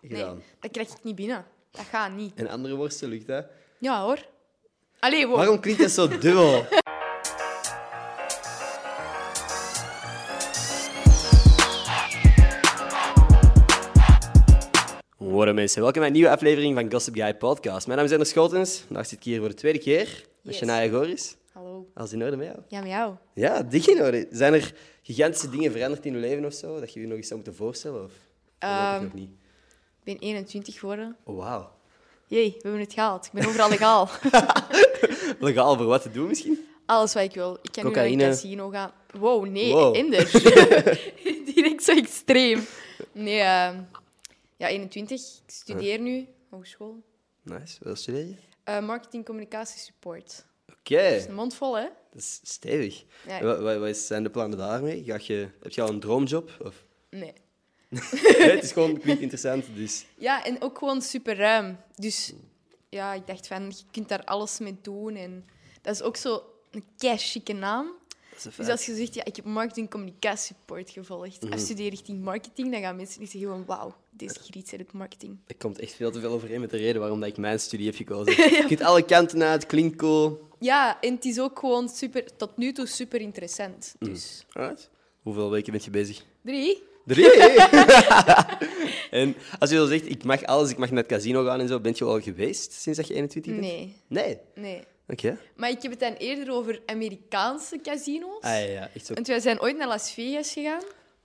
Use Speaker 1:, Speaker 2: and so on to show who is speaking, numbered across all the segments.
Speaker 1: nee,
Speaker 2: Gedaan.
Speaker 1: dat krijg ik niet binnen. Dat gaat niet.
Speaker 2: En andere worsten lukt hè?
Speaker 1: Ja hoor. Allee, wow.
Speaker 2: Waarom klinkt dat zo dubbel? Worden mensen, welkom bij een nieuwe aflevering van Gossip Guy Podcast. Mijn naam is Anders Schotens. Vandaag zit ik hier voor de tweede keer. Met
Speaker 1: Yes.
Speaker 2: Shania Goris.
Speaker 1: Hallo.
Speaker 2: Als in orde met jou?
Speaker 1: Ja, met jou.
Speaker 2: Ja, dik in orde. Zijn er gigantische dingen veranderd in je leven of zo? Dat je je nog eens zou moeten voorstellen? Of voorlopig
Speaker 1: Ehm.
Speaker 2: nog niet?
Speaker 1: Ik ben 21 geworden.
Speaker 2: Oh, wauw.
Speaker 1: Jee, we hebben het gehaald. Ik ben overal legaal.
Speaker 2: Legaal voor wat te doen misschien?
Speaker 1: Alles wat ik wil. Ik kan nu naar
Speaker 2: Cocaïne.
Speaker 1: een casino gaan. Wow, nee,
Speaker 2: Wow.
Speaker 1: Ender. Direct zo extreem. Nee, ehm, ja, 21. Ik studeer nu. Hogeschool.
Speaker 2: Nice. Wel studeer je?
Speaker 1: Eh marketing, communicatie, support.
Speaker 2: Oké.
Speaker 1: Dat is een mond vol, hè?
Speaker 2: Dat is stevig.
Speaker 1: Ja.
Speaker 2: En wa- wa- Wat zijn de plannen daarmee? Ga je, heb je al een droomjob? Of?
Speaker 1: Nee.
Speaker 2: Nee, het is gewoon klinkt interessant, dus...
Speaker 1: Ja, en ook gewoon super ruim. Dus ja, ik dacht van, je kunt daar alles mee doen. En dat is ook zo een kei-chique naam.
Speaker 2: Dat is een
Speaker 1: Dus
Speaker 2: feit.
Speaker 1: als je zegt, ja, ik heb marketing communicatie support gevolgd. Afstudeer richting marketing, dan gaan mensen niet zeggen van, wauw, deze griet zit het marketing.
Speaker 2: Er komt echt veel te veel overeen met de reden waarom dat ik mijn studie heb gekozen. Je kunt alle kanten uit, klinkt cool.
Speaker 1: Ja, en het is ook gewoon super, tot nu toe super interessant. Dus
Speaker 2: Alright. Hoeveel weken ben je bezig?
Speaker 1: drie.
Speaker 2: Drie! en als je zo zegt, ik mag alles, ik mag naar het casino gaan en zo, bent je al geweest sinds dat je 21 bent?
Speaker 1: Nee,
Speaker 2: Nee?
Speaker 1: nee.
Speaker 2: Oké.
Speaker 1: Maar ik heb het dan eerder over Amerikaanse casino's.
Speaker 2: Ah ja, ja, echt zo. En
Speaker 1: Want wij zijn ooit naar Las Vegas gegaan.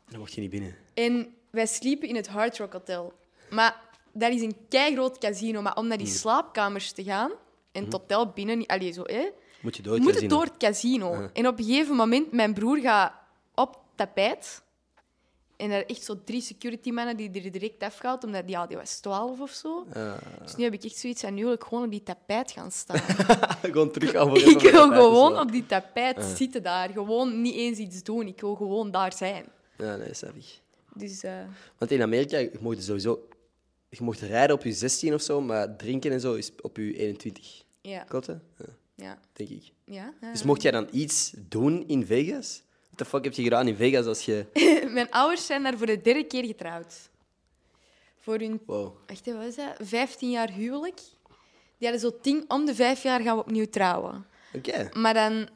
Speaker 2: dan mocht je niet binnen.
Speaker 1: En wij sliepen in het Hard Rock Hotel. Maar dat is een keigroot casino. Maar om naar die slaapkamers te gaan en het hotel binnen... niet- Allee, zo, hè.
Speaker 2: Moet je door
Speaker 1: Je
Speaker 2: het
Speaker 1: moet het
Speaker 2: casino.
Speaker 1: door het casino.
Speaker 2: Ah.
Speaker 1: En op een gegeven moment, mijn broer gaat op tapijt. En er echt zo drie security mannen die er direct afgaat, omdat die, ja, die was 12 of zo. Dus nu heb ik echt zoiets aan nu wil ik gewoon op die tapijt gaan staan.
Speaker 2: gewoon terug al voor
Speaker 1: ik
Speaker 2: even
Speaker 1: wil
Speaker 2: wat uit,
Speaker 1: gewoon
Speaker 2: zo.
Speaker 1: op die tapijt zitten daar. Gewoon niet eens iets doen. Ik wil gewoon daar zijn.
Speaker 2: Ja, nee, snap ik.
Speaker 1: Dus eh,
Speaker 2: Want in Amerika, je mocht sowieso... Je mocht rijden op je 16 of zo, maar drinken en zo is op je 21.
Speaker 1: ja.
Speaker 2: Klopt, hè? Ja,
Speaker 1: ja.
Speaker 2: denk ik.
Speaker 1: ja, ah. ja.
Speaker 2: Dus mocht jij dan iets doen in Vegas? What the fuck heb je gedaan in Vegas als je...
Speaker 1: Mijn ouders zijn daar voor de derde keer getrouwd. Voor hun
Speaker 2: Wow.
Speaker 1: Echt, wat is dat? 15 jaar huwelijk. Die hadden zo tien, om de vijf jaar gaan we opnieuw trouwen.
Speaker 2: Oké.
Speaker 1: Maar dan,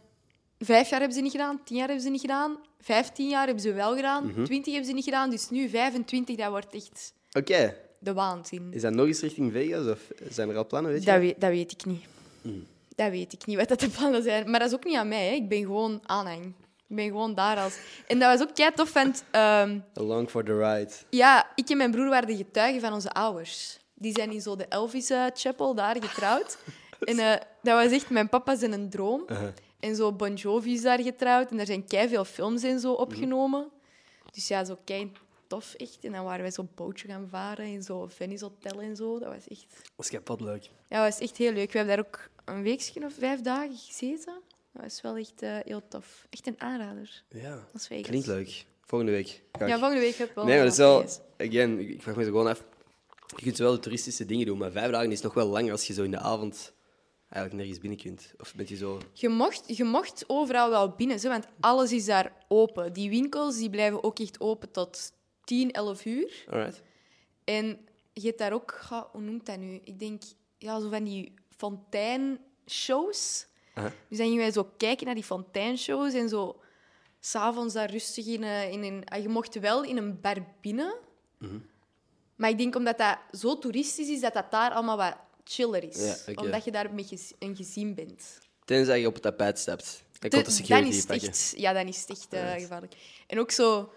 Speaker 1: vijf jaar hebben ze niet gedaan, tien jaar hebben ze niet gedaan, vijftien jaar hebben ze wel gedaan,
Speaker 2: Mhm.
Speaker 1: twintig hebben ze niet gedaan, dus nu 25, dat wordt echt
Speaker 2: Oké.
Speaker 1: de waanzin.
Speaker 2: Is dat nog eens richting Vegas of zijn er al plannen, weet je?
Speaker 1: Dat weet, dat weet ik niet.
Speaker 2: Mm.
Speaker 1: Dat weet ik niet, wat dat de plannen zijn. Maar dat is ook niet aan mij, hè. ik ben gewoon aanhang. Ik ben gewoon daar als... En dat was ook kei tof, want ehm,
Speaker 2: Along for the ride.
Speaker 1: Ja, ik en mijn broer waren de getuigen van onze ouders. Die zijn in zo de Elvis eh, Chapel daar getrouwd. En eh, dat was echt mijn papa's in een droom.
Speaker 2: Uh-huh.
Speaker 1: En zo Bon Jovi is daar getrouwd. En daar zijn veel films en
Speaker 2: Mhm.
Speaker 1: zo opgenomen. Dus ja, zo kei tof echt. En dan waren wij zo'n bootje gaan varen in zo'n Venice Hotel en zo. Dat was echt,
Speaker 2: Was kapot leuk.
Speaker 1: ja, dat was echt heel leuk. We hebben daar ook een weekje of vijf dagen gezeten. Dat was wel echt eh, heel tof. Echt een aanrader.
Speaker 2: Ja.
Speaker 1: Las Vegas.
Speaker 2: Klinkt leuk. Volgende week. ga ik.
Speaker 1: Ja, volgende week heb ik wel
Speaker 2: Nee, maar dat is
Speaker 1: Las
Speaker 2: wel...
Speaker 1: Vegas.
Speaker 2: Again, ik ik vraag me zo gewoon af... Je kunt wel de toeristische dingen doen, maar vijf dagen is nog wel lang als je zo in de avond eigenlijk nergens binnen kunt. Of bent je zo...
Speaker 1: Je mocht, je mocht overal wel binnen, zo, want alles is daar open. Die winkels die blijven ook echt open tot 10, 11 uur.
Speaker 2: Alright.
Speaker 1: En je hebt daar ook, ga, hoe noemt dat nu? Ik denk, ja, zo van die fonteinshows.
Speaker 2: Aha.
Speaker 1: Dus dan gingen wij zo kijken naar die fonteinshows en zo s'avonds daar rustig in, eh, in een... ah, Je mocht wel in een bar binnen,
Speaker 2: Mhm.
Speaker 1: maar ik denk omdat dat zo toeristisch is, dat dat daar allemaal wat chiller is.
Speaker 2: Ja, oké.
Speaker 1: Omdat je daar met gez- een gezien bent.
Speaker 2: Tenzij je op het tapijt stapt. Dan komt de
Speaker 1: Te-
Speaker 2: security
Speaker 1: dan is het
Speaker 2: pakken.
Speaker 1: echt, ja, dan is het echt eh, gevaarlijk. En ook zo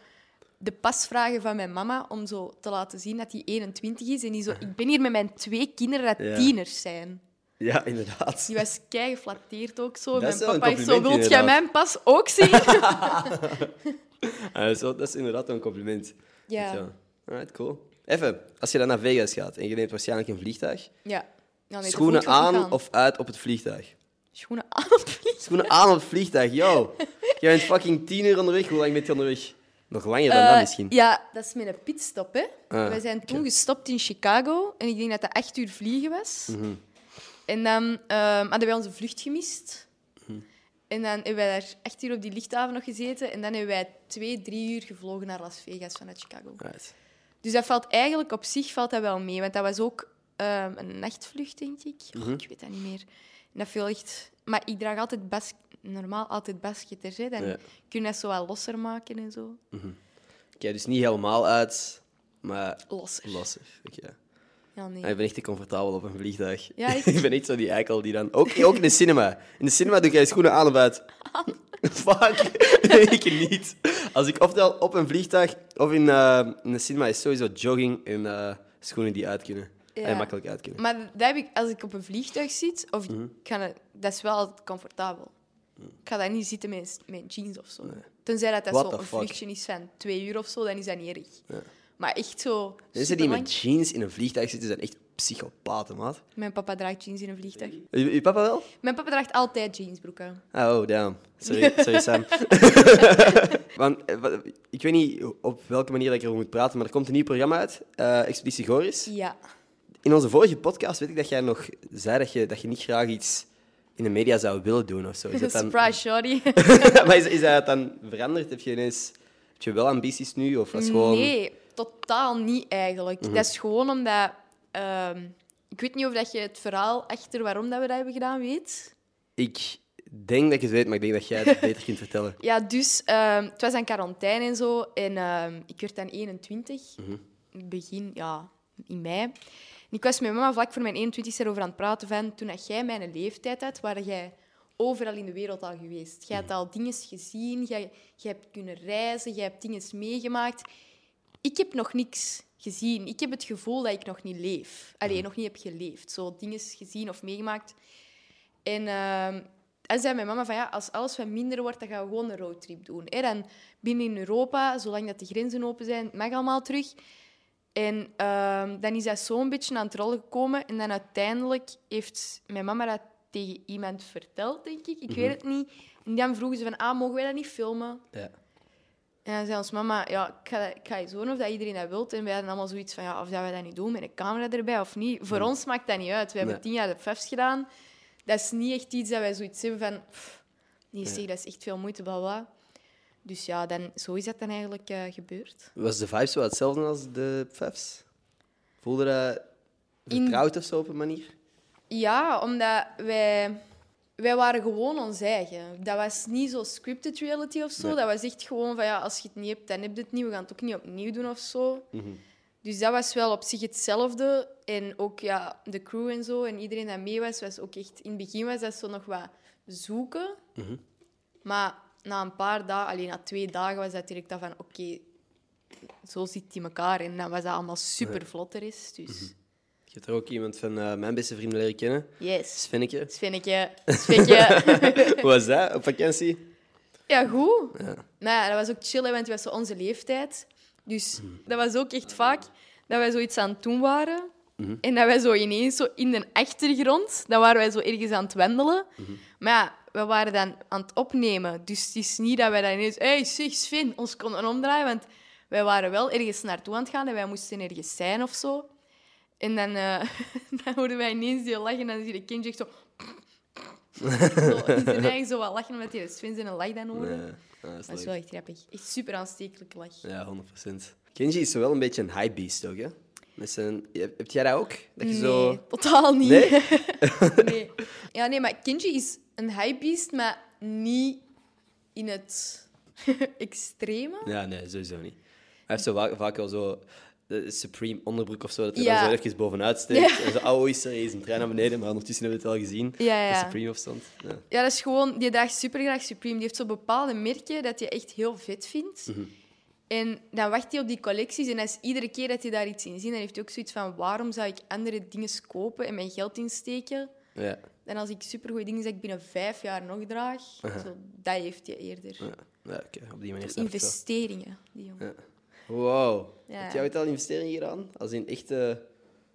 Speaker 1: de pasvragen van mijn mama om zo te laten zien dat hij 21 is. En die zo, ik ben hier met mijn twee kinderen dat
Speaker 2: Ja.
Speaker 1: tieners zijn.
Speaker 2: Ja, inderdaad.
Speaker 1: Die was kei geflatteerd ook zo.
Speaker 2: Dat
Speaker 1: mijn
Speaker 2: is wel een
Speaker 1: papa heeft zo,
Speaker 2: compliment,
Speaker 1: wilt jij
Speaker 2: inderdaad."
Speaker 1: mijn pas ook zien?
Speaker 2: Ah, dat, is wel- dat is inderdaad wel een compliment.
Speaker 1: Ja.
Speaker 2: Alright, cool. Ja, Even, als je dan naar Vegas gaat en je neemt waarschijnlijk een vliegtuig.
Speaker 1: Ja. Ja, nee, dat
Speaker 2: schoenen
Speaker 1: voel ik ook
Speaker 2: aan
Speaker 1: niet
Speaker 2: of uit op het vliegtuig?
Speaker 1: Schoenen aan of niet?
Speaker 2: Schoenen aan op het vliegtuig, yo. Jij bent fucking tien uur onderweg. Hoe lang ben je onderweg? Nog langer dan dat
Speaker 1: Eh,
Speaker 2: misschien. Ah,
Speaker 1: Ja, dat is met een pitstop, hè. Wij zijn toen
Speaker 2: oké.
Speaker 1: gestopt in Chicago. En ik denk dat dat echt uur vliegen was.
Speaker 2: Mhm.
Speaker 1: En dan ehm, hadden wij onze vlucht gemist.
Speaker 2: Mhm.
Speaker 1: En dan hebben wij daar echt hier op die luchthaven nog gezeten. En dan hebben wij twee, drie uur gevlogen naar Las Vegas vanuit Chicago.
Speaker 2: Right.
Speaker 1: Dus dat valt eigenlijk op zich valt dat wel mee. Want dat was ook ehm, een nachtvlucht, denk ik. Goh,
Speaker 2: Mhm.
Speaker 1: Ik weet dat niet meer. En dat viel echt... Maar ik draag altijd bas... normaal altijd basketers. Hè. Dan
Speaker 2: Ja.
Speaker 1: kun je dat zo wat losser maken en zo.
Speaker 2: Oké, dus niet helemaal uit, maar
Speaker 1: Losser.
Speaker 2: lastig. Oké.
Speaker 1: Ja, nee.
Speaker 2: Ja, Ah, ik ben echt te comfortabel op een vliegtuig.
Speaker 1: Ja, echt?
Speaker 2: ik ben echt zo die eikel die dan... Ook, ook in de cinema. In de cinema doe jij je schoenen aan of uit? Fuck. Nee, ik niet. Als ik ofwel op een vliegtuig of in, eh, in de cinema is sowieso jogging en eh, schoenen die uit kunnen.
Speaker 1: Ja. Mm,
Speaker 2: En makkelijk uit kunnen.
Speaker 1: Maar dat heb ik, als ik op een vliegtuig zit, of
Speaker 2: Mhm.
Speaker 1: ik ga naar- dat is wel altijd comfortabel. Ik ga daar niet zitten met, met jeans of zo. Tenzij dat, dat
Speaker 2: What
Speaker 1: zo
Speaker 2: the
Speaker 1: een
Speaker 2: fuck?
Speaker 1: vluchtje is van twee uur of zo, dan is dat niet erg. Maar echt zo.
Speaker 2: Mensen die
Speaker 1: superlang-
Speaker 2: met jeans in een vliegtuig zitten zijn echt psychopaten, maat.
Speaker 1: Mijn papa draagt jeans in een vliegtuig.
Speaker 2: Je, je papa wel?
Speaker 1: Mijn papa draagt altijd jeansbroeken.
Speaker 2: Ah, Oh, damn. Sorry, sorry Sam. Want, eh, wat- ik weet niet op welke manier dat ik erover moet praten, maar er komt een nieuw programma uit. eh, Expeditie Goris.
Speaker 1: Ja.
Speaker 2: In onze vorige podcast weet ik dat jij nog zei dat je, dat je niet graag iets in de media zou willen doen of zo. Is dat dan,
Speaker 1: Surprise, sorry.
Speaker 2: maar is, is dat dan veranderd? Heb je ineens heb je wel ambities nu? Of was gewoon... Mhm.
Speaker 1: Nee, totaal niet eigenlijk. Dat is gewoon omdat... ehm, ik weet niet of dat je het verhaal achter waarom dat we dat hebben gedaan weet.
Speaker 2: Ik denk dat je het weet, maar ik denk dat jij het beter kunt vertellen.
Speaker 1: Ja, dus ehm, het was aan quarantaine en zo. En ehm, ik werd dan 21. In het begin, ja, in mei. En ik was met mama vlak voor mijn 21 erover aan het praten van... Toen dat jij mijn leeftijd had, waren jij overal in de wereld al geweest. Jij had al dingen gezien, jij, jij hebt kunnen reizen, jij hebt dingen meegemaakt. Ik heb nog niks gezien. Ik heb het gevoel dat ik nog niet leef. Alleen nog niet heb geleefd. Zo dingen gezien of meegemaakt. En ehm hij zei mijn mama van ja, als alles wat minder wordt, dan gaan we gewoon een roadtrip doen. Hè? Dan binnen in Europa, zolang dat de grenzen open zijn, het mag allemaal terug. En ehm, dan is dat zo'n beetje aan het rollen gekomen. En dan uiteindelijk heeft mijn mama dat tegen iemand verteld, denk ik. Ik weet het niet. En dan vroegen ze van, ah, mogen wij dat niet filmen?
Speaker 2: Ja.
Speaker 1: En dan zei ons mama, ja, ik ga, ik ga je zo doen of dat iedereen dat wilt. En wij hadden allemaal zoiets van, ja, of dat wij dat nu doen met een camera erbij of niet. Voor ons maakt dat niet uit. We hebben
Speaker 2: Nee.
Speaker 1: tien jaar de FEF's gedaan. Dat is niet echt iets dat wij zoiets hebben van... pff, nee, zeg, dat is echt veel moeite, bla, bla. Dus ja, dan, zo is dat dan eigenlijk eh, gebeurd.
Speaker 2: Was de vibe zo hetzelfde als de Fabs? Voelde dat
Speaker 1: In-
Speaker 2: vertrouwd of zo op een manier?
Speaker 1: Ja, omdat wij, wij waren gewoon ons eigen. Dat was niet zo scripted reality of zo.
Speaker 2: Nee.
Speaker 1: Dat was echt gewoon van ja, als je het niet hebt, dan heb je het niet. We gaan het ook niet opnieuw doen of zo. Dus dat was wel op zich hetzelfde. En ook ja, de crew en zo en iedereen dat mee was, was ook echt. In het begin was dat zo nog wat zoeken. Maar na een paar dagen, alleen na twee dagen, was dat direct dat van oké, zo zit die elkaar. En dan was dat allemaal super vlot er is. Dus
Speaker 2: Je hebt er ook iemand van eh, mijn beste vrienden leren kennen,
Speaker 1: yes.
Speaker 2: Svenneke.
Speaker 1: Svennikje, Svennikje.
Speaker 2: Hoe was dat op vakantie?
Speaker 1: Ja, goed. Nou ja, dat was ook chill, hè, want het was zo onze leeftijd. Dus dat was ook echt vaak dat wij zoiets aan het doen waren. En dat wij zo ineens zo in de achtergrond, dan waren wij zo ergens aan het wendelen. Maar ja, we waren dan aan het opnemen. Dus het is niet dat wij dan ineens, hey, zeg Sven, ons konden omdraaien. Want wij waren wel ergens naartoe aan het gaan en wij moesten ergens zijn of zo. En dan, eh, dan hoorden wij ineens die lachen en dan zie je kindje echt zo... zo in zijn eigen zo wat lachen, omdat hij Sven zijn lach dan hoorde.
Speaker 2: Ja, dat Ah, is
Speaker 1: Dat is
Speaker 2: leuk.
Speaker 1: wel echt grappig. Echt super aanstekelijk lach.
Speaker 2: Ja, 100%. Kenji is wel een beetje een high beast ook, hè? Met zijn... Heb heb jij dat ook? Dat je zo...
Speaker 1: Nee, totaal niet.
Speaker 2: Nee?
Speaker 1: Nee. Ja, nee, maar Kenji is een hypebeast, maar niet in het extreme.
Speaker 2: Ja, nee, sowieso niet. Hij heeft zo vaak, vaak al zo de Supreme onderbroek of zo, dat hij
Speaker 1: Ja.
Speaker 2: dan zo even bovenuit steekt.
Speaker 1: Ja.
Speaker 2: En zo, oh, oei, sorry, is een trein naar beneden, maar ondertussen hebben we het wel gezien.
Speaker 1: Ja,
Speaker 2: Dat
Speaker 1: ja.
Speaker 2: Supreme opstond. Ja.
Speaker 1: Ja, dat is gewoon... Die draagt super graag Supreme. Die heeft zo bepaalde merken dat je echt heel vet vindt.
Speaker 2: Mhm.
Speaker 1: En dan wacht hij op die collecties en als iedere keer dat hij daar iets in ziet, dan heeft hij ook zoiets van waarom zou ik andere dingen kopen en mijn geld insteken
Speaker 2: Ja.
Speaker 1: dan als ik supergoeie dingen zeg binnen vijf jaar nog draag. Zo, dat heeft hij eerder.
Speaker 2: Ja, oké, op die manier snap ik het wel.
Speaker 1: Investeringen, die jongen.
Speaker 2: Ja. Wow.
Speaker 1: Ja.
Speaker 2: Heb jij ooit al investeringen gedaan? Als in echte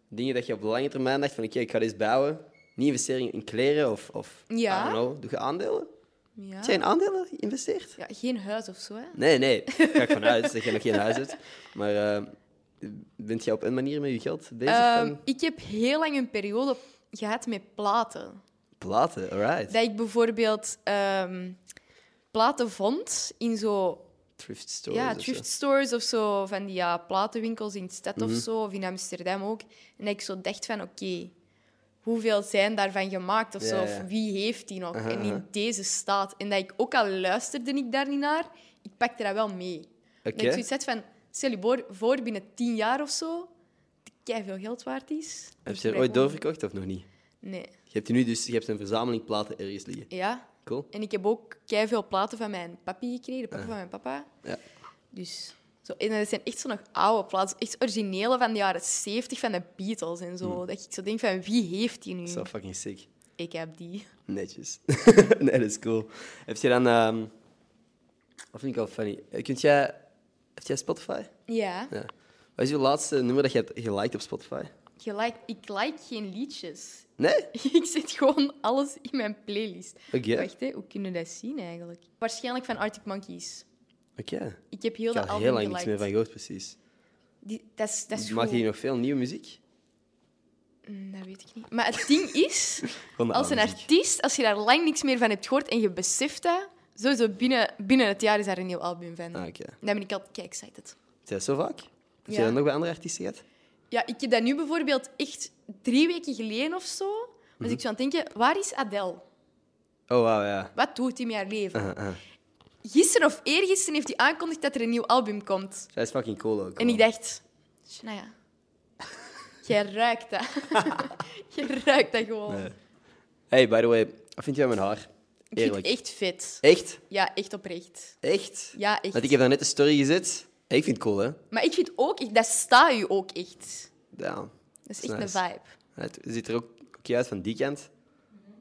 Speaker 2: dingen dat je op lange termijn dacht van oké, ik ga dit bouwen. Niet investeringen in kleren of, of
Speaker 1: Ja.
Speaker 2: I don't know. Doe je aandelen?
Speaker 1: Ja.
Speaker 2: Heb jij in aandelen geïnvesteerd?
Speaker 1: ja, geen huis of zo, hè?
Speaker 2: Nee, nee. Daar ga ik vanuit dat je nog geen huis hebt. Maar eh, bent jij op een manier met je geld bezig?
Speaker 1: Ehm,
Speaker 2: van
Speaker 1: ik heb heel lang een periode gehad met platen.
Speaker 2: platen, alright.
Speaker 1: Dat ik bijvoorbeeld ehm, platen vond in zo
Speaker 2: Thrift stores.
Speaker 1: ja,
Speaker 2: of zo.
Speaker 1: thrift stores of zo, van die ja, platenwinkels in de stad
Speaker 2: Mhm.
Speaker 1: of zo, of in Amsterdam ook. En dat ik zo dacht van, oké, hoeveel zijn daarvan gemaakt of
Speaker 2: Ja,
Speaker 1: zo,
Speaker 2: ja.
Speaker 1: of wie heeft die nog?
Speaker 2: Aha,
Speaker 1: En
Speaker 2: aha.
Speaker 1: in deze staat. En dat ik, ook al luisterde ik daar niet naar, ik pakte dat wel mee. Dat
Speaker 2: Oké.
Speaker 1: ik zoiets had van, stel je voor, voor binnen tien jaar of zo, dat veel geld waard is.
Speaker 2: Heb
Speaker 1: Dus
Speaker 2: je er
Speaker 1: wij
Speaker 2: ooit
Speaker 1: gewoon-
Speaker 2: doorverkocht of nog niet?
Speaker 1: Nee,
Speaker 2: Je hebt die nu dus je hebt een verzameling platen ergens liggen.
Speaker 1: ja.
Speaker 2: Cool. Ah.
Speaker 1: En ik heb ook veel platen van mijn papi gekregen, de papa van mijn papa.
Speaker 2: Ja.
Speaker 1: Dus, zo, en dat zijn echt zo nog oude platen, echt originele van de jaren 70 van de Beatles en zo. Dat ik zo denk van, wie heeft die nu?
Speaker 2: Hmm. Zo fucking sick.
Speaker 1: Ik heb die.
Speaker 2: Netjes. nee, dat is cool. Heb je dan... ehm dat vind ik wel funny. Eh, Kunt jij... Heeft jij Spotify?
Speaker 1: Ja,
Speaker 2: Ja. Wat is je laatste nummer dat je hebt geliked op Spotify?
Speaker 1: je like, ik like geen liedjes.
Speaker 2: Nee?
Speaker 1: Ik zet gewoon alles in mijn playlist.
Speaker 2: Oké.
Speaker 1: Wacht, hè, hoe kunnen we dat zien eigenlijk? Waarschijnlijk van Arctic Monkeys.
Speaker 2: Oké.
Speaker 1: Ik heb heel
Speaker 2: Ik heb
Speaker 1: dat
Speaker 2: al
Speaker 1: album
Speaker 2: heel lang niks
Speaker 1: geliked.
Speaker 2: meer van gehoord, precies.
Speaker 1: Die- dat is, dat is
Speaker 2: Maak je
Speaker 1: goed.
Speaker 2: hier nog veel nieuwe muziek?
Speaker 1: Mm, Dat weet ik niet. Maar het ding is,
Speaker 2: Van de
Speaker 1: als een
Speaker 2: oude muziek.
Speaker 1: artiest, als je daar lang niks meer van hebt gehoord en je beseft dat, sowieso binnen, binnen het jaar is daar een nieuw album van.
Speaker 2: Ah,
Speaker 1: Dan
Speaker 2: oké.
Speaker 1: ben ik altijd kei excited.
Speaker 2: Is dat zo vaak? Heb je
Speaker 1: Ja.
Speaker 2: dat nog bij andere artiesten gehad?
Speaker 1: Ja, ik heb dat nu bijvoorbeeld echt drie weken geleden of zo. Was
Speaker 2: Mhm.
Speaker 1: ik zo aan het denken, waar is Adele?
Speaker 2: Oh, wauw, ja.
Speaker 1: Wat doet hij met haar leven?
Speaker 2: Ah, ah.
Speaker 1: Gisteren of eergisteren heeft hij aangekondigd dat er een nieuw album komt.
Speaker 2: Dat is fucking cool ook.
Speaker 1: En ik dacht, Shania, jij ruikt dat. jij ruikt dat gewoon.
Speaker 2: Nee. Hey, by the way, wat vind jij van mijn haar?
Speaker 1: ik vind het
Speaker 2: Eerlijk.
Speaker 1: echt vet.
Speaker 2: Echt?
Speaker 1: Ja, echt oprecht.
Speaker 2: Echt?
Speaker 1: Ja, echt.
Speaker 2: Want ik heb daar net een story gezet. Hey, ik vind het cool, hè?
Speaker 1: Maar ik vind ook, ik, dat staat u ook echt.
Speaker 2: Ja.
Speaker 1: Dat is
Speaker 2: is
Speaker 1: echt
Speaker 2: nice. Oh,
Speaker 1: een vibe.
Speaker 2: Het ziet er ook oké uit van die kant.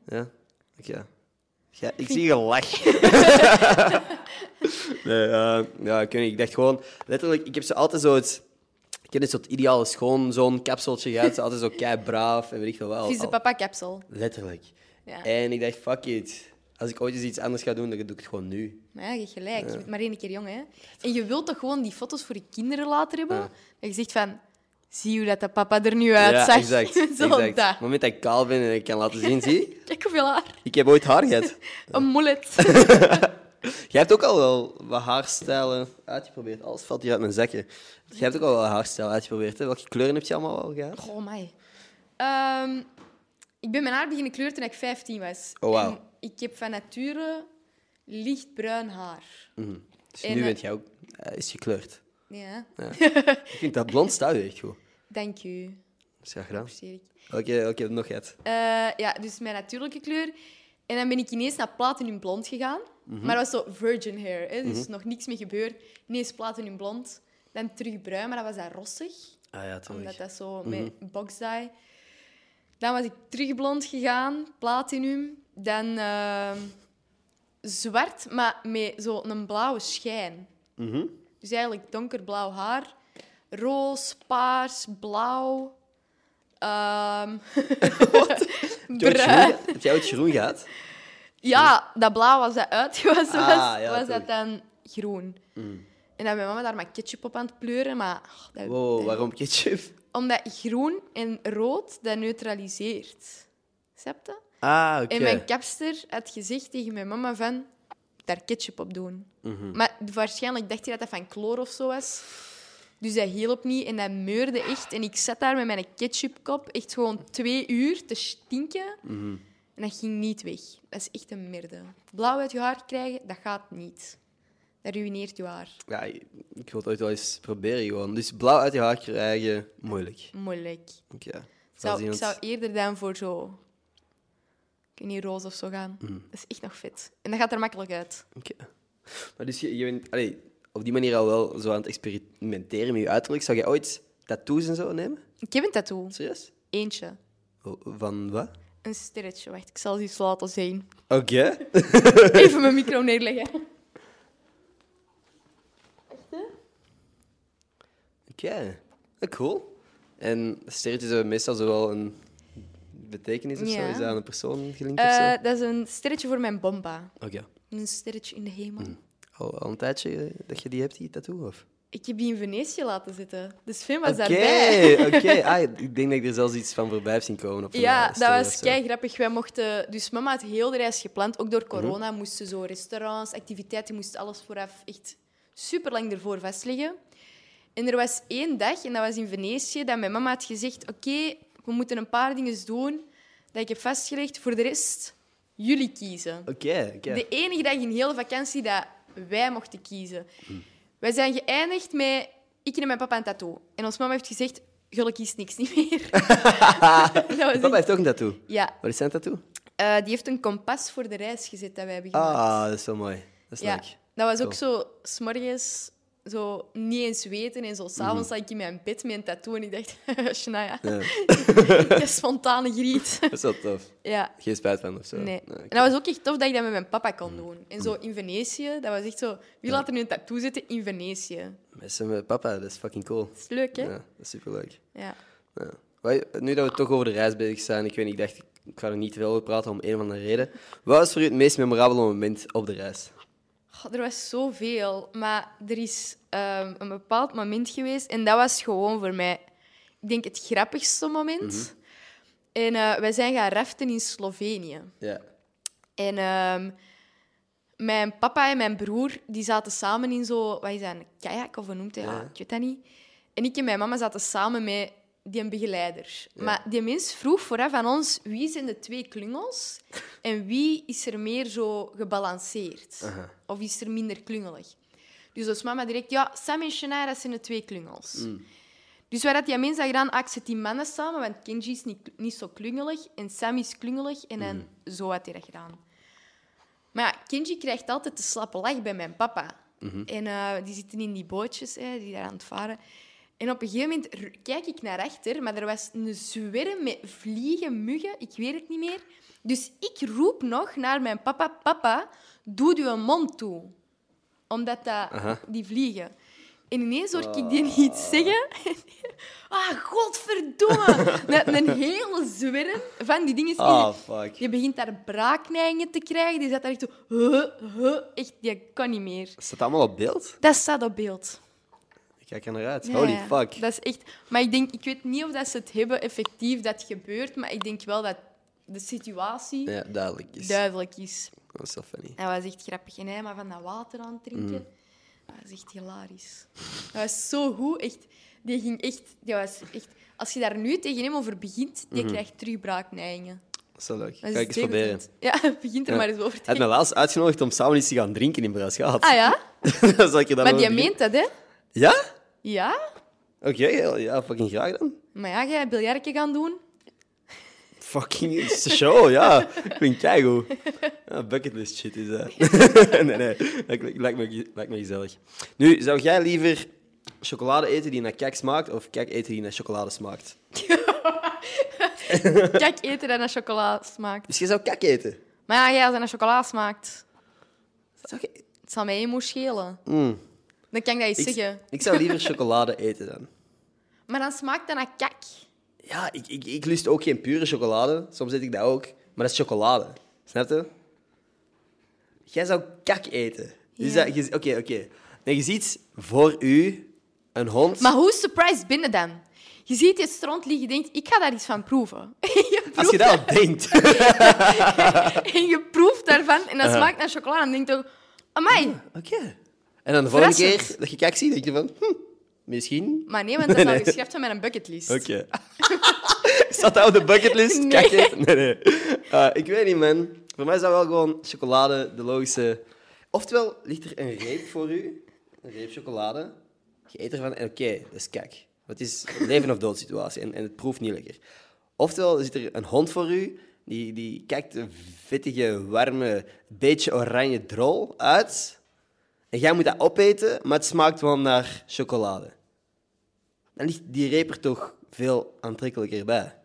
Speaker 2: Ja? Oké. Ja, ik zie een lach. nee, eh, ja, ik, weet niet, ik dacht gewoon... Letterlijk, ik heb ze altijd zo het... Ik heb net zo'n ideale schoon, zo'n kapseltje gehad. Ze altijd zo kei braaf en weet ik veel wel.
Speaker 1: Vieze papa kapsel.
Speaker 2: Letterlijk.
Speaker 1: Ja.
Speaker 2: En ik dacht, fuck it. Als ik ooit eens iets anders ga doen, dan doe ik het gewoon nu.
Speaker 1: Maar ja, je hebt gelijk. Je bent maar één keer jong, hè. En je wilt toch gewoon die foto's voor je kinderen laten hebben?
Speaker 2: Ja.
Speaker 1: Dat je zegt van... Zie hoe dat de papa er nu uitzag.
Speaker 2: ja, exact.
Speaker 1: Zo
Speaker 2: exact. Op
Speaker 1: dat.
Speaker 2: het moment dat ik kaal ben en ik kan laten zien, zie,
Speaker 1: Kijk hoeveel haar.
Speaker 2: ik heb ooit haar gehad.
Speaker 1: Een mullet.
Speaker 2: Jij hebt ook al wel wat haarstijlen uitgeprobeerd. Alles valt hier uit mijn zakje. Jij hebt ook al wel haarstijlen uitgeprobeerd. Hè? Welke kleuren heb je allemaal al gehad?
Speaker 1: Goh, mij. Oh, Ehm, ik ben mijn haar beginnen kleuren toen ik 15 was.
Speaker 2: Oh, wauw.
Speaker 1: En ik heb van nature lichtbruin haar.
Speaker 2: Dus
Speaker 1: en,
Speaker 2: nu
Speaker 1: eh,
Speaker 2: bent jij ook eh, is gekleurd.
Speaker 1: Ja,
Speaker 2: Ik vind dat blond staat je echt goed.
Speaker 1: dank u.
Speaker 2: Dat is graag gedaan.
Speaker 1: Apprecieer ik.
Speaker 2: Welke, welke heb je nog gehad?
Speaker 1: Eh, ja, dus mijn natuurlijke kleur. En dan ben ik ineens naar platinum blond gegaan. Maar dat was zo virgin hair, hè, dus nog niks mee gebeurd. Ineens platinum blond, dan terug bruin, maar dat was dat rossig.
Speaker 2: Ah ja, toch.
Speaker 1: Omdat dat zo
Speaker 2: Mhm.
Speaker 1: met box dye. Dan was ik terug blond gegaan, platinum. Dan ehm, zwart, maar met zo'n blauwe schijn.
Speaker 2: Mhm.
Speaker 1: Dus eigenlijk donkerblauw haar. Roos, paars, blauw. Ehm, bruin.
Speaker 2: Heb jij ooit groen gehad?
Speaker 1: Ja, dat blauw was dat uitgewassen was,
Speaker 2: Ah, ja,
Speaker 1: was
Speaker 2: tuurlijk. Mhm.
Speaker 1: dat dan groen. En dan mijn mama daar maar ketchup op aan het pleuren, maar... oh, dat-
Speaker 2: Wow,
Speaker 1: dat-
Speaker 2: waarom ketchup?
Speaker 1: Omdat groen en rood, dat neutraliseert. Snap je?
Speaker 2: Ah, oké.
Speaker 1: En mijn kapster had gezegd tegen mijn mama van... Daar ketchup op doen. Maar waarschijnlijk dacht hij dat dat van chloor of zo was. Dus dat hielp niet en dat meurde echt. En ik zat daar met mijn ketchupkop echt gewoon twee uur te stinken. En dat ging niet weg. Dat is echt een merde. Blauw uit je haar krijgen, dat gaat niet. Dat ruïneert je haar.
Speaker 2: Ja, ik ik wil het ooit wel eens proberen gewoon. Dus blauw uit je haar krijgen, moeilijk.
Speaker 1: Moeilijk.
Speaker 2: Oké.
Speaker 1: Ik zou,
Speaker 2: Als
Speaker 1: ik
Speaker 2: iemand-
Speaker 1: zou eerder dan voor zo... Ik weet niet, roze of zo gaan.
Speaker 2: Mm.
Speaker 1: Dat is echt nog vet. En dat gaat er makkelijk uit.
Speaker 2: Oké. Maar dus je, je bent allee, op die manier al wel zo aan het experimenteren met je uiterlijk. Zou jij ooit tattoos en zo nemen?
Speaker 1: Ik heb een tattoo.
Speaker 2: Serieus?
Speaker 1: Eentje.
Speaker 2: O- Oh, Van wat?
Speaker 1: Een sterretje. Wacht, ik zal ze eens laten zien.
Speaker 2: Oké.
Speaker 1: Even mijn micro neerleggen. Wacht, hè.
Speaker 2: Oké, Eh, cool. En sterretjes hebben meestal zo wel een betekenis of zo.
Speaker 1: Ja.
Speaker 2: Is dat aan een persoon gelinkt of zo?
Speaker 1: Eh, dat is een sterretje voor mijn bomba.
Speaker 2: Oké.
Speaker 1: Een sterretje in de hemel.
Speaker 2: Mm. Al, al een tijdje eh, dat je die hebt, die tattoo? Of?
Speaker 1: Ik heb die in Venetië laten zitten. Dus Fim was
Speaker 2: Oké,
Speaker 1: daarbij.
Speaker 2: oké. Ah, ik denk dat ik er zelfs iets van voorbij heb zien komen. Op een, eh,
Speaker 1: Ja, dat
Speaker 2: story
Speaker 1: was
Speaker 2: of zo.
Speaker 1: kei grappig. Wij mochten, dus mama had heel de reis gepland. Ook door corona moesten zo restaurants, activiteiten, moesten alles vooraf echt super lang ervoor vastleggen. En er was één dag, en dat was in Venetië, dat mijn mama had gezegd: Oké, we moeten een paar dingen doen dat ik heb vastgelegd. Voor de rest, jullie kiezen.
Speaker 2: Oké, oké.
Speaker 1: De enige dag in heel de vakantie dat wij mochten kiezen. Wij zijn geëindigd met ik en mijn papa een tattoo. En ons mama heeft gezegd, jullie kiest niks niet meer. Dat was echt-
Speaker 2: Papa heeft ook een tattoo.
Speaker 1: Ja,
Speaker 2: Wat is zijn tattoo?
Speaker 1: eh, die heeft een kompas voor de reis gezet dat wij hebben gemaakt.
Speaker 2: Ah, dat is wel mooi. Dat is
Speaker 1: ja,
Speaker 2: leuk.
Speaker 1: dat was ook zo smorgens, zo niet eens weten. En zo s'avonds zat ik in mijn bed met een tattoo en ik dacht, Shania,
Speaker 2: Mhm. Ja,
Speaker 1: je spontane griet.
Speaker 2: dat is wel tof.
Speaker 1: ja.
Speaker 2: Geen spijt van of zo.
Speaker 1: Nee. Nou-
Speaker 2: oké.
Speaker 1: En dat was ook echt tof dat ik dat met mijn papa
Speaker 2: Mhm.
Speaker 1: kon doen. En zo in Venetië, dat was echt zo... Wie laat er nu een tattoo zitten in Venetië?
Speaker 2: Met zijn eh, papa, dat is fucking cool.
Speaker 1: Dat is leuk, hè?
Speaker 2: Ja,
Speaker 1: Ja.
Speaker 2: dat is superleuk. Ja. Wij- Nu dat we toch over de reis bezig zijn, ik weet niet, ik dacht, ik ga er niet te veel over praten om een of andere reden. Wat was voor u het meest memorabele moment op de reis?
Speaker 1: Goh, er was zoveel, maar er is ehm, een bepaald moment geweest en dat was gewoon voor mij, ik denk, het grappigste moment. En eh, wij zijn gaan raften in Slovenië.
Speaker 2: Ja.
Speaker 1: En ehm, mijn papa en mijn broer die zaten samen in zo, wat is dat, een kajak of hoe noemt hij dat? Ik weet dat niet. En ik en mijn mama zaten samen met die een begeleider. Maar die mens vroeg vooraf aan ons wie zijn de twee klungels en wie is er meer zo gebalanceerd of is er minder klungelig. Dus als mama direct, ja, Sam en Shania, dat zijn de twee klungels. Dus waar dat die mensen dat gedaan, ah, ik zet die mannen samen, want Kenji is niet, niet zo klungelig en Sam is klungelig en dan zo had hij dat gedaan. Maar ja, Kenji krijgt altijd de slappe lach bij mijn papa. En eh, die zitten in die bootjes, hè, die daar aan het varen. En op een gegeven moment r- kijk ik naar achter, maar er was een zwerm met vliegen, muggen, ik weet het niet meer. Dus ik roep nog naar mijn papa, papa, doe je mond toe. Omdat dat,
Speaker 2: Aha. Ah.
Speaker 1: die vliegen. En ineens hoor ik die niet zeggen. ah, godverdomme! Dat een hele zwerm van die dingen is in-
Speaker 2: Ah, fuck.
Speaker 1: je begint daar braakneigingen te krijgen. Die zat daar echt zo... Huh, huh, echt, die kan niet meer.
Speaker 2: Staat dat allemaal op beeld?
Speaker 1: Dat staat op beeld.
Speaker 2: Ik kijk er naar uit.
Speaker 1: Ja,
Speaker 2: Holy
Speaker 1: ja.
Speaker 2: fuck.
Speaker 1: Dat is echt... Maar ik denk... Ik weet niet of dat ze het hebben effectief dat gebeurt, maar ik denk wel dat de situatie
Speaker 2: Ja, duidelijk is.
Speaker 1: duidelijk is.
Speaker 2: Dat is wel funny.
Speaker 1: Dat was echt grappig. En hij maar van dat water aan het drinken.
Speaker 2: Mm.
Speaker 1: Dat was echt hilarisch. Dat was zo goed. Echt, die ging echt, die was echt... Als je daar nu tegen hem over begint, die krijgt terug braakneigingen.
Speaker 2: Dat is wel leuk. Ga
Speaker 1: Dat is
Speaker 2: ik Mhm. eens proberen.
Speaker 1: degoutante. Ja, begint er
Speaker 2: Ja.
Speaker 1: maar eens over
Speaker 2: Hij
Speaker 1: te
Speaker 2: had me laatst uitgenodigd om samen iets te gaan drinken in Braasgaat.
Speaker 1: Ah ja?
Speaker 2: Dan zal ik er dan
Speaker 1: Maar
Speaker 2: over
Speaker 1: die
Speaker 2: beginnen.
Speaker 1: meent dat, hè?
Speaker 2: Ja?
Speaker 1: Ja?
Speaker 2: Oké, ja, ja, fucking graag dan.
Speaker 1: Maar ja, jij biljartje gaan doen.
Speaker 2: Fucking het is de show, ja. Ik vind het goed. Ja, bucketlist shit is dat. nee, nee. Lijkt, lijkt, me, lijkt me gezellig. Nu, zou jij liever chocolade eten die naar kak smaakt of kak eten die naar chocolade smaakt?
Speaker 1: Kijk, eten dat naar chocola smaakt.
Speaker 2: Dus je zou kak eten?
Speaker 1: Maar ja, jij als dat naar chocola smaakt,
Speaker 2: Zou je- Mm.
Speaker 1: het zal mij moe schelen. Dan kan ik dat eens
Speaker 2: Ik,
Speaker 1: zeggen.
Speaker 2: ik zou liever chocolade eten dan.
Speaker 1: Maar dan smaakt dat naar kak.
Speaker 2: Ja, ik, ik, ik lust ook geen pure chocolade. Soms eet ik dat ook. Maar dat is chocolade. Snap je? Jij zou kak eten. Dus
Speaker 1: Ja.
Speaker 2: dat- je- Oké, oké. Nee, je ziet voor u een hond.
Speaker 1: Maar hoe surprised binnen dan? Je ziet je stront liggen, je denkt, ik ga daar iets van proeven. Je proeft
Speaker 2: Als je dat al denkt.
Speaker 1: En je proeft daarvan en dat smaakt naar chocola. En dan denk je toch, amai.
Speaker 2: Oké. En dan de volgende
Speaker 1: Verrassend.
Speaker 2: keer dat je kak ziet, denk je van... Hm, misschien...
Speaker 1: Maar nee, want dat is
Speaker 2: Nee,
Speaker 1: al
Speaker 2: nee.
Speaker 1: geschreven met een bucketlist.
Speaker 2: Oké. Staat dat op de bucketlist?
Speaker 1: Nee.
Speaker 2: Kak eten? Nee, nee. Eh, ik weet niet, man. Voor mij is dat wel gewoon chocolade de logische... Oftewel, ligt er een reep voor u. Een reep chocolade. Je eet ervan en oké, dat is kak. Want het is een leven of dood situatie en, en het proeft niet lekker. Oftewel, er zit er een hond voor u. Die, die kijkt een vettige, warme, beetje oranje drol uit. En jij moet dat opeten, maar het smaakt wel naar chocolade dan ligt die reep er toch veel aantrekkelijker bij.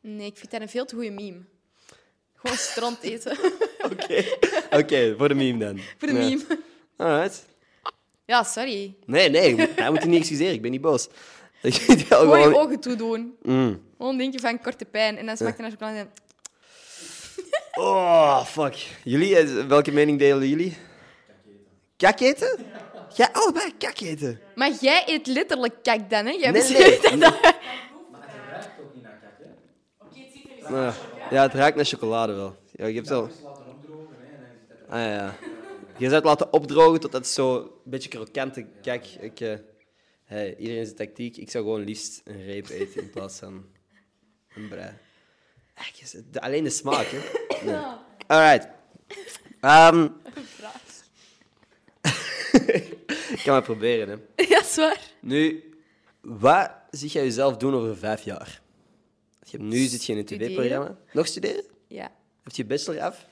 Speaker 1: Nee, ik vind dat een veel te goede meme. Gewoon stront eten.
Speaker 2: Oké, Oké, voor de meme dan.
Speaker 1: Voor de
Speaker 2: Ja.
Speaker 1: meme.
Speaker 2: Alright.
Speaker 1: Ja, sorry.
Speaker 2: Nee, nee, je moet- hij moet je niet excuseren. Ik ben niet boos. Ik wil
Speaker 1: Gewoon
Speaker 2: gewoon-
Speaker 1: je ogen toedoen.
Speaker 2: Mm.
Speaker 1: Gewoon denk je van korte pijn. En dan smaakt je naar chocolade. en-
Speaker 2: Oh, fuck. Jullie, eh, welke mening delen jullie? Kak eten. Jij allebei kak eten?
Speaker 1: Maar jij eet letterlijk kak dan, hè? Jij
Speaker 2: Nee,
Speaker 1: beschrijft
Speaker 2: nee.
Speaker 1: dat.
Speaker 2: Nou, ja, het ruikt naar chocolade wel. Ja, je hebt wel... Ah ja. Je zou het laten opdrogen totdat het zo een beetje krokante... Kijk, ik... eh, hey, iedereen zijn tactiek. Ik zou gewoon liefst een reep eten in plaats van een brei. Eigenlijk is het- de- alleen de smaak, hè. Nee. Alright. Ehm, ik kan maar proberen, hè.
Speaker 1: Ja, is waar.
Speaker 2: Nu, wat zie jij jezelf doen over vijf jaar? Je hebt, nu zit je in het
Speaker 1: Studeren.
Speaker 2: tv-programma. Nog studeren?
Speaker 1: Ja.
Speaker 2: Heb je bachelor af?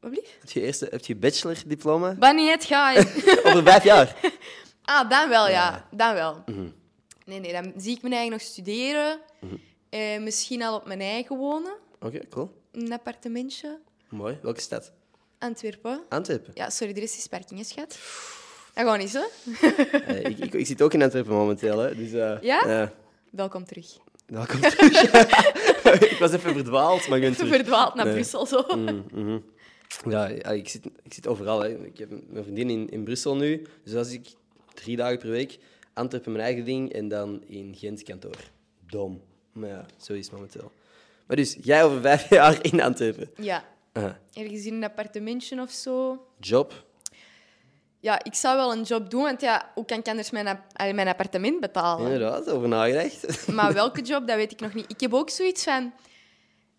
Speaker 1: Wat blieft?
Speaker 2: Heb je, eerste, heb je bachelor-diploma?
Speaker 1: Wanneer het gaat.
Speaker 2: Over vijf jaar.
Speaker 1: Ah, dan wel, ja. Dan wel.
Speaker 2: Mhm.
Speaker 1: Nee, nee, dan zie ik mijn eigen nog studeren. Eh, misschien al op mijn eigen wonen.
Speaker 2: Oké, cool.
Speaker 1: In Een appartementje.
Speaker 2: Mooi. Welke stad?
Speaker 1: Antwerpen.
Speaker 2: Antwerpen.
Speaker 1: Ja, sorry, er is die sparking, hè, schat. Dat gewoon is, hè?
Speaker 2: Eh, ik, ik, ik zit ook in Antwerpen momenteel, hè. Dus, eh,
Speaker 1: Ja?
Speaker 2: ja.
Speaker 1: Welkom terug.
Speaker 2: welkom terug. ik was even verdwaald, maar ik ben
Speaker 1: Even
Speaker 2: terug.
Speaker 1: verdwaald naar
Speaker 2: Nee. Mhm.
Speaker 1: Brussel, zo.
Speaker 2: Ja, ja, ik zit, ik zit overal. Hè. Ik heb mijn vriendin in, in Brussel nu. Dus als ik drie dagen per week Antwerpen mijn eigen ding en dan in Gent kantoor. Dom. Maar ja, zo is het momenteel. Maar dus, jij over vijf jaar in Antwerpen.
Speaker 1: Ja.
Speaker 2: Ah,
Speaker 1: Ergens in een appartementje of zo.
Speaker 2: job?
Speaker 1: Ja, ik zou wel een job doen, want ja, hoe kan ik anders mijn, ap- allee, mijn appartement betalen?
Speaker 2: Inderdaad, over nagedacht.
Speaker 1: Maar welke job, dat weet ik nog niet. Ik heb ook zoiets van...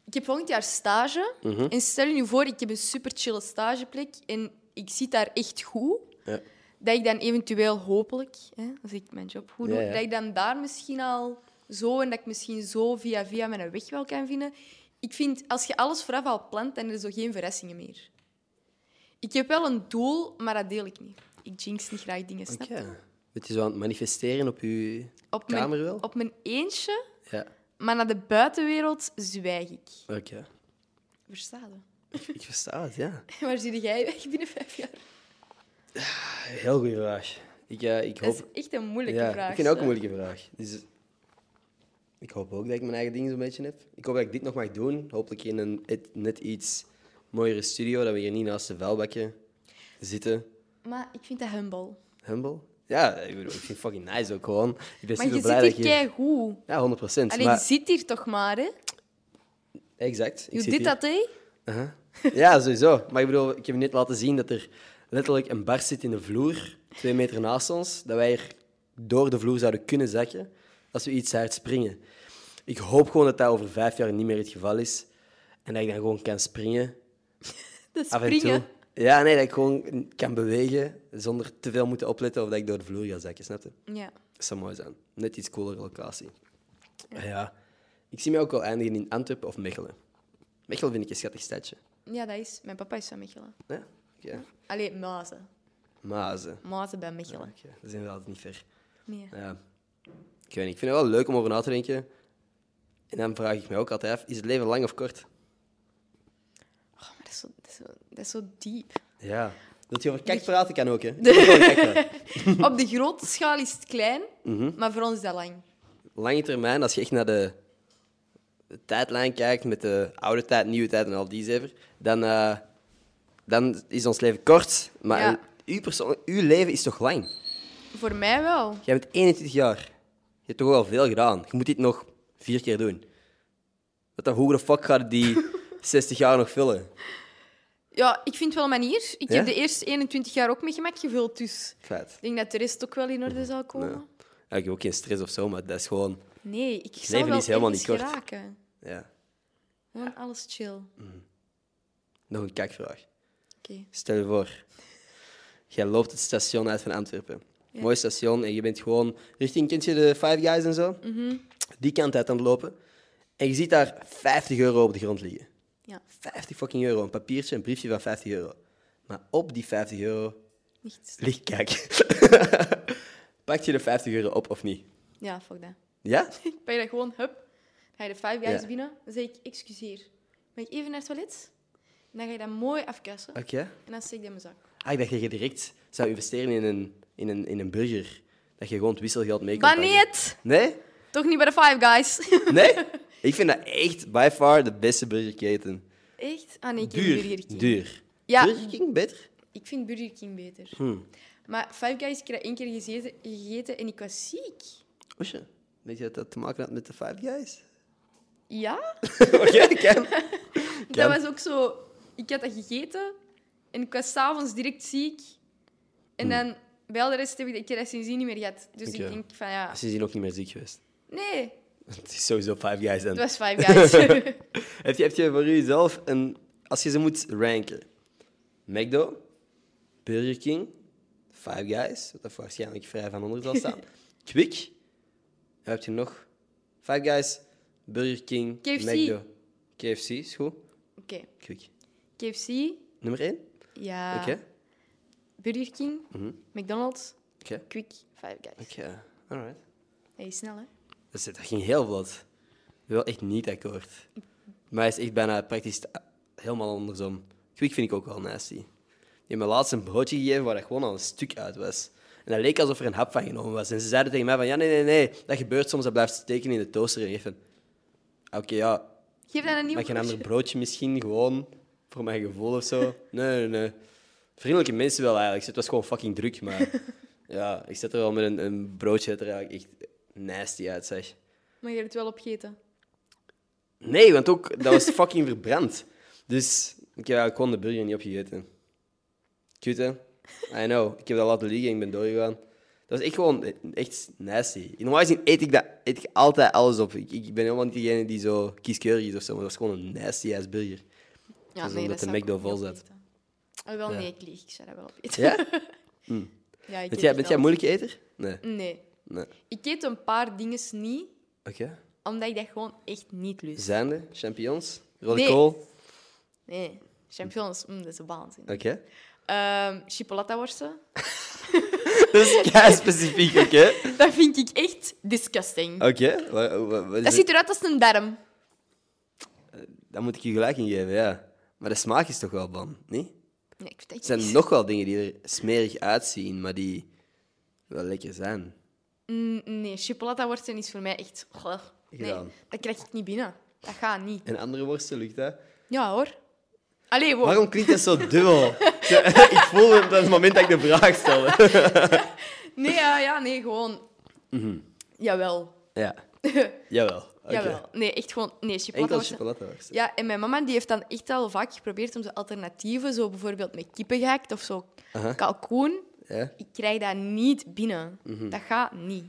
Speaker 1: Ik heb volgend jaar stage.
Speaker 2: Mhm.
Speaker 1: En stel je nu voor, ik heb een super chille stageplek en ik zit daar echt goed.
Speaker 2: Ja.
Speaker 1: Dat ik dan eventueel, hopelijk, hè, als ik mijn job goed doe,
Speaker 2: Ja, ja.
Speaker 1: dat ik dan daar misschien al zo en dat ik misschien zo via via mijn weg wel kan vinden. Ik vind, als je alles vooraf al plant, dan is er zo geen verrassingen meer. Ik heb wel een doel, maar dat deel ik niet. Ik jinx niet graag dingen, snap je?
Speaker 2: Ja. Weet je zo aan het manifesteren op je
Speaker 1: Op
Speaker 2: kamer
Speaker 1: mijn,
Speaker 2: wel?
Speaker 1: op mijn eentje
Speaker 2: Ja,
Speaker 1: maar naar de buitenwereld zwijg ik.
Speaker 2: oké.
Speaker 1: Verstaan.
Speaker 2: Ik versta het, ja.
Speaker 1: Waar zie jij weg binnen vijf jaar?
Speaker 2: Heel goede vraag. Ik, eh, ik hoop...
Speaker 1: Dat is echt een moeilijke
Speaker 2: ja,
Speaker 1: vraag.
Speaker 2: Ik vind het ook
Speaker 1: zo.
Speaker 2: een moeilijke vraag. Dus ik hoop ook dat ik mijn eigen ding zo'n beetje heb. Ik hoop dat ik dit nog mag doen. Hopelijk in een et- net iets mooiere studio, dat we hier niet naast de vuilbakken zitten.
Speaker 1: Maar ik vind dat humble.
Speaker 2: Humble. Ja, ik bedoel, ik vind het fucking nice ook gewoon. Ik ben
Speaker 1: Maar
Speaker 2: super
Speaker 1: je
Speaker 2: blij
Speaker 1: zit
Speaker 2: dat
Speaker 1: hier
Speaker 2: je... hier-
Speaker 1: keigoed.
Speaker 2: Ja, 100 procent.
Speaker 1: Alleen je zit hier toch maar, hè?
Speaker 2: Exact. ik
Speaker 1: Je
Speaker 2: zit
Speaker 1: dit
Speaker 2: hier.
Speaker 1: dat, hè?
Speaker 2: Uh-huh. Ja, sowieso. Maar ik bedoel, ik heb net laten zien dat er letterlijk een bar zit in de vloer, twee meter naast ons, dat wij er door de vloer zouden kunnen zakken als we iets hard springen. Ik hoop gewoon dat dat over vijf jaar niet meer het geval is en dat ik dan gewoon kan springen.
Speaker 1: Dat
Speaker 2: Af en toe.
Speaker 1: springen.
Speaker 2: Ja, nee, dat ik gewoon kan bewegen zonder te veel moeten opletten of dat ik door de vloer ga zakken, snap je?
Speaker 1: Ja.
Speaker 2: Dat zou mooi zijn. Net iets coolere locatie. Ja. ja. Ik zie mij ook wel eindigen in Antwerpen of Mechelen. Mechelen vind ik een schattig stadje.
Speaker 1: ja, dat is. Mijn papa is van Mechelen.
Speaker 2: Ja, oké.
Speaker 1: Allee, Mazen.
Speaker 2: Mazen.
Speaker 1: Mazen bij Mechelen.
Speaker 2: Oké, Dat is inderdaad niet ver.
Speaker 1: Nee.
Speaker 2: Ja. Ik weet niet, ik vind het wel leuk om over na te denken. En dan vraag ik me ook altijd af, is het leven lang of kort?
Speaker 1: Oh, maar dat is zo, dat is zo, dat is zo diep.
Speaker 2: Ja. Dat je over kak praten kan ook, hè? Ik kan ook over kak praten.
Speaker 1: Op de grote schaal is het klein,
Speaker 2: Mhm.
Speaker 1: maar voor ons is dat lang.
Speaker 2: Lange termijn, als je echt naar de, de tijdlijn kijkt met de oude tijd, nieuwe tijd en al die zever, dan, eh, dan is ons leven kort. Maar
Speaker 1: Ja.
Speaker 2: een- uw, persoon, uw leven is toch lang?
Speaker 1: Voor mij wel.
Speaker 2: Jij bent 21 jaar. Je hebt toch wel veel gedaan. Je moet dit nog vier keer doen. Wat de hoe de fuck gaat die 60 jaar nog vullen?
Speaker 1: Ja, ik vind wel een manier. Ik
Speaker 2: Ja?
Speaker 1: heb de eerste 21 jaar ook met gemak gevuld, dus...
Speaker 2: Feit.
Speaker 1: Ik denk dat de rest ook wel in
Speaker 2: Mhm.
Speaker 1: orde zal komen.
Speaker 2: Ja, ik heb ook geen stress of zo, maar dat is gewoon.
Speaker 1: Nee, ik zal
Speaker 2: leven
Speaker 1: wel
Speaker 2: is helemaal
Speaker 1: ergens
Speaker 2: niet kort.
Speaker 1: geraken.
Speaker 2: Ja.
Speaker 1: Gewoon alles chill. Oké.
Speaker 2: Nog een kakvraag. Stel je voor, jij loopt het station uit van Antwerpen. Mooi station en je bent gewoon richting, kent je de Five Guys en zo?
Speaker 1: Mhm.
Speaker 2: Die kant uit aan het lopen. En je ziet daar 50 euro op de grond liggen.
Speaker 1: Ja,
Speaker 2: 50 fucking euro, een papiertje, een briefje van 50 euro. Maar op die 50 euro
Speaker 1: niets.
Speaker 2: Licht kijk. Pak je de 50 euro op of niet?
Speaker 1: Ja, fuck dat.
Speaker 2: Ja?
Speaker 1: Ik pak dat gewoon, hup. Dan ga je de Five Guys
Speaker 2: Ja.
Speaker 1: binnen. Dan zeg ik, excuseer. Mag ik even naar het toilet? En dan ga je dat mooi afkassen.
Speaker 2: Oké.
Speaker 1: En dan steek je dat in mijn zak.
Speaker 2: Ah, ik dacht dat je direct zou investeren in een in een, in een burger. Dat je gewoon het wisselgeld mee kan pakken.
Speaker 1: Banet!
Speaker 2: Nee?
Speaker 1: Toch niet bij de Five Guys.
Speaker 2: Nee? ik vind dat echt by far de beste burgerketen.
Speaker 1: Echt? Ah nee, ik heb Burger
Speaker 2: Duur.
Speaker 1: King.
Speaker 2: Duur.
Speaker 1: Ja,
Speaker 2: Burger King beter?
Speaker 1: ik vind Burger King beter.
Speaker 2: Hmm.
Speaker 1: Maar Five Guys, ik heb dat één keer gezeten, gegeten en ik was ziek.
Speaker 2: Oesje, weet je dat dat te maken had met de Five Guys?
Speaker 1: Ja?
Speaker 2: Oké, ken. Ja.
Speaker 1: Dat was ook zo... Ik had dat gegeten en ik was s'avonds direct ziek.
Speaker 2: Hmm.
Speaker 1: En dan, bij al de rest heb ik, ik heb dat sindsdien niet meer gehad. Dus
Speaker 2: Oké.
Speaker 1: ik denk van ja...
Speaker 2: Ah, Ze zijn ook niet meer ziek geweest.
Speaker 1: Nee,
Speaker 2: Het is sowieso Five Guys dan.
Speaker 1: het was Five Guys.
Speaker 2: Heb je, heb je voor jezelf een... Als je ze moet ranken. McDo, Burger King, Five Guys, wat er waarschijnlijk vrij van onder zal staan. Quick, wat heb je nog? Five Guys, Burger King,
Speaker 1: KFC.
Speaker 2: McDo. KFC, is goed.
Speaker 1: Oké,
Speaker 2: Quick.
Speaker 1: KFC,
Speaker 2: Nummer 1?
Speaker 1: ja...
Speaker 2: Oké.
Speaker 1: Burger King, McDonald's,
Speaker 2: Oké.
Speaker 1: Quick, Five Guys.
Speaker 2: Oké, alright.
Speaker 1: Hey, snel hè?
Speaker 2: Dat, is- dat ging heel vlot. Wel echt niet akkoord. Maar hij is echt bijna praktisch t- helemaal andersom. Quick vind ik ook wel nasty. Die heeft me laatst een broodje gegeven waar dat gewoon al een stuk uit was. En dat leek alsof er een hap van genomen was. En ze zeiden tegen mij van, ja, nee, nee, nee. Dat gebeurt soms, dat blijft steken in de toaster. En ik van, oké, ja,
Speaker 1: Geef dan een nieuw
Speaker 2: mag je een ander
Speaker 1: broodje.
Speaker 2: broodje misschien? Gewoon, voor mijn gevoel of zo. Nee, nee, nee. Vriendelijke mensen wel eigenlijk. Het was gewoon fucking druk, maar... Ja, ik zat er wel met een, een broodje dat er eigenlijk echt nasty uitzag.
Speaker 1: Maar je hebt het wel opgegeten.
Speaker 2: Nee, want ook, dat was fucking verbrand. Dus ik heb eigenlijk gewoon de burger niet opgegeten. Cute, hè? I know. Ik heb dat laten liggen en ik ben doorgegaan. Dat was echt gewoon e- echt nasty. Normaal gezien eet ik, dat, eet ik altijd alles op. Ik, ik ben helemaal niet degene die zo kieskeurig is of zo, maar dat was gewoon een nasty-ass burger.
Speaker 1: Ja,
Speaker 2: Dat is omdat de
Speaker 1: zou ik
Speaker 2: McDo
Speaker 1: ook niet
Speaker 2: vol zat.
Speaker 1: opeten. Ah, wel,
Speaker 2: Ja.
Speaker 1: nee, ik lieg. Ik zou dat wel opeten.
Speaker 2: Ja?
Speaker 1: Ja, ik
Speaker 2: Bent
Speaker 1: eet
Speaker 2: jij,
Speaker 1: het
Speaker 2: bent
Speaker 1: wel.
Speaker 2: jij een moeilijke eter? Nee.
Speaker 1: Nee.
Speaker 2: nee.
Speaker 1: Ik eet een paar dingen niet,
Speaker 2: Oké.
Speaker 1: omdat ik dat gewoon echt niet lust.
Speaker 2: Zijn er champignons? Rode
Speaker 1: Nee.
Speaker 2: kool?
Speaker 1: Nee. Champignons, mm, dat is waanzin.
Speaker 2: Oké.
Speaker 1: Ehm chipolataworsten,
Speaker 2: Dat is kei specifiek, oké?
Speaker 1: dat vind ik echt disgusting.
Speaker 2: Oké. wa- wa- wat
Speaker 1: Dat
Speaker 2: is het?
Speaker 1: ziet eruit als een darm.
Speaker 2: Daar moet ik je gelijk in geven, ja. Maar de smaak is toch wel ban, niet?
Speaker 1: Nee, ik vind dat
Speaker 2: Er
Speaker 1: echt
Speaker 2: zijn
Speaker 1: niet.
Speaker 2: nog wel dingen die er smerig uitzien, maar die wel lekker zijn.
Speaker 1: Mm, Nee, chipolataworsten is voor mij echt... Goh, nee,
Speaker 2: Gedaan.
Speaker 1: dat krijg ik niet binnen. Dat gaat niet.
Speaker 2: En andere worsten lukt dat.
Speaker 1: Ja hoor. Allee, wow.
Speaker 2: Waarom klinkt dat zo dubbel? ik voel het op het moment dat ik de vraag stel.
Speaker 1: Nee, ja, ja, nee, gewoon...
Speaker 2: Mhm.
Speaker 1: Jawel.
Speaker 2: ja. Jawel. Oké.
Speaker 1: Jawel. Nee, echt gewoon... Nee,
Speaker 2: Enkel
Speaker 1: chipolataworsten...
Speaker 2: chocoladeworsten.
Speaker 1: Ja, en mijn mama die heeft dan echt al vaak geprobeerd om zo alternatieven, zo bijvoorbeeld met kippen gehakt of zo
Speaker 2: Aha.
Speaker 1: kalkoen.
Speaker 2: Ja. Mhm.
Speaker 1: Ik krijg dat niet binnen. Dat gaat niet.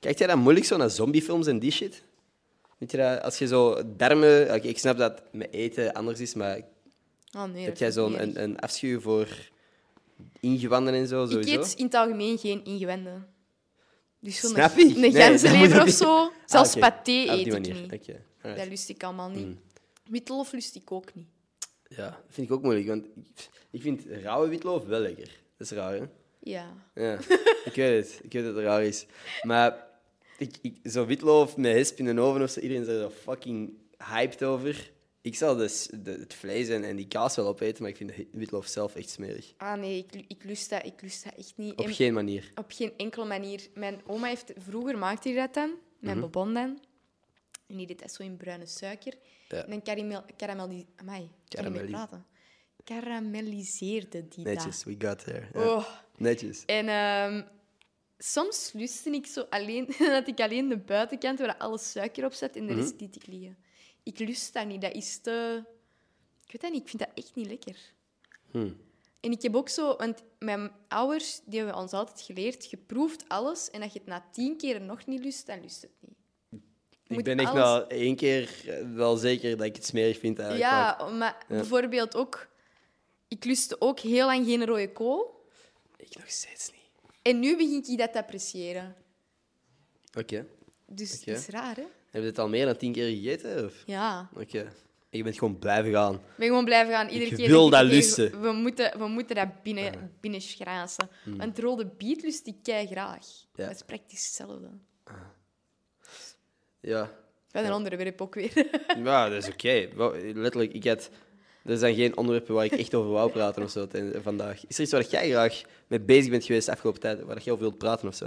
Speaker 2: Kijk jij dan moeilijk zo naar zombiefilms en die shit? Weet je dat, als je zo darmen... Oké, ik snap dat met eten anders is, maar
Speaker 1: Oh nee, dat
Speaker 2: heb jij
Speaker 1: vind ik
Speaker 2: zo'n
Speaker 1: niet
Speaker 2: een, een afschuw voor ingewanden en zo,
Speaker 1: erg. Ik
Speaker 2: sowieso?
Speaker 1: eet in het algemeen geen ingewenden. Dus zo'n
Speaker 2: Snap ik.
Speaker 1: een
Speaker 2: Nee, dat
Speaker 1: ganzenlever
Speaker 2: moet ook
Speaker 1: of
Speaker 2: niet.
Speaker 1: zo.
Speaker 2: Ah,
Speaker 1: Zelfs
Speaker 2: oké.
Speaker 1: paté
Speaker 2: Ah, op
Speaker 1: eet
Speaker 2: die
Speaker 1: ik
Speaker 2: manier. Mm.
Speaker 1: niet.
Speaker 2: Oké, alright.
Speaker 1: Dat lust ik allemaal niet. Witlof lust ik ook niet.
Speaker 2: Ja, dat vind ik ook moeilijk, want ik- ik vind rauwe witloof wel lekker. Dat is raar, hè?
Speaker 1: Ja.
Speaker 2: Ja, ik weet het. Ik weet dat het raar is. Maar ik, ik, zo witloof met hesp in de oven of zo, iedereen is er zo fucking hyped over. Ik zal dus de, het vlees en, en die kaas wel opeten, maar ik vind de he- witloof zelf echt smerig.
Speaker 1: Ah nee, ik, ik, lust, dat, ik lust dat echt niet.
Speaker 2: Op
Speaker 1: En-
Speaker 2: geen manier.
Speaker 1: Op geen enkele manier. Mijn oma heeft... Vroeger maakte hij dat dan. Mijn
Speaker 2: Mhm.
Speaker 1: bobon dan. En die deed dat zo in bruine suiker.
Speaker 2: Ja.
Speaker 1: En dan karamel... Karameli... Amai, ik kan niet meer
Speaker 2: Karamelli-
Speaker 1: praten. Karamelliseerde die
Speaker 2: Netjes, we got there.
Speaker 1: dat.
Speaker 2: Ja,
Speaker 1: Oh.
Speaker 2: Netjes.
Speaker 1: En ehm, soms lustte ik zo alleen... dat ik alleen de buitenkant, waar alles suiker op zat, en de rest liet ik liggen. Ik lust dat niet. Dat is te... Ik weet dat niet. Ik vind dat echt niet lekker. En ik heb ook zo, want mijn ouders die hebben ons altijd geleerd: je proeft alles en als je het na tien keer nog niet lust, dan lust het niet.
Speaker 2: Ik
Speaker 1: Moet
Speaker 2: ben echt
Speaker 1: alles-
Speaker 2: na één keer eh, wel zeker dat ik het smerig vind eigenlijk.
Speaker 1: ja,
Speaker 2: maar-
Speaker 1: maar bijvoorbeeld ook, ik lustte ook heel lang geen rode kool
Speaker 2: Ik nog steeds niet.
Speaker 1: en nu begin ik dat te appreciëren.
Speaker 2: Oké.
Speaker 1: Dus
Speaker 2: Oké.
Speaker 1: dat is raar, hè?
Speaker 2: Heb je het al meer dan tien keer gegeten? Of?
Speaker 1: Ja.
Speaker 2: Oké. Je bent gewoon blijven gaan.
Speaker 1: Ik ben gewoon blijven gaan. Iedere
Speaker 2: Ik
Speaker 1: keer
Speaker 2: wil
Speaker 1: denk ik,
Speaker 2: dat
Speaker 1: "Hier,
Speaker 2: lusten." Hmm.
Speaker 1: We moeten, we moeten dat binnen, binnen schrazen. Want rode biet lust ik kei graag.
Speaker 2: Ja.
Speaker 1: Dat is praktisch hetzelfde.
Speaker 2: Ja.
Speaker 1: Bij een andere werp ook weer.
Speaker 2: Ja, dat is oké. Wel, Letterlijk, ik had... Er zijn geen onderwerpen waar ik echt over wou praten of zo ten- vandaag. Is er iets waar jij graag mee bezig bent geweest de afgelopen tijd, waar jij over wilt praten of zo?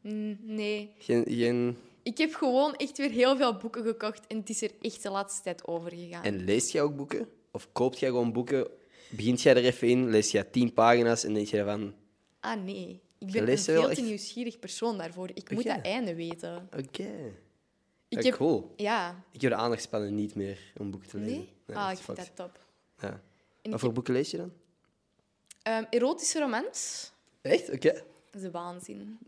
Speaker 1: Mm, Nee.
Speaker 2: Geen, geen...
Speaker 1: Ik heb gewoon echt weer heel veel boeken gekocht en het is er echt de laatste tijd over gegaan.
Speaker 2: En leest jij ook boeken? Of koopt jij gewoon boeken? Begint jij er even in, leest jij tien pagina's en denk je van...
Speaker 1: Ah, nee. Ik
Speaker 2: Je
Speaker 1: ben een
Speaker 2: leest wel
Speaker 1: veel
Speaker 2: echt-
Speaker 1: te nieuwsgierig persoon daarvoor. Ik moet
Speaker 2: Oké.
Speaker 1: dat einde weten.
Speaker 2: Oké,
Speaker 1: Ik
Speaker 2: Ja, cool.
Speaker 1: Ja.
Speaker 2: Ik heb de aandachtspannen niet meer om boeken te lezen.
Speaker 1: Nee?
Speaker 2: Ja,
Speaker 1: ah,
Speaker 2: dat
Speaker 1: ik
Speaker 2: is
Speaker 1: vind
Speaker 2: fucked.
Speaker 1: dat top.
Speaker 2: Ja.
Speaker 1: En
Speaker 2: Wat
Speaker 1: ik
Speaker 2: voor boeken lees je dan?
Speaker 1: heb, ehm, erotische romans.
Speaker 2: Echt? Oké.
Speaker 1: Dat is de waanzin.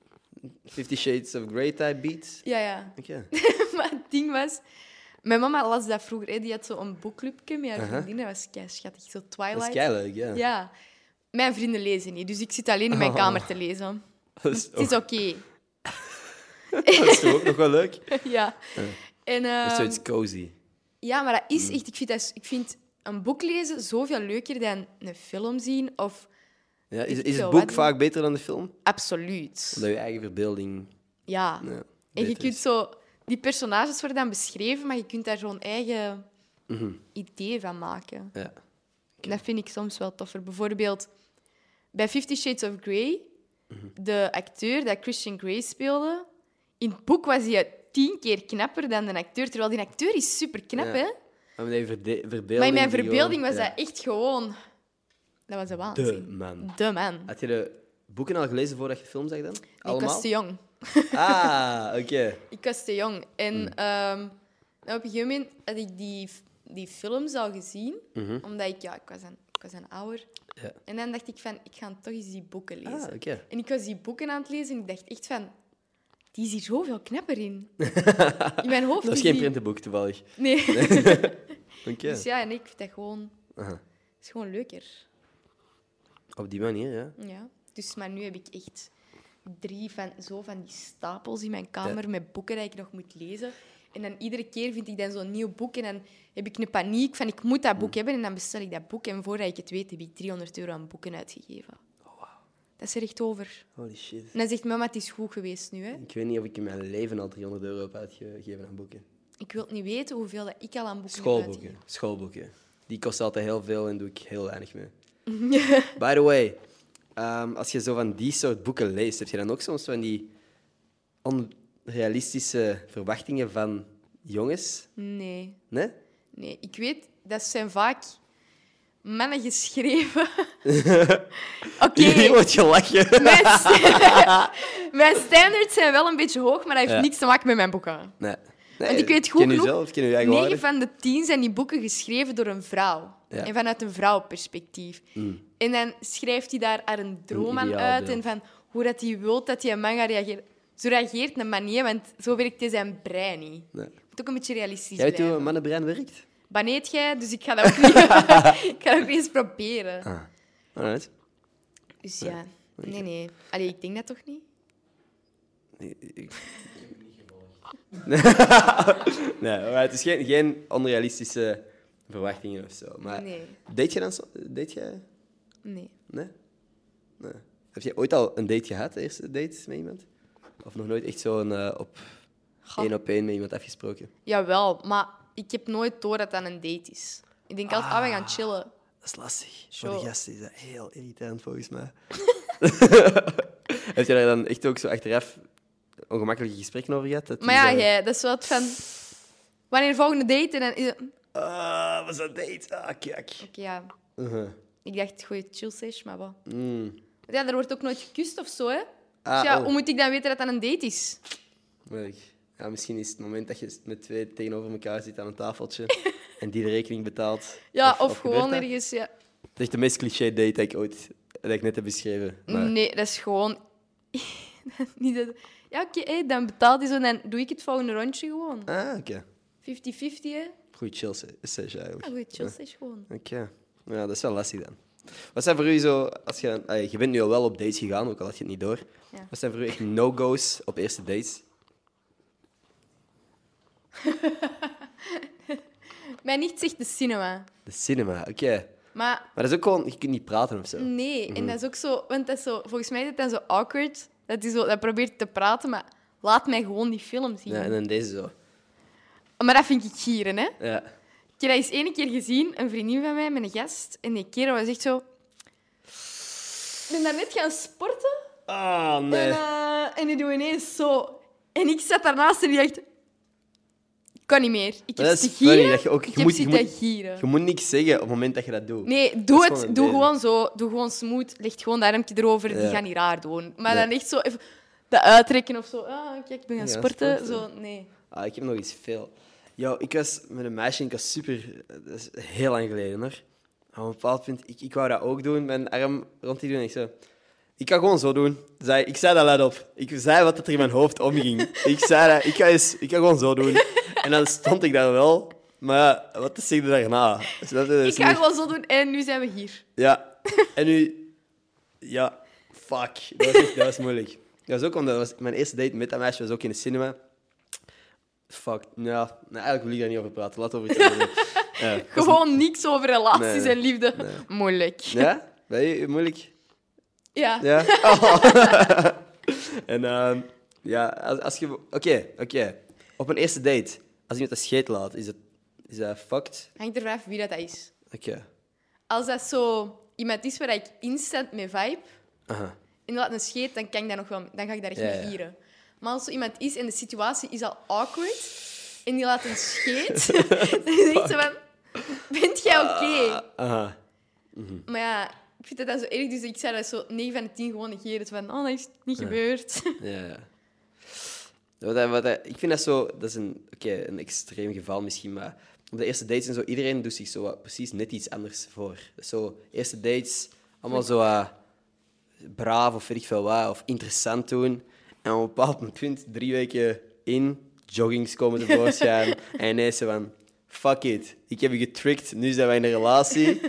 Speaker 2: Fifty Shades of Grey type beats?
Speaker 1: Ja, ja.
Speaker 2: Oké.
Speaker 1: maar het ding was... Mijn mama las dat vroeger. hè. Die had zo'n boekclubje met haar
Speaker 2: Aha.
Speaker 1: vriendinnen. Dat was kei schattig. Zo
Speaker 2: Dat is
Speaker 1: Twilight.
Speaker 2: keileuk, ja.
Speaker 1: Ja. Mijn vrienden lezen niet, dus ik zit alleen in mijn
Speaker 2: Oh.
Speaker 1: kamer te lezen.
Speaker 2: Dat
Speaker 1: Dus
Speaker 2: is,
Speaker 1: het is
Speaker 2: ook,
Speaker 1: oké.
Speaker 2: dat is toch ook nog wel leuk.
Speaker 1: ja. En,
Speaker 2: Dat is
Speaker 1: ehm,
Speaker 2: zoiets Mm. cozy.
Speaker 1: ja, maar dat is echt... Ik vind, dat, is- ik vind een boek lezen zoveel leuker dan een film zien. Of
Speaker 2: Ja, is,
Speaker 1: ik
Speaker 2: is het
Speaker 1: zou
Speaker 2: boek
Speaker 1: wat
Speaker 2: vaak beter dan de film?
Speaker 1: absoluut.
Speaker 2: Omdat je eigen verbeelding...
Speaker 1: Ja.
Speaker 2: Ja,
Speaker 1: en
Speaker 2: beter
Speaker 1: je kunt
Speaker 2: is.
Speaker 1: zo... Die personages worden dan beschreven, maar je kunt daar zo'n eigen
Speaker 2: Mhm.
Speaker 1: idee van maken.
Speaker 2: Ja.
Speaker 1: En Dat vind ik soms wel toffer. Bijvoorbeeld bij Fifty Shades of Grey,
Speaker 2: Mhm.
Speaker 1: de acteur dat Christian Grey speelde, in het boek was hij tien keer knapper dan de acteur. Terwijl die acteur is super knap,
Speaker 2: Ja.
Speaker 1: hè?
Speaker 2: Maar met die verde- verbeelding...
Speaker 1: Maar in mijn
Speaker 2: die
Speaker 1: verbeelding
Speaker 2: gewoon-
Speaker 1: was
Speaker 2: ja.
Speaker 1: dat echt gewoon. Dat was de
Speaker 2: De
Speaker 1: waanzin.
Speaker 2: man.
Speaker 1: De man. Nee,
Speaker 2: Had je de boeken al gelezen voordat je de film zag dan?
Speaker 1: ik
Speaker 2: Allemaal?
Speaker 1: was te jong.
Speaker 2: Ah, oké.
Speaker 1: Ik was te jong. En
Speaker 2: Mm.
Speaker 1: ehm, en op een gegeven moment had ik die, die films al gezien, omdat ik, ja, ik was een, ik was een ouder.
Speaker 2: Mhm. Ja.
Speaker 1: En dan dacht ik van, ik ga toch eens die boeken lezen.
Speaker 2: Ah, oké.
Speaker 1: En ik was die boeken aan het lezen en ik dacht echt van... Die is hier zoveel knapper in. In mijn hoofd
Speaker 2: Dat is
Speaker 1: is
Speaker 2: geen
Speaker 1: die-
Speaker 2: printenboek, toevallig.
Speaker 1: Nee.
Speaker 2: Oké.
Speaker 1: Dus ja, en ik vind dat gewoon...
Speaker 2: Aha.
Speaker 1: is gewoon leuker.
Speaker 2: Op die manier, ja.
Speaker 1: Ja. Dus, maar nu heb ik echt drie van, zo van die stapels in mijn kamer met boeken dat ik nog moet lezen. En dan iedere keer vind ik dan zo'n nieuw boek en dan heb ik een paniek van ik moet
Speaker 2: Mm.
Speaker 1: dat boek hebben en dan bestel ik dat boek. En voordat ik het weet heb ik 300 euro aan boeken uitgegeven.
Speaker 2: Oh,
Speaker 1: Dat is er echt over.
Speaker 2: Holy shit.
Speaker 1: En dan zegt mama, het is goed geweest nu, hè.
Speaker 2: Ik weet niet of ik in mijn leven al 300 euro heb uitgegeven aan boeken.
Speaker 1: Ik wil niet weten hoeveel dat ik al aan boeken heb
Speaker 2: Schoolboeken.
Speaker 1: uitgegeven.
Speaker 2: Schoolboeken. Die kosten altijd heel veel en doe ik heel weinig mee. By the way, ehm, als je zo van die soort boeken leest, heb je dan ook soms van die onrealistische verwachtingen van jongens?
Speaker 1: Nee,
Speaker 2: Nee?
Speaker 1: nee. Ik weet, dat zijn vaak mannen geschreven. Oké,
Speaker 2: Hier wordt gelachen.
Speaker 1: mijn, sta- mijn standards zijn wel een beetje hoog, maar dat heeft
Speaker 2: Ja.
Speaker 1: niks te maken met mijn boeken.
Speaker 2: Nee.
Speaker 1: Want ik weet goed
Speaker 2: ken
Speaker 1: genoeg,
Speaker 2: u zelf, ken u eigen
Speaker 1: 9
Speaker 2: waarde.
Speaker 1: van de 10 zijn die boeken geschreven door een vrouw.
Speaker 2: Ja. Mm.
Speaker 1: En vanuit een vrouwperspectief. En dan schrijft hij daar haar een droom aan
Speaker 2: ideaal
Speaker 1: uit
Speaker 2: beeld.
Speaker 1: en van hoe dat hij wil dat die man gaat reageren. Zo reageert een man niet, want zo werkt hij zijn brein niet.
Speaker 2: Nee.
Speaker 1: Je moet ook een beetje realistisch
Speaker 2: Jij weet hoe
Speaker 1: blijven.
Speaker 2: een mannenbrein werkt?
Speaker 1: Baneet jij, dus ik ga dat ook niet, ik ga dat ook niet eens proberen.
Speaker 2: Ah. Alright.
Speaker 1: Dus ja, nee, nee. Allee, ik denk dat toch niet?
Speaker 2: Nee, maar het is geen, geen onrealistische verwachtingen of zo. Maar
Speaker 1: Nee.
Speaker 2: deed je dan zo? Deed je?
Speaker 1: Nee.
Speaker 2: Nee? nee. Heb je ooit al een date gehad, de eerste date met iemand? Of nog nooit echt zo'n eh, op
Speaker 1: Goh.
Speaker 2: één op één met iemand afgesproken?
Speaker 1: Jawel, maar ik heb nooit door dat dat een date is. Ik denk altijd, ah, we gaan chillen.
Speaker 2: Dat is lastig.
Speaker 1: Zo.
Speaker 2: Voor de gasten is dat heel irritant volgens mij. Heb je daar dan echt ook zo achteraf ongemakkelijke gesprekken over gehad? Dat die
Speaker 1: Maar ja,
Speaker 2: dan-
Speaker 1: jij, dat is wel het van... Wanneer volgende date? En dan is het- Oké,
Speaker 2: Ah, was dat date? Ah, kijk.
Speaker 1: ja.
Speaker 2: Uh-huh.
Speaker 1: Ik dacht, goeie chill sesh, maar wat.
Speaker 2: Mm.
Speaker 1: Want Ja, er wordt ook nooit gekust of zo, hè.
Speaker 2: Ah,
Speaker 1: dus ja,
Speaker 2: oh.
Speaker 1: hoe moet ik dan weten dat dat een date is?
Speaker 2: Moeilijk. Ja, misschien is het moment dat je met twee tegenover elkaar zit aan een tafeltje en die de rekening betaalt.
Speaker 1: Ja, of,
Speaker 2: gebeurt
Speaker 1: gewoon
Speaker 2: dat?
Speaker 1: ergens... Ja.
Speaker 2: Dat is echt de meest cliché date dat ik ooit dat ik net heb beschreven. Maar
Speaker 1: Nee, dat is gewoon... Niet dat... Ja, oké, hé, dan betaalt hij zo en dan doe ik het volgende rondje gewoon. 50-50,
Speaker 2: Ah, oké.
Speaker 1: hè.
Speaker 2: Goeie chill se- session
Speaker 1: Ah,
Speaker 2: eigenlijk.
Speaker 1: goeie chill sesh gewoon.
Speaker 2: Oké. Ja, dat is wel lastig dan. Wat zijn voor u zo, als je, ah, je bent nu al wel op dates gegaan, ook al had je het niet door.
Speaker 1: Ja.
Speaker 2: Wat zijn voor u echt no-go's op eerste dates?
Speaker 1: Mij niet zegt de cinema.
Speaker 2: De cinema, oké.
Speaker 1: Maar
Speaker 2: Maar dat is ook gewoon, je kunt niet praten of zo.
Speaker 1: Nee,
Speaker 2: Mhm.
Speaker 1: en dat is ook zo, want dat is zo, volgens mij is het dan zo awkward. Dat hij zo, dat probeert te praten, maar laat mij gewoon die film zien.
Speaker 2: Ja, en dan deze zo.
Speaker 1: Maar dat vind ik gieren, hè?
Speaker 2: Ja.
Speaker 1: Ik heb dat eens één keer gezien, een vriendin van mij met een gast. En die kerel was echt zo... Ik ben daarnet gaan sporten
Speaker 2: Ah,
Speaker 1: en,
Speaker 2: nee.
Speaker 1: eh, en die doet ineens zo. En ik zat daarnaast en die dacht... Ik kan niet meer. Ik heb
Speaker 2: Dat is
Speaker 1: zitten
Speaker 2: funny,
Speaker 1: gieren.
Speaker 2: dat je ook- je
Speaker 1: ik heb
Speaker 2: moet- je
Speaker 1: zitten
Speaker 2: moet-
Speaker 1: gieren.
Speaker 2: Je moet niks zeggen op het moment dat je dat doet.
Speaker 1: Nee, doe
Speaker 2: gewoon een
Speaker 1: het. Doe
Speaker 2: deel.
Speaker 1: gewoon zo. Doe gewoon smooth. Leg gewoon dat armpje erover.
Speaker 2: Ja.
Speaker 1: Die gaan niet raar doen. Maar
Speaker 2: Ja.
Speaker 1: dan echt zo even dat uittrekken of zo. Ah, kijk, ik ben gaan
Speaker 2: Ja,
Speaker 1: sporten.
Speaker 2: sporten.
Speaker 1: Zo, nee.
Speaker 2: Ah, ik heb nog iets veel. Yo, ik was met een meisje en ik was super... Dat is heel lang geleden, hoor. Op een bepaald punt, ik, ik wou dat ook doen. Mijn arm rond die doen en ik zo... Ik kan gewoon zo doen. Zei, ik zei dat luid op. Ik zei wat er in mijn hoofd omging. Ik zei dat, ik ga, eens, ik ga gewoon zo doen. En dan stond ik daar wel. Maar ja, wat zeg je daarna? Snap je? Dat is
Speaker 1: Ik ga
Speaker 2: Dus niet-
Speaker 1: gewoon zo doen en nu zijn we hier.
Speaker 2: Ja. En nu... Ja. Fuck. Dat was, echt- dat was moeilijk. Dat was ook omdat dat was, mijn eerste date met dat meisje was ook in de cinema. Fuck. Ja. Nou, eigenlijk wil ik daar niet over praten. Laat over iets anders doen. Ja. dat is-
Speaker 1: Gewoon niks over relaties
Speaker 2: Nee, nee.
Speaker 1: en liefde. Moeilijk.
Speaker 2: Ja? Ben je moeilijk?
Speaker 1: Ja.
Speaker 2: Ja. Oh. en ehm, ja, als, als je... Oké, oké. Op een eerste date, als iemand een scheet laat, is dat, is dat fucked?
Speaker 1: Hangt er vanaf wie dat is.
Speaker 2: Oké.
Speaker 1: Als dat zo iemand is waar ik instant mee vibe,
Speaker 2: Aha.
Speaker 1: inderdaad een scheet, dan, kan ik dat nog wel, dan ga ik daar echt
Speaker 2: Ja,
Speaker 1: mee
Speaker 2: ja.
Speaker 1: gieren. Maar als zo iemand is en de situatie is al awkward en die laat een scheet, dan is het echt zo van... Bent jij
Speaker 2: Ah.
Speaker 1: oké?
Speaker 2: Aha.
Speaker 1: Maar ja, ik vind dat dan zo erg, dus ik zei dat zo 9 van de 10 gewoon negeren. Zo van, oh, dat is niet gebeurd.
Speaker 2: Ja. ja. Wat hij- wat hij- ik vind dat zo... Dat is een, oké, een extreem geval misschien, maar op de eerste dates en zo, iedereen doet zich zo wat- precies net iets anders voor. Dat is Zo, eerste dates, allemaal zo eh, braaf of weet ik veel wat, of interessant doen. En op een bepaald punt, drie weken in, joggings komen tevoorschijn. en ineens zo van, fuck it, ik heb je getricked, nu zijn wij in een relatie.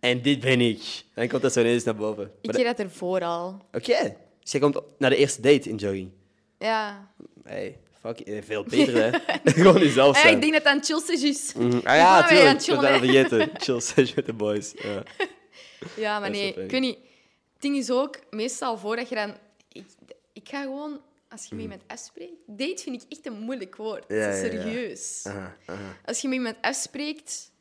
Speaker 2: en dit ben ik. Dan komt dat zo ineens naar boven.
Speaker 1: Ik
Speaker 2: Maar dat-
Speaker 1: deed dat ervoor al.
Speaker 2: Oké, dus jij komt op- naar de eerste date in jogging.
Speaker 1: Ja.
Speaker 2: Hey, fuck, eh, veel beter, hè? Gewoon jezelf
Speaker 1: Ja,
Speaker 2: zijn.
Speaker 1: ik denk dat dat een chillstage is.
Speaker 2: Mhm. Ah
Speaker 1: Ik ben
Speaker 2: ja,
Speaker 1: weer aan
Speaker 2: tuurlijk.
Speaker 1: het
Speaker 2: Ik had
Speaker 1: chillen,
Speaker 2: dat vergeten. Chill session met de boys. Ja.
Speaker 1: Ja, maar
Speaker 2: Dat is
Speaker 1: nee,
Speaker 2: wel fijn.
Speaker 1: ik weet niet. Het ding is ook, meestal voordat je dan... Ik, ik ga gewoon, als je met iemand afspreekt... Date vind ik echt een moeilijk woord.
Speaker 2: Hmm. Ja, ja, Ah. ja.
Speaker 1: Serieus. Als je met iemand afspreekt...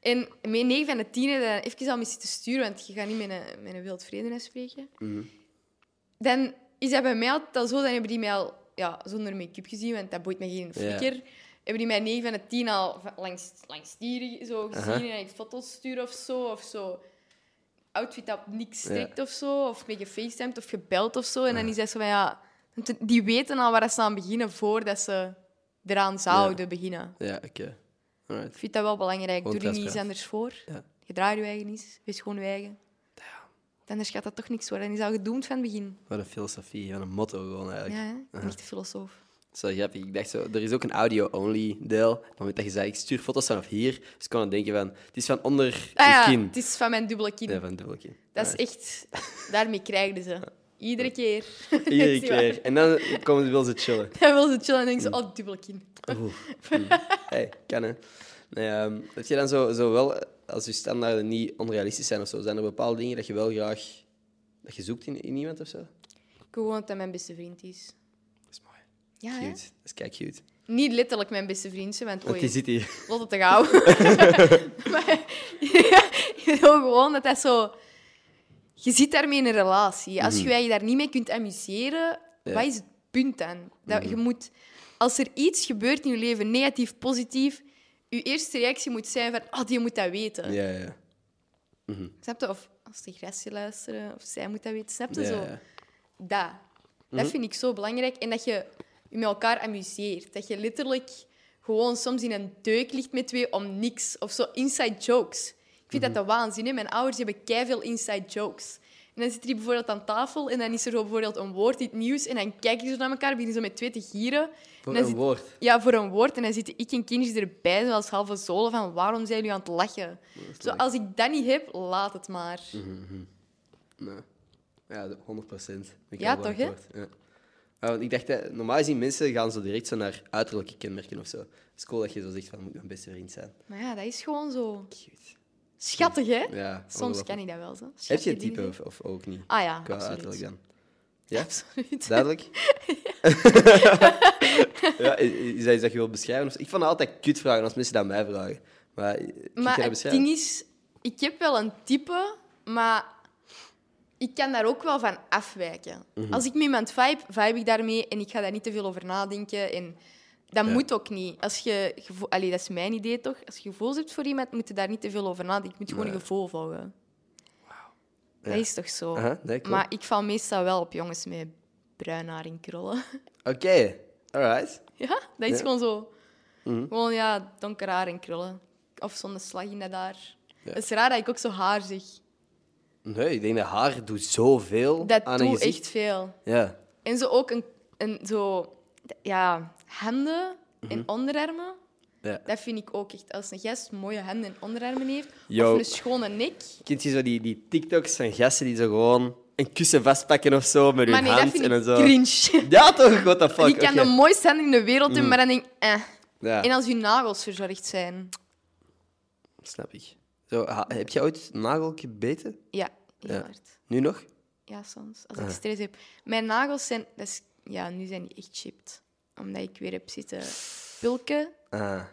Speaker 1: En met 9 van de 10 heb je dan even al mee zitten sturen, want je gaat niet met een, met een wild vrede afspreken.
Speaker 2: Mhm.
Speaker 1: Dan is dat bij mij altijd al zo, dan hebben die mij al ja, zonder make-up gezien, want dat boeit me geen
Speaker 2: Ja.
Speaker 1: flikker. Hebben die mij 9 van de 10 al va- langs, langs dieren zo gezien
Speaker 2: Aha.
Speaker 1: en ik foto's sturen of zo, of zo outfit dat op niks trekt of zo, of mee gefacetimed of gebeld of zo. En dan is dat zo van ja, want die weten al waar ze aan beginnen voordat ze eraan zouden beginnen.
Speaker 2: Ja, oké. Alright.
Speaker 1: Ik vind dat wel belangrijk.
Speaker 2: Gewoon
Speaker 1: Doe er niet iets
Speaker 2: transparant.
Speaker 1: anders voor.
Speaker 2: Ja.
Speaker 1: Je draait je eigen niet, wees gewoon je eigen. Anders gaat dat toch niks worden. Dan is al gedoemd van het begin.
Speaker 2: Wat een filosofie, wat een motto gewoon
Speaker 1: Ja,
Speaker 2: eigenlijk.
Speaker 1: hè? een echte filosoof.
Speaker 2: Zo grappig. Ik dacht zo, er is ook een audio-only deel. Op het moment dat je zei, ik stuur foto's vanaf hier, dus ik kon dan denken van, het is van onder
Speaker 1: Ah
Speaker 2: je
Speaker 1: ja,
Speaker 2: kin.
Speaker 1: het is van mijn dubbele kin.
Speaker 2: Nee, van dubbel kin.
Speaker 1: Dat is echt... Daarmee krijgen ze. Iedere keer.
Speaker 2: Iedere
Speaker 1: Dat is waar.
Speaker 2: keer. En dan komen ze wel ze chillen.
Speaker 1: Dan wil ze chillen en
Speaker 2: Mm.
Speaker 1: denken ze, oh, dubbele kin.
Speaker 2: Oeh. Hm. Hey, kan hè. Nee, ehm, heb je dan zo, zo wel, eh, als je standaarden niet onrealistisch zijn of zo, zijn er bepaalde dingen dat je wel graag dat je zoekt in, in iemand of zo? Dat
Speaker 1: Ik wil gewoon dat dat mijn beste vriend is.
Speaker 2: is mooi.
Speaker 1: Ja, hè?
Speaker 2: Cute. Dat is kijk cute.
Speaker 1: Niet letterlijk mijn beste vriendje, want
Speaker 2: Want die
Speaker 1: oei,
Speaker 2: zit hier.
Speaker 1: Lotte te gauw. maar je wil gewoon dat dat zo... Je zit daarmee in een relatie. Als je je daar niet mee kunt amuseren,
Speaker 2: Mhm. Ja. Mhm.
Speaker 1: wat is het punt dan? Dat je moet, als er iets gebeurt in je leven, negatief, positief, je eerste reactie moet zijn van, ah, die moet dat weten.
Speaker 2: Ja, ja. ja.
Speaker 1: Snap je? Of als de gresje luisteren, of zij moet dat weten. Snap je?
Speaker 2: Ja,
Speaker 1: Zo,
Speaker 2: ja.
Speaker 1: dat. Dat
Speaker 2: Mhm.
Speaker 1: vind ik zo belangrijk. En dat je je met elkaar amuseert. Dat je letterlijk gewoon soms in een deuk ligt met twee om niks. Of zo inside jokes. Ik vind
Speaker 2: Mhm.
Speaker 1: dat de waanzin. Hè? Mijn ouders hebben keiveel inside jokes. En dan zit er hier bijvoorbeeld aan tafel en dan is er zo bijvoorbeeld een woord in het nieuws. En dan kijken ze naar elkaar, beginnen ze met twee te gieren. en
Speaker 2: Voor
Speaker 1: dan
Speaker 2: een
Speaker 1: zit-
Speaker 2: woord.
Speaker 1: ja, voor een woord. En dan zitten ik en kindjes erbij, zoals halve zolen, van waarom zijn jullie aan het lachen? Zo, als ik dat niet heb, laat het maar.
Speaker 2: Mhm. Nee. Ja, 100 procent.
Speaker 1: Ja, toch, hè?
Speaker 2: Ja. Ah, want ik dacht, hè, normaal gezien mensen gaan zo direct zo naar uiterlijke kenmerken of zo. Het is cool dat je zo zegt van, moet mijn beste vriend zijn.
Speaker 1: Maar ja, dat is gewoon zo
Speaker 2: Cute.
Speaker 1: schattig, hè?
Speaker 2: Ja,
Speaker 1: Eh, Soms
Speaker 2: ongelooflijk.
Speaker 1: kan ik dat wel, zo.
Speaker 2: Heb je
Speaker 1: Schattige
Speaker 2: een type
Speaker 1: dingen.
Speaker 2: of, of ook niet?
Speaker 1: Ah ja,
Speaker 2: Qua uiterlijk
Speaker 1: absoluut.
Speaker 2: dan. Ja?
Speaker 1: Absoluut.
Speaker 2: Duidelijk? ja, is, is dat iets dat je wilt beschrijven? Ik vond het altijd kutvragen als mensen dat aan mij vragen. Maar, ik
Speaker 1: Maar het ding is, ik heb wel een type, maar ik kan daar ook wel van afwijken.
Speaker 2: Mhm.
Speaker 1: Als ik met iemand vibe, vibe ik daarmee en ik ga daar niet te veel over nadenken. En dat
Speaker 2: Ja.
Speaker 1: moet ook niet. Als je gevo- Allee, dat is mijn idee toch? Als je gevoel hebt voor iemand, moet je daar niet te veel over nadenken. Je moet gewoon
Speaker 2: Nee.
Speaker 1: een gevoel volgen. Dat
Speaker 2: Ja.
Speaker 1: is toch zo?
Speaker 2: Aha, nee, klopt.
Speaker 1: maar ik val meestal wel op jongens met bruin haar en krullen.
Speaker 2: Oké, alright.
Speaker 1: Ja, dat is
Speaker 2: Ja. Mhm.
Speaker 1: gewoon zo. Gewoon ja, donker haar en krullen. Of zo'n slag in dat haar.
Speaker 2: Ja.
Speaker 1: Het is raar dat ik ook zo haar zeg.
Speaker 2: Nee, ik denk dat haar doet zoveel
Speaker 1: Dat
Speaker 2: aan een
Speaker 1: doet
Speaker 2: gezicht.
Speaker 1: echt veel.
Speaker 2: Ja.
Speaker 1: En zo ook een, een zo, ja, handen en onderarmen.
Speaker 2: Mhm. ja.
Speaker 1: Dat vind ik ook echt. Als een gast mooie handen en onderarmen heeft,
Speaker 2: Yo.
Speaker 1: of een schone nek.
Speaker 2: Kent je zo die, die TikToks van gasten die zo gewoon een kussen vastpakken of zo met
Speaker 1: Maar
Speaker 2: hun
Speaker 1: nee, dat
Speaker 2: hand
Speaker 1: vind
Speaker 2: en dan
Speaker 1: ik
Speaker 2: zo.
Speaker 1: cringe.
Speaker 2: Ja, toch? What the fuck?
Speaker 1: Die kan
Speaker 2: Oké. Mhm.
Speaker 1: de mooiste handen in de wereld doen, maar dan denk ik, eh.
Speaker 2: Ja,
Speaker 1: En als je nagels verzorgd zijn.
Speaker 2: snap ik. Zo, ha- heb je ooit een nagel gebeten?
Speaker 1: Ja, heel
Speaker 2: Ja.
Speaker 1: hard.
Speaker 2: Nu nog?
Speaker 1: Ja, soms.
Speaker 2: Ah.
Speaker 1: Als ik stress heb. Mijn nagels zijn... Dat is, ja, nu zijn die echt chipped. Omdat ik weer heb zitten pulken.
Speaker 2: Ah.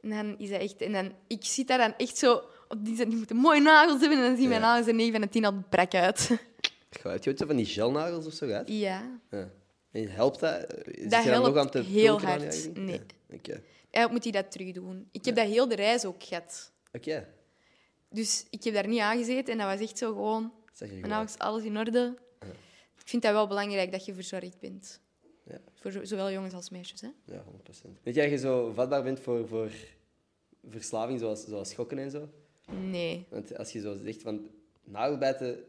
Speaker 1: En dan is dat echt... En dan, ik zit daar dan echt zo... Op die zin, die moeten mooie nagels hebben. En dan zien mijn
Speaker 2: Ja.
Speaker 1: nagels er 9 van de 10 al brak uit.
Speaker 2: Goh, heb je ooit zo van die gelnagels of zo gehad?
Speaker 1: ja.
Speaker 2: Ja. En helpt dat? Zit
Speaker 1: Dat
Speaker 2: je dan nog
Speaker 1: helpt
Speaker 2: aan te
Speaker 1: heel
Speaker 2: pulken aan je
Speaker 1: hard.
Speaker 2: eigen?
Speaker 1: Nee.
Speaker 2: Ja, Oké.
Speaker 1: Eigenlijk moet hij dat terug doen. Ik heb dat heel de reis ook gehad.
Speaker 2: Oké.
Speaker 1: Dus ik heb daar niet aan gezeten. En dat was echt zo gewoon...
Speaker 2: Zeg je
Speaker 1: Mijn
Speaker 2: gewoon.
Speaker 1: nagels, alles in orde. Ik vind dat wel belangrijk dat je verzorgd bent.
Speaker 2: Ja.
Speaker 1: Voor zo- zowel jongens als meisjes, hè.
Speaker 2: Ja, 100%. Weet jij dat je zo vatbaar bent voor, voor verslaving, zoals, zoals schokken en zo?
Speaker 1: Nee.
Speaker 2: Want als je zo zegt van nagelbijten,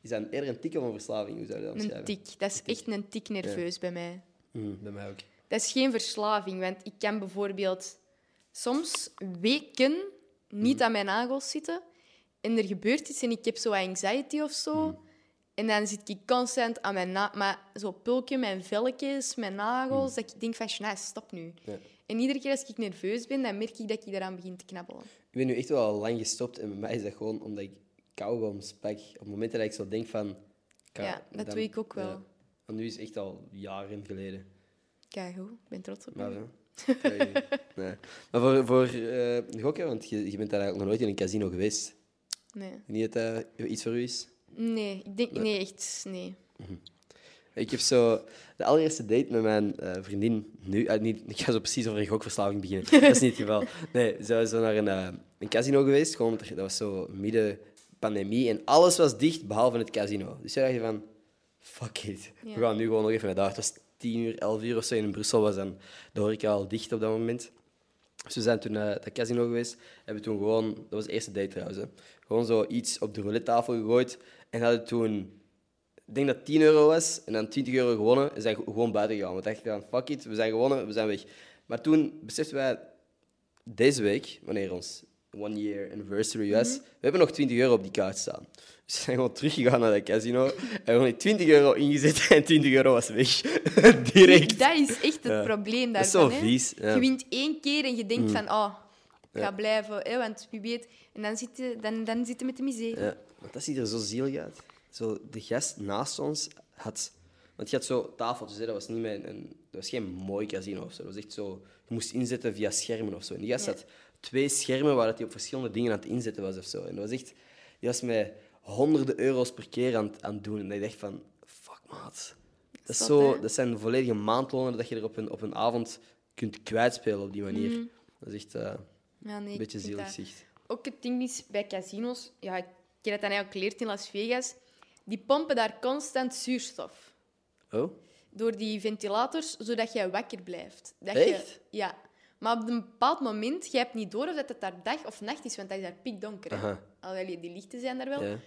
Speaker 2: is dat eerder een tik of een verslaving? Hoe zou je dat
Speaker 1: Een
Speaker 2: omschrijven?
Speaker 1: tik. Dat is echt een tik nerveus bij mij.
Speaker 2: Mm, bij mij ook.
Speaker 1: Dat is geen verslaving, want ik kan bijvoorbeeld soms weken
Speaker 2: Mhm.
Speaker 1: niet aan mijn nagels zitten en er gebeurt iets en ik heb zo anxiety of zo.
Speaker 2: Mhm.
Speaker 1: En dan zit ik constant aan mijn na maar zo pulken, mijn velletjes, mijn nagels, dat ik denk van, "Shania, stop nu.
Speaker 2: Mhm. Ja.
Speaker 1: En iedere keer als ik nerveus ben, dan merk ik dat ik daaraan begin te knabbelen.
Speaker 2: Ik ben nu echt wel al lang gestopt en bij mij is dat gewoon omdat ik kauwgoms pak. Op het moment dat ik zo denk van... ik ga-
Speaker 1: Ja, dat
Speaker 2: dan-
Speaker 1: doe ik ook wel.
Speaker 2: ja. Want nu is het echt al jaren geleden.
Speaker 1: Kijk, ik ben trots op
Speaker 2: Maar,
Speaker 1: je.
Speaker 2: ja. nee. maar voor, voor eh, gokken, want je, je bent daar eigenlijk nog nooit in een casino geweest.
Speaker 1: Nee.
Speaker 2: Niet dat dat iets voor u is?
Speaker 1: Nee, ik denk, nee, echt, nee.
Speaker 2: Ik heb zo de allereerste date met mijn eh, vriendin nu. eh, niet, ik ga zo precies over een gokverslaving beginnen. Dat is niet het geval. Nee, ze was zo naar een, eh, een casino geweest. Gewoon, omdat er- dat was zo midden pandemie en alles was dicht behalve het casino. Dus toen dacht je van, fuck it.
Speaker 1: Ja.
Speaker 2: We gaan nu gewoon nog even naar daar. Het was 10 uur, 11 uur of zo. En in Brussel was dan de horeca al dicht op dat moment. Dus we zijn toen naar dat casino geweest. Hebben toen gewoon, dat was de eerste date trouwens, hè. gewoon zo iets op de roulette tafel gegooid. En hadden toen, ik denk dat het 10 euro was, en dan 20 euro gewonnen. En zijn ge- gewoon buiten gegaan. We dachten van, fuck it, we zijn gewonnen, we zijn weg. Maar toen beseften wij, deze week, wanneer ons one year anniversary was, we hebben nog 20 euro op die kaart staan. Dus we zijn gewoon teruggegaan naar dat casino. en gewoon die 20 euro ingezet en 20 euro was weg. Direct.
Speaker 1: Dat is echt het
Speaker 2: Ja.
Speaker 1: probleem daarvan.
Speaker 2: Dat is zo
Speaker 1: hè.
Speaker 2: vies, ja. Hmm.
Speaker 1: Je wint één keer en je denkt van, oh, ik ga blijven, hè, want wie weet. En dan zit je, dan, dan zit je met de miserie.
Speaker 2: Ja, Eh, want dat ziet er zo zielig uit. Zo, de gast naast ons had... Want je had zo tafeltjes, hè, dat was, niet mijn, een, dat was geen mooi casino of zo. Dat was echt zo... Je moest inzetten via schermen of zo. En die gast
Speaker 1: Ja.
Speaker 2: had twee schermen waar dat hij op verschillende dingen aan het inzetten was of zo. En dat was echt... Die was met honderden euro's per keer aan, het- aan het doen. En ik dacht van... Fuck, maat. Dat, is
Speaker 1: Zot,
Speaker 2: zo,
Speaker 1: hè?
Speaker 2: dat zijn volledige maandlonen dat je er op een, op een avond kunt kwijtspelen op die manier.
Speaker 1: Mhm.
Speaker 2: Dat is echt eh,
Speaker 1: Ja, nee,
Speaker 2: een
Speaker 1: ik
Speaker 2: beetje
Speaker 1: vind
Speaker 2: zielig
Speaker 1: dat-
Speaker 2: zicht.
Speaker 1: Ook het ding is, bij casinos, ja, ik heb dat dan eigenlijk geleerd in Las Vegas, die pompen daar constant zuurstof.
Speaker 2: Oh?
Speaker 1: door die ventilators, zodat jij wakker blijft. Dat
Speaker 2: Echt?
Speaker 1: Je, ja. Maar op een bepaald moment, jij hebt niet door of dat het daar dag of nacht is, want dat is daar pikdonker. hè.
Speaker 2: Aha.
Speaker 1: Alhoewel, die lichten zijn daar wel.
Speaker 2: Ja.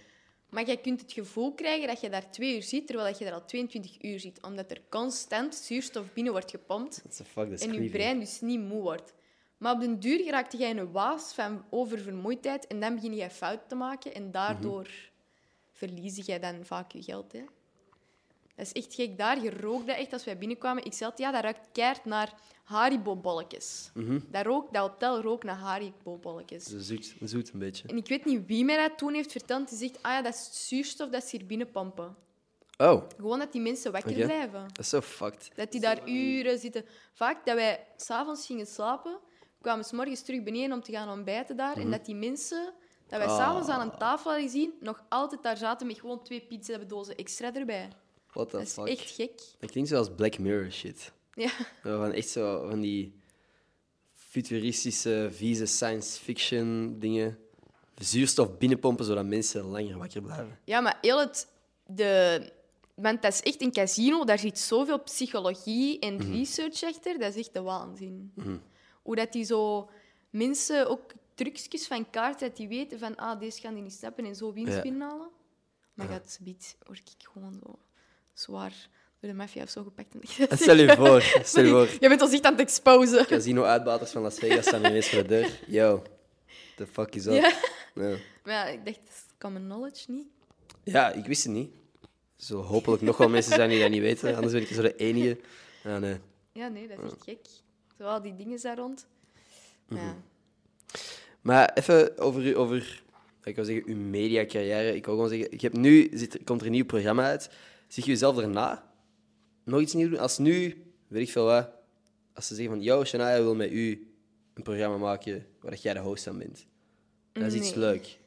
Speaker 1: Maar jij kunt het gevoel krijgen dat je daar twee uur zit, terwijl dat je daar al 22 uur zit. Omdat er constant zuurstof binnen wordt gepompt
Speaker 2: What the fuck, dat is
Speaker 1: en je
Speaker 2: creepy.
Speaker 1: brein dus niet moe wordt. Maar op den duur raakte jij in een waas van oververmoeidheid en dan begin jij fout te maken en daardoor
Speaker 2: Mhm.
Speaker 1: verlies jij dan vaak je geld. Hè? Dat is echt gek. Daar je rook dat echt als wij binnenkwamen. Ik zei altijd, ja, dat ruikt keihard naar Haribo-bolletjes.
Speaker 2: Mhm.
Speaker 1: dat, rook, dat hotel rook naar Haribo-bolletjes.
Speaker 2: Zo zoet, zoet een beetje.
Speaker 1: En ik weet niet wie mij dat toen heeft verteld. Die zegt, ah ja, dat is zuurstof dat ze hier binnenpompen.
Speaker 2: Oh,
Speaker 1: Gewoon dat die mensen wakker
Speaker 2: Oké.
Speaker 1: blijven.
Speaker 2: dat is zo fucked.
Speaker 1: Dat die daar uren zitten. Vaak dat wij s'avonds gingen slapen, kwamen s morgens terug beneden om te gaan ontbijten daar. En dat die mensen dat wij
Speaker 2: Mhm. Ah.
Speaker 1: s'avonds aan een tafel hadden gezien, nog altijd daar zaten met gewoon twee pizzadozen extra erbij.
Speaker 2: What the
Speaker 1: Dat is
Speaker 2: fuck?
Speaker 1: echt gek.
Speaker 2: Dat klinkt zoals Black Mirror shit.
Speaker 1: Ja.
Speaker 2: Zo Van echt zo van die futuristische, vieze science fiction dingen. Zuurstof binnenpompen zodat mensen langer wakker blijven.
Speaker 1: ja, maar heel het... De, want dat is echt een casino, daar zit zoveel psychologie en
Speaker 2: Mhm.
Speaker 1: research achter. Dat is echt de waanzin. Hoe dat die zo mensen ook trucjes van kaart dat die weten van ah, deze gaan die niet snappen en zo winst
Speaker 2: Ja.
Speaker 1: binnenhalen. Maar dat biedt, word ik gewoon zo zwaar door de maffia of zo gepakt. En dat
Speaker 2: En stel je voor, stel je voor.
Speaker 1: Je bent ons echt aan het exposen.
Speaker 2: Casino-uitbaters van Las Vegas staan ineens voor de deur. Yo, the fuck is up?
Speaker 1: Ja.
Speaker 2: Ja.
Speaker 1: Maar ja, ik dacht, dat is common knowledge niet.
Speaker 2: Ja, ik wist het niet. Er zullen hopelijk nog wel mensen zijn die dat niet weten, anders ben ik zo de enige. Ja, nee.
Speaker 1: Ja, nee, dat is echt gek. Zo al die dingen daar rond. Maar Ja.
Speaker 2: Maar even over, uw- over ik wil zeggen, uw mediacarrière. Ik wil gewoon zeggen, je hebt nu zit, komt er een nieuw programma uit. Zie je jezelf daarna nog iets nieuws doen? Als nu, weet ik veel wat, als ze zeggen van, yo, Shania wil met u een programma maken waar dat jij de host aan bent. Dat is iets
Speaker 1: Nee.
Speaker 2: leuk.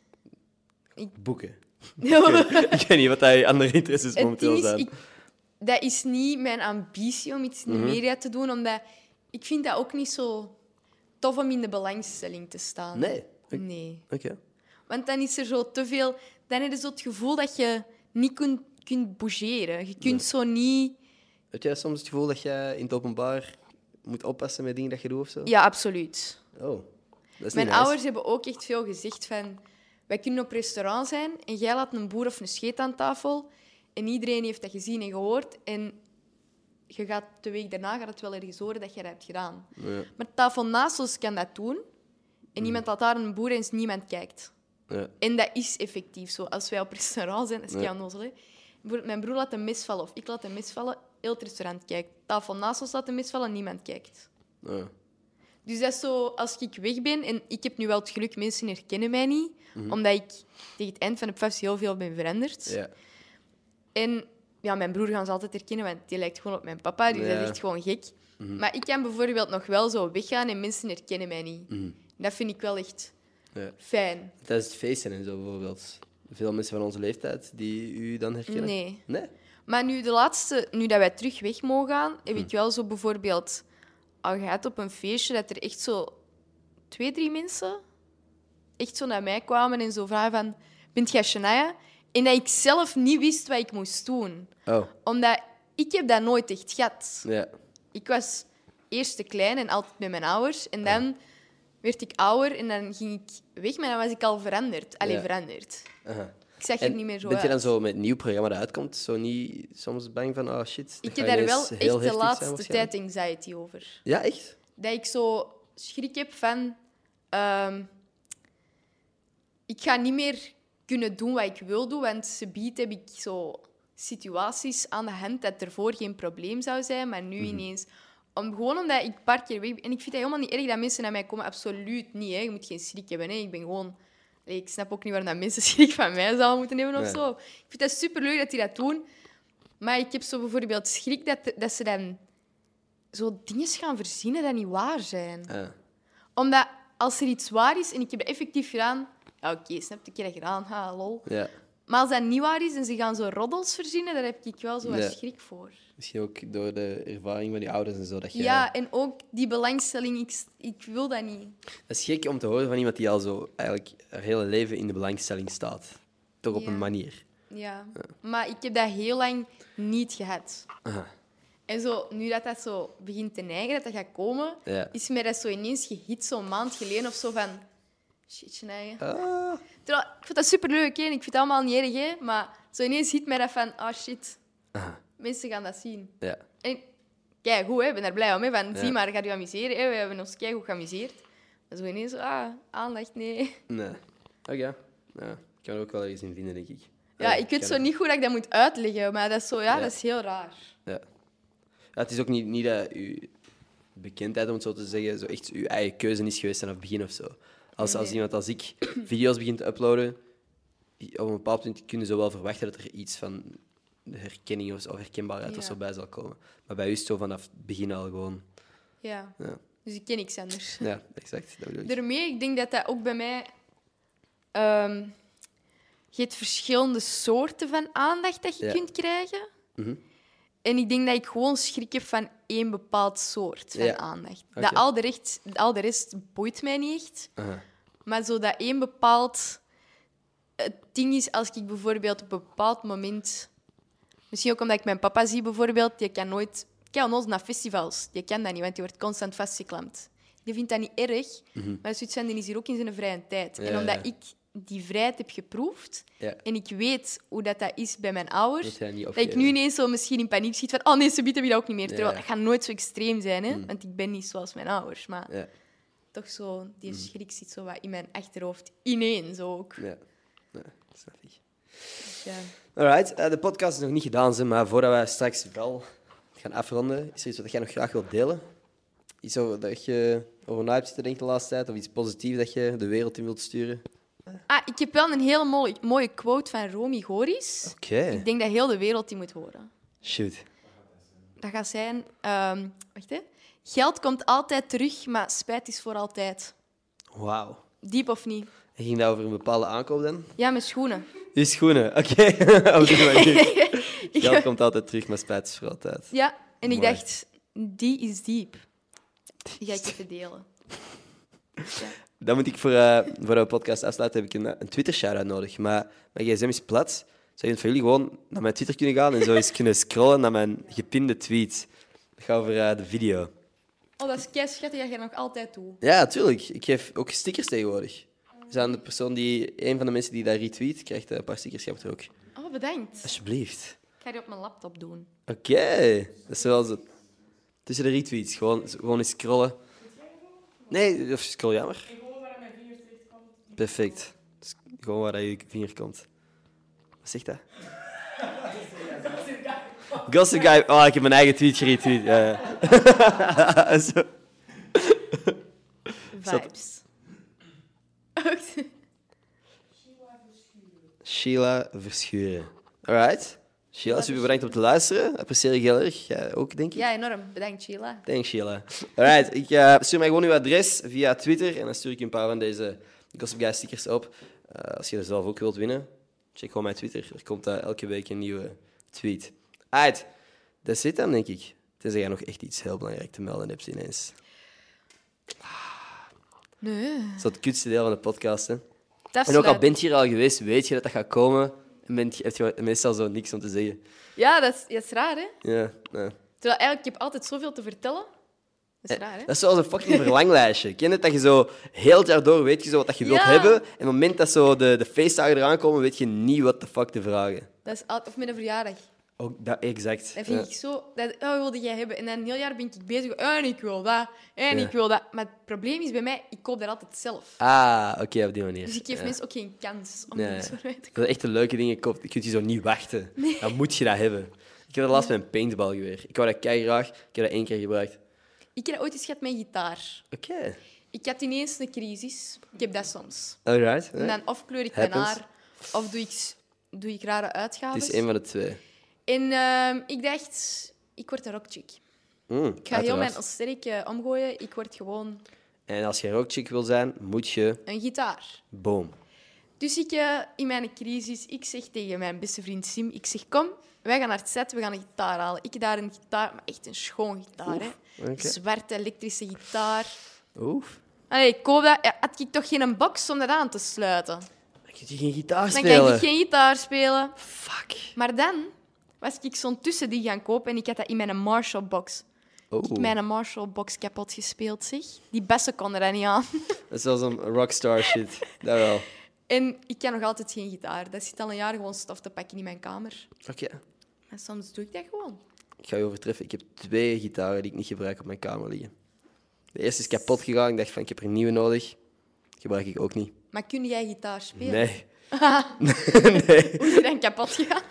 Speaker 1: Ik-
Speaker 2: Boeken. Mhm. ik weet niet wat hij andere interesses
Speaker 1: Het
Speaker 2: momenteel
Speaker 1: ding is,
Speaker 2: zijn.
Speaker 1: ik, dat is niet mijn ambitie om iets in de
Speaker 2: Mhm.
Speaker 1: media te doen, omdat ik vind dat ook niet zo tof om in de belangstelling te staan.
Speaker 2: Nee. Oké.
Speaker 1: Nee.
Speaker 2: Oké.
Speaker 1: Want dan is er zo te veel... Dan heb je zo het gevoel dat je niet kunt, kunt bougeren. Je kunt zo niet...
Speaker 2: Heb jij soms het gevoel dat jij in het openbaar moet oppassen met dingen dat je doet of zo?
Speaker 1: Ja, absoluut.
Speaker 2: Oh, dat
Speaker 1: Mijn
Speaker 2: is niet nice.
Speaker 1: ouders hebben ook echt veel gezegd van... Wij kunnen op restaurant zijn en jij laat een boer of een scheet aan tafel. En iedereen heeft dat gezien en gehoord. En je gaat de week daarna gaat het wel ergens horen dat je dat hebt gedaan.
Speaker 2: Ja,
Speaker 1: Maar de tafel naast ons kan dat doen.
Speaker 2: Hmm.
Speaker 1: En iemand laat daar een boer en is niemand kijkt.
Speaker 2: ja.
Speaker 1: En dat is effectief zo. Als wij op restaurant zijn, dat is
Speaker 2: Ja.
Speaker 1: ja. nozel, hè. Bijvoorbeeld, Mijn broer laat een mis vallen of ik laat een mis vallen. Heel het restaurant kijkt. De tafel naast ons laat een mis vallen, niemand kijkt.
Speaker 2: ja.
Speaker 1: Dus dat is zo, als ik weg ben, en ik heb nu wel het geluk, mensen herkennen mij niet, omdat ik tegen het eind van de pubs heel veel ben veranderd.
Speaker 2: Hmm. Ja.
Speaker 1: En ja, mijn broer gaan ze altijd herkennen, want die lijkt gewoon op mijn papa, dus dat
Speaker 2: Ja. Mhm.
Speaker 1: is echt gewoon gek. Maar ik kan bijvoorbeeld nog wel zo weggaan en mensen herkennen mij niet. Dat vind ik wel echt
Speaker 2: Mhm. Ja.
Speaker 1: fijn.
Speaker 2: Tijdens het feesten en zo bijvoorbeeld. Veel mensen van onze leeftijd die u dan herkennen?
Speaker 1: Nee.
Speaker 2: Nee?
Speaker 1: Maar nu, de laatste, nu dat wij terug weg mogen gaan, heb
Speaker 2: Mhm.
Speaker 1: ik wel zo bijvoorbeeld al gehad op een feestje dat er echt zo twee, drie mensen echt zo naar mij kwamen en zo vragen van, bent jij Shania? En dat ik zelf niet wist wat ik moest doen.
Speaker 2: Oh,
Speaker 1: Omdat ik heb dat nooit echt gehad.
Speaker 2: ja.
Speaker 1: Ik was eerst te klein en altijd met mijn ouders. En dan werd ik ouder en dan ging ik weg, maar dan was ik al veranderd. Allee,
Speaker 2: Ja.
Speaker 1: veranderd.
Speaker 2: Aha.
Speaker 1: Ik zag er
Speaker 2: En
Speaker 1: niet meer zo
Speaker 2: bent je dan
Speaker 1: uit.
Speaker 2: zo met een nieuw programma dat uitkomt, zo niet soms bang van, oh shit, dat
Speaker 1: Ik heb
Speaker 2: gaat
Speaker 1: daar wel
Speaker 2: ineens
Speaker 1: echt
Speaker 2: heel
Speaker 1: de
Speaker 2: heftig zijn
Speaker 1: laatste
Speaker 2: waarschijnlijk?
Speaker 1: tijd anxiety over.
Speaker 2: Ja, echt?
Speaker 1: Dat ik zo schrik heb van... ehm, ik ga niet meer kunnen doen wat ik wil doen, want ze biedt heb ik zo situaties aan de hand dat ervoor geen probleem zou zijn, maar nu ineens... Om, gewoon omdat ik een paar keer weg ben. En ik vind het helemaal niet erg dat mensen naar mij komen. Absoluut niet. Hè. Je moet geen schrik hebben. Hè. Ik ben gewoon... Allee, Ik snap ook niet waarom dat mensen schrik van mij zouden moeten hebben of
Speaker 2: Nee.
Speaker 1: zo. Ik vind dat superleuk dat die dat doen. Maar ik heb zo bijvoorbeeld schrik dat, dat ze dan zo dingen gaan verzinnen dat niet waar zijn.
Speaker 2: Ah.
Speaker 1: Omdat als er iets waar is en ik heb dat effectief gedaan... Ja, oké, snap ik, heb dat gedaan. Ha, lol.
Speaker 2: Ja.
Speaker 1: Maar als dat niet waar is en ze gaan zo roddels verzinnen, daar heb ik wel zo wat
Speaker 2: Ja.
Speaker 1: schrik voor.
Speaker 2: Misschien ook door de ervaring van je ouders en zo. Dat je...
Speaker 1: Ja. en ook die belangstelling, ik, s- ik wil dat niet.
Speaker 2: Dat is gek om te horen van iemand die al zo eigenlijk haar hele leven in de belangstelling staat. Toch op
Speaker 1: Ja.
Speaker 2: een manier.
Speaker 1: Ja. Maar ik heb dat heel lang niet gehad.
Speaker 2: Aha.
Speaker 1: En zo, nu dat dat zo begint te neigen, dat dat gaat komen,
Speaker 2: Ja.
Speaker 1: is mij dat zo ineens gehit, zo'n maand geleden of zo, van... Shit, Shania.
Speaker 2: Ah.
Speaker 1: Terwijl, ik vind dat superleuk, hè. en ik vind het allemaal niet erg, hè. Maar zo ineens hit mij dat van, ah, shit.
Speaker 2: Aha.
Speaker 1: Mensen gaan dat zien.
Speaker 2: Ja.
Speaker 1: En kijk, goed, hè, ik ben daar blij om. Hè, van,
Speaker 2: Ja.
Speaker 1: Zie maar, gaat u amuseren. Hè, we hebben ons kijk goed geamuseerd. Maar zo ineens, ah, aandacht, nee.
Speaker 2: Nee. Oké. Ja. Ik kan er ook wel ergens in vinden, denk ik.
Speaker 1: Ja,
Speaker 2: Allee,
Speaker 1: ik weet
Speaker 2: kan
Speaker 1: zo
Speaker 2: er-
Speaker 1: niet goed dat ik dat moet uitleggen, maar dat is zo, ja,
Speaker 2: Ja.
Speaker 1: dat is heel raar.
Speaker 2: Ja. Ja, het is ook niet, niet dat uw bekendheid, om het zo te zeggen, zo echt uw eigen keuze is geweest vanaf het begin of zo. Als, als
Speaker 1: Nee.
Speaker 2: iemand als ik video's begint te uploaden, op een bepaald punt kunnen ze wel verwachten dat er iets van herkenning of, of herkenbaarheid
Speaker 1: Ja.
Speaker 2: of zo bij zal komen. Maar bij u is het zo vanaf het begin al gewoon.
Speaker 1: Ja.
Speaker 2: Ja.
Speaker 1: Dus ik ken niks anders.
Speaker 2: Ja, exact. Dat bedoel ik.
Speaker 1: Daarmee, ik denk dat dat ook bij mij... ehm, je hebt verschillende soorten van aandacht dat je
Speaker 2: Ja.
Speaker 1: kunt krijgen.
Speaker 2: Mhm.
Speaker 1: En ik denk dat ik gewoon schrik heb van één bepaald soort van
Speaker 2: Ja.
Speaker 1: aandacht.
Speaker 2: Oké.
Speaker 1: Dat al de, recht, al de rest boeit mij niet echt.
Speaker 2: Aha.
Speaker 1: Maar zo dat één bepaald... Het ding is, als ik bijvoorbeeld op een bepaald moment... Misschien ook omdat ik mijn papa zie bijvoorbeeld, die kan nooit... Ik kan nooit naar festivals. Je kan dat niet, want die wordt constant vastgeklampt. Die vindt dat niet erg, maar zoiets van, die is hier ook in zijn vrije tijd.
Speaker 2: Mhm. Ja,
Speaker 1: en omdat
Speaker 2: ja.
Speaker 1: ik die vrijheid heb geproefd
Speaker 2: Ja.
Speaker 1: en ik weet hoe dat, dat is bij mijn ouders,
Speaker 2: Dat hij niet
Speaker 1: dat ik
Speaker 2: opgeeft.
Speaker 1: nu ineens zo misschien in paniek schiet van oh nee, ze biedt dat ook niet meer. Terwijl
Speaker 2: Ja. Mhm.
Speaker 1: dat gaat nooit zo extreem zijn, hè? want ik ben niet zoals mijn ouders. Maar
Speaker 2: Ja, Mhm.
Speaker 1: toch zo, die schrik zit zo wat in mijn achterhoofd. Ineens ook.
Speaker 2: ja. ja, snap ik.
Speaker 1: Ja.
Speaker 2: Alright, eh, de podcast is nog niet gedaan, ze, maar voordat wij straks wel gaan afronden, is er iets wat jij nog graag wilt delen? Iets over dat je over na hebt zitten denken de laatste tijd, of iets positiefs dat je de wereld in wilt sturen?
Speaker 1: Ah, ik heb wel een hele mooie, mooie quote van Romy Goris.
Speaker 2: Oké,
Speaker 1: Ik denk dat heel de wereld die moet horen.
Speaker 2: shoot.
Speaker 1: Dat gaat zijn... ehm, wacht, hè. Geld komt altijd terug, maar spijt is voor altijd.
Speaker 2: Wauw.
Speaker 1: Diep of niet?
Speaker 2: En ging dat over een bepaalde aankoop dan?
Speaker 1: Ja, mijn schoenen.
Speaker 2: Je schoenen, oké. Op die manier. Geld komt altijd terug, maar spijt is voor altijd.
Speaker 1: Ja, en ik
Speaker 2: Mooi.
Speaker 1: dacht, die is diep. Die ga ik even delen.
Speaker 2: Dan moet ik voor, eh voor de podcast afsluiten, heb ik een, een Twitter-shout-out nodig. Maar mijn gsm is plat. Zou je voor jullie gewoon naar mijn Twitter kunnen gaan en zo eens kunnen scrollen naar mijn gepinde tweet? Dat gaat over eh, de video.
Speaker 1: Oh, dat is kei schattig dat jij nog altijd doet.
Speaker 2: Ja, tuurlijk. Ik geef ook stickers tegenwoordig. Dus aan de persoon die, een van de mensen die dat retweet, krijgt eh, een paar stickers. Je hebt er ook.
Speaker 1: Oh, bedankt.
Speaker 2: Alsjeblieft.
Speaker 1: Ik ga die op mijn laptop doen.
Speaker 2: Oké, dat is wel zo. Tussen de retweets, gewoon, gewoon eens scrollen. Nee, of scroll jammer. Perfect. Dus gewoon waar dat je vinger komt. Wat zegt dat? Gossip Guy. Oh, ik heb mijn eigen tweet geretweet. Ja, ja. Zo. dat-
Speaker 1: Vibes.
Speaker 2: Sheila Verschuren. Alright. Sheila, super bedankt om te luisteren. Apprecieer ik heel erg. Jij ook, denk ik.
Speaker 1: Ja, enorm. Bedankt, Sheila.
Speaker 2: Thanks, Sheila. Alright, ik eh, stuur mij gewoon uw adres via Twitter en dan stuur ik een paar van deze Gossip Guy stickers op. Eh, als je er zelf ook wilt winnen, check gewoon mijn Twitter. Er komt daar elke week een nieuwe tweet. Alright, dat zit dan, denk ik. Tenzij jij nog echt iets heel belangrijk te melden hebt ineens.
Speaker 1: Nee.
Speaker 2: Dat is het kutste deel van de podcast, hè.
Speaker 1: Dat
Speaker 2: En ook al
Speaker 1: sluit.
Speaker 2: bent je hier al geweest, weet je dat dat gaat komen. En bent, je- heb je meestal zo niks om te zeggen.
Speaker 1: Ja, dat is, dat is raar, hè?
Speaker 2: Ja, nou.
Speaker 1: Terwijl eigenlijk, ik heb altijd zoveel te vertellen. Dat is raar, hè?
Speaker 2: Eh, Dat is zoals een fucking verlanglijstje. Ken je het? Dat je zo heel het jaar door weet je zo wat dat je wilt
Speaker 1: Ja.
Speaker 2: hebben. En op het moment dat zo de, de feestdagen eraan komen, weet je niet wat de fuck te vragen.
Speaker 1: Dat is al- of met een verjaardag.
Speaker 2: Ook dat, exact.
Speaker 1: Dat vind
Speaker 2: Ja.
Speaker 1: ik zo... Dat, oh, wilde jij hebben? En dan een heel jaar ben ik bezig. Oh, En ik wil dat. Oh, En
Speaker 2: Ja.
Speaker 1: ik wil dat. Maar het probleem is bij mij, ik koop dat altijd zelf.
Speaker 2: Ah, oké, op die manier.
Speaker 1: Dus ik geef
Speaker 2: Ja.
Speaker 1: mensen ook geen kans om
Speaker 2: Ja.
Speaker 1: iets voor mij te
Speaker 2: Dat is echt de leuke dingen koopt. Je kunt je zo niet wachten. Dan moet je dat hebben. Ik had dat laatst met een paintballgeweer. Ik wou dat kei graag. Ik heb dat één keer gebruikt.
Speaker 1: Ik heb dat ooit eens gehad met gitaar.
Speaker 2: Oké.
Speaker 1: Ik had ineens een crisis. Ik heb dat soms.
Speaker 2: Alright.
Speaker 1: En
Speaker 2: Ja.
Speaker 1: dan of kleur ik mijn
Speaker 2: Happens.
Speaker 1: haar, of doe ik, s- doe ik rare
Speaker 2: Het
Speaker 1: uitgaven.
Speaker 2: is één van de twee.
Speaker 1: En ehm, ik dacht, ik word een rockchick.
Speaker 2: Mm,
Speaker 1: Ik ga heel mijn
Speaker 2: uiteraard.
Speaker 1: aesthetic eh, omgooien. Ik word gewoon
Speaker 2: En als je rockchick wil zijn, moet je...
Speaker 1: een gitaar.
Speaker 2: Boom.
Speaker 1: Dus ik, eh, in mijn crisis, ik zeg tegen mijn beste vriend Sim, ik zeg, kom, wij gaan naar het set, we gaan een gitaar halen. Ik heb daar een gitaar, maar echt een schoon gitaar. hè.
Speaker 2: oké.
Speaker 1: Een Zwarte elektrische gitaar.
Speaker 2: Oef.
Speaker 1: Allee, ik koop dat. Ja, had ik toch geen box om dat aan te sluiten?
Speaker 2: Dan kun je geen gitaar
Speaker 1: Dan
Speaker 2: spelen.
Speaker 1: kan ik geen gitaar spelen.
Speaker 2: Fuck.
Speaker 1: Maar dan was ik zo'n tussending gaan kopen en ik had dat in mijn Marshall box.
Speaker 2: Oh.
Speaker 1: Ik mijn Marshall box kapot gespeeld, zeg. Die bessen konden daar niet aan.
Speaker 2: Dat is wel zo'n rockstar shit. Dat wel.
Speaker 1: En ik kan nog altijd geen gitaar. Dat zit al een jaar gewoon stof te pakken in mijn kamer.
Speaker 2: Oké.
Speaker 1: En soms doe ik dat gewoon.
Speaker 2: Ik ga je overtreffen. Ik heb twee gitaren die ik niet gebruik op mijn kamer liggen. De eerste is kapot gegaan. Ik dacht van, ik heb er een nieuwe nodig. Gebruik ik ook niet.
Speaker 1: Maar kun jij gitaar spelen?
Speaker 2: Nee. nee.
Speaker 1: Hoe is die dan kapot gegaan?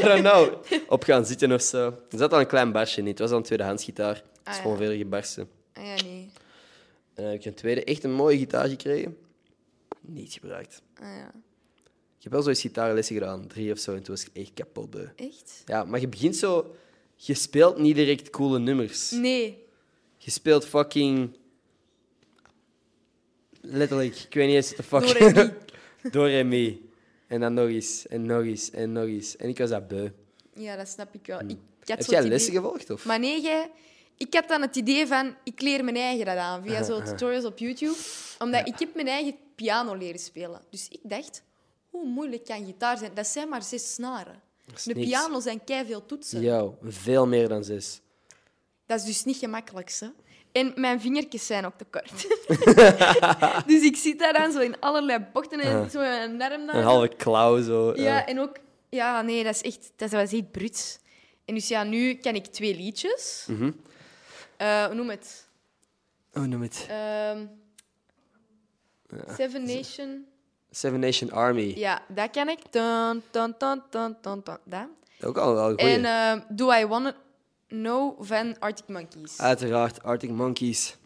Speaker 2: I don't know. Op gaan zitten of zo. Er zat al een klein basje in. Het was al een tweedehands gitaar. Het is
Speaker 1: Ah, ja.
Speaker 2: gewoon verder gebarsten.
Speaker 1: Ah, ja, nee.
Speaker 2: En dan heb ik een tweede, echt een mooie gitaar gekregen. Niet gebruikt.
Speaker 1: Ah, ja.
Speaker 2: Ik heb wel zoiets gitaarlessen gedaan. Drie of zo. En toen was ik echt kapot beu.
Speaker 1: Echt? Mm.
Speaker 2: Ja, maar je begint zo... Je speelt niet direct coole nummers.
Speaker 1: Nee.
Speaker 2: Je speelt fucking... Letterlijk, ik weet niet eens wat de fuck...
Speaker 1: Door en
Speaker 2: Door en mee. En dan nog eens, en nog eens, en nog eens. En ik was dat beu.
Speaker 1: Ja, dat snap ik wel. Ik, ik had
Speaker 2: Hmm. Heb
Speaker 1: zo
Speaker 2: jij
Speaker 1: het idee-
Speaker 2: lessen gevolgd, of?
Speaker 1: Maar nee, jij... Ik had dan het idee van, ik leer mijn eigen dat aan
Speaker 2: Ah,
Speaker 1: via zo tutorials op YouTube. Omdat ik heb mijn eigen piano leren spelen. Dus ik dacht, hoe moeilijk kan gitaar zijn? Dat zijn maar zes snaren.
Speaker 2: is
Speaker 1: De
Speaker 2: niks.
Speaker 1: piano zijn keiveel toetsen.
Speaker 2: Yo, veel meer dan zes.
Speaker 1: Dat is dus niet gemakkelijk, hè. En mijn vingertjes zijn ook te kort. dus ik zit daar dan zo in allerlei bochten en zo met mijn arm daar.
Speaker 2: Ah. Een halve klauw zo. Eh,
Speaker 1: Ja, en ook... Ja, nee, dat is echt... Dat was echt bruut. En dus ja, nu ken ik twee liedjes. Eh, hoe noem het?
Speaker 2: Oh, noem het.
Speaker 1: Ehm, Seven Nation.
Speaker 2: Seven Nation Army.
Speaker 1: Ja, dat ken ik. Dun, dun, dun, dun, dun, dun, dat.
Speaker 2: Ook al wel goed.
Speaker 1: En ehm, Do I Wanna Know van Arctic Monkeys.
Speaker 2: Ah. Uiteraard, Arctic Monkeys.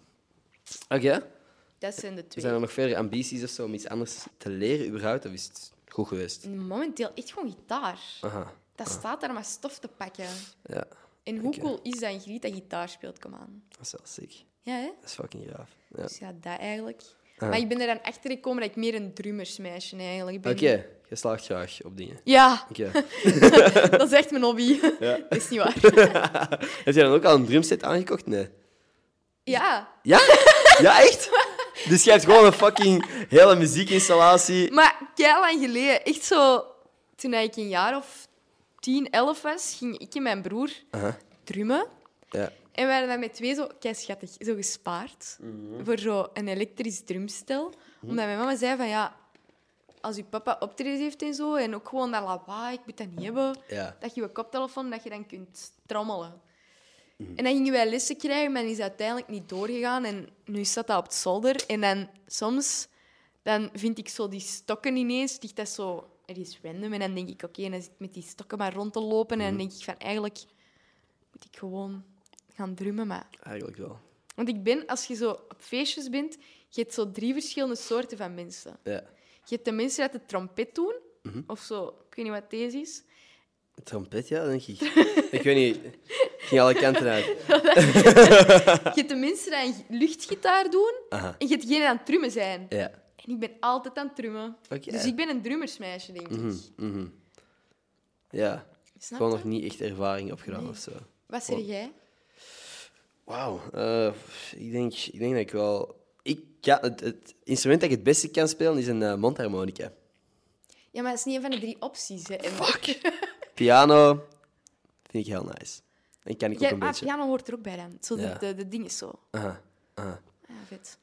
Speaker 2: Oké.
Speaker 1: dat zijn de twee.
Speaker 2: Zijn er nog verder ambities of zo om iets anders te leren überhaupt? Of is het goed
Speaker 1: Mm.
Speaker 2: geweest?
Speaker 1: Momenteel echt gewoon gitaar.
Speaker 2: Aha.
Speaker 1: Dat staat daar maar stof te pakken.
Speaker 2: Ja,
Speaker 1: En hoe
Speaker 2: Oké.
Speaker 1: cool is dat een griet dat gitaar speelt, kom aan.
Speaker 2: dat is wel sick.
Speaker 1: Ja, hè?
Speaker 2: Dat is fucking gaaf. Ja.
Speaker 1: Dus ja, dat eigenlijk. Maar ik ben er dan achter gekomen dat ik meer een drummersmeisje eigenlijk ben.
Speaker 2: Oké, je slaagt graag op dingen.
Speaker 1: Ja,
Speaker 2: Oké.
Speaker 1: dat is echt mijn hobby. Dat is niet waar.
Speaker 2: Heb jij dan ook al een drumset aangekocht? Nee.
Speaker 1: Ja,
Speaker 2: Ja? Ja, echt? Dus jij hebt gewoon een fucking hele muziekinstallatie.
Speaker 1: maar kei lang geleden, echt zo toen ik een jaar of 10, 11 was, ging ik en mijn broer drummen.
Speaker 2: Ja.
Speaker 1: En we hadden dan met twee zo, kei schattig, zo gespaard voor zo een elektrisch drumstel. Omdat mijn mama zei van ja, als je papa optredens heeft en zo, en ook gewoon dat lawaai, ik moet dat niet hebben,
Speaker 2: Ja.
Speaker 1: dat je je koptelefoon, dat je dan kunt trommelen. En dan gingen wij lessen krijgen, maar dan is dat uiteindelijk niet doorgegaan. En nu staat dat op het zolder. En dan soms dan vind ik zo die stokken ineens, ligt dat zo ergens random. En dan denk ik, oké, en dan zit ik met die stokken maar rond te lopen. En dan denk ik van, eigenlijk moet ik gewoon gaan drummen. Maar...
Speaker 2: Eigenlijk wel.
Speaker 1: Want ik ben, als je zo op feestjes bent, je hebt zo drie verschillende soorten van mensen.
Speaker 2: Ja.
Speaker 1: Je hebt de mensen die de trompet doen,
Speaker 2: Mhm.
Speaker 1: of zo, ik weet niet wat deze is.
Speaker 2: Trompet, ja, denk ik. ik weet niet. Ik ging alle kanten uit.
Speaker 1: Je hebt de mensen die een luchtgitaar doen,
Speaker 2: Aha.
Speaker 1: en je hebt degenen die aan het drummen zijn.
Speaker 2: Ja.
Speaker 1: En ik ben altijd aan het drummen.
Speaker 2: Oké.
Speaker 1: Dus ik ben een drummersmeisje, denk ik.
Speaker 2: Mhm. Ja.
Speaker 1: Snap
Speaker 2: Gewoon
Speaker 1: je?
Speaker 2: nog niet echt ervaring opgedaan of zo.
Speaker 1: Wat zeg jij?
Speaker 2: Wauw. eh, ik, denk, ik denk dat ik wel... Ik, ja, het, het instrument dat ik het beste kan spelen is een eh, mondharmonica.
Speaker 1: Ja, maar dat is niet een van de drie opties. Hè. Fuck.
Speaker 2: Piano vind ik heel nice. En kan ik ook
Speaker 1: Jij,
Speaker 2: een
Speaker 1: ah,
Speaker 2: beetje.
Speaker 1: piano hoort er ook bij dan. Zo de,
Speaker 2: Ja.
Speaker 1: de, de dingen zo.
Speaker 2: Aha, aha.
Speaker 1: Ja, vet.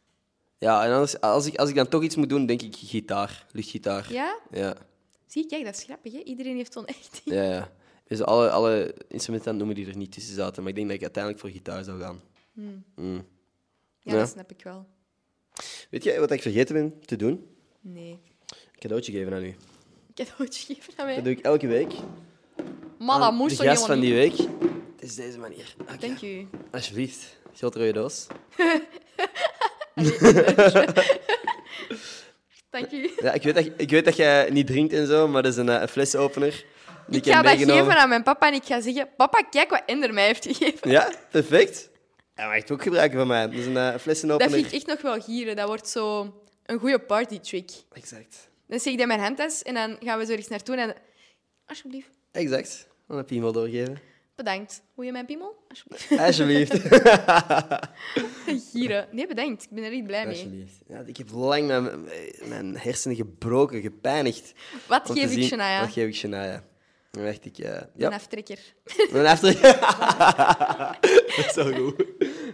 Speaker 2: Ja, en anders, als, ik, als ik dan toch iets moet doen, denk ik gitaar. Luchtgitaar.
Speaker 1: Ja?
Speaker 2: Ja,
Speaker 1: Zie, kijk, dat is grappig. Hè? Iedereen heeft zo'n echt ding.
Speaker 2: ja. ja. Dus alle, alle instrumenten aan het noemen die er niet tussen zaten. Maar ik denk dat ik uiteindelijk voor gitaar zou gaan. Mm.
Speaker 1: Ja,
Speaker 2: Ja.
Speaker 1: dat snap ik wel.
Speaker 2: Weet jij wat ik vergeten ben te doen?
Speaker 1: Nee.
Speaker 2: Een cadeautje geven aan u.
Speaker 1: Cadeautje geven aan
Speaker 2: Dat
Speaker 1: mij.
Speaker 2: doe ik elke week.
Speaker 1: Maar Ah, dat
Speaker 2: Aan
Speaker 1: moest
Speaker 2: de
Speaker 1: toch helemaal
Speaker 2: gast van
Speaker 1: niet.
Speaker 2: die week. Het is deze manier. Dank
Speaker 1: Dank u.
Speaker 2: Alsjeblieft. Grote rode doos.
Speaker 1: Dank u.
Speaker 2: Ja, ik, weet dat, ik weet dat jij niet drinkt en zo, maar dat is een, eh, een flesopener. Die
Speaker 1: Ik ga
Speaker 2: heb
Speaker 1: dat
Speaker 2: meegenomen.
Speaker 1: geven aan mijn papa en ik ga zeggen... Papa, kijk wat Ender mij heeft gegeven.
Speaker 2: Ja, perfect. Hij mag het ook gebruiken van mij. Dat is een eh, flessenopener.
Speaker 1: Dat vind ik echt nog wel gieren. Dat wordt zo een goede party trick.
Speaker 2: Exact.
Speaker 1: Dan steek ik dat in mijn handtas en dan gaan we zo ergens naartoe en... Alsjeblieft.
Speaker 2: Exact. Dan heb je hem wel doorgegeven.
Speaker 1: Bedankt. Hoe je mijn piemel? Alsjeblieft.
Speaker 2: Alsjeblieft.
Speaker 1: Gieren. Nee, bedankt. Ik ben er echt blij mee.
Speaker 2: Alsjeblieft. Ja, ik heb lang mijn, mijn hersenen gebroken, gepijnigd.
Speaker 1: Wat
Speaker 2: om te
Speaker 1: geef ik
Speaker 2: zien-
Speaker 1: Shania?
Speaker 2: Wat geef ik Shania? Dan dacht ik... eh,
Speaker 1: Een
Speaker 2: ja,
Speaker 1: aftrekker.
Speaker 2: een after... Dat is wel goed.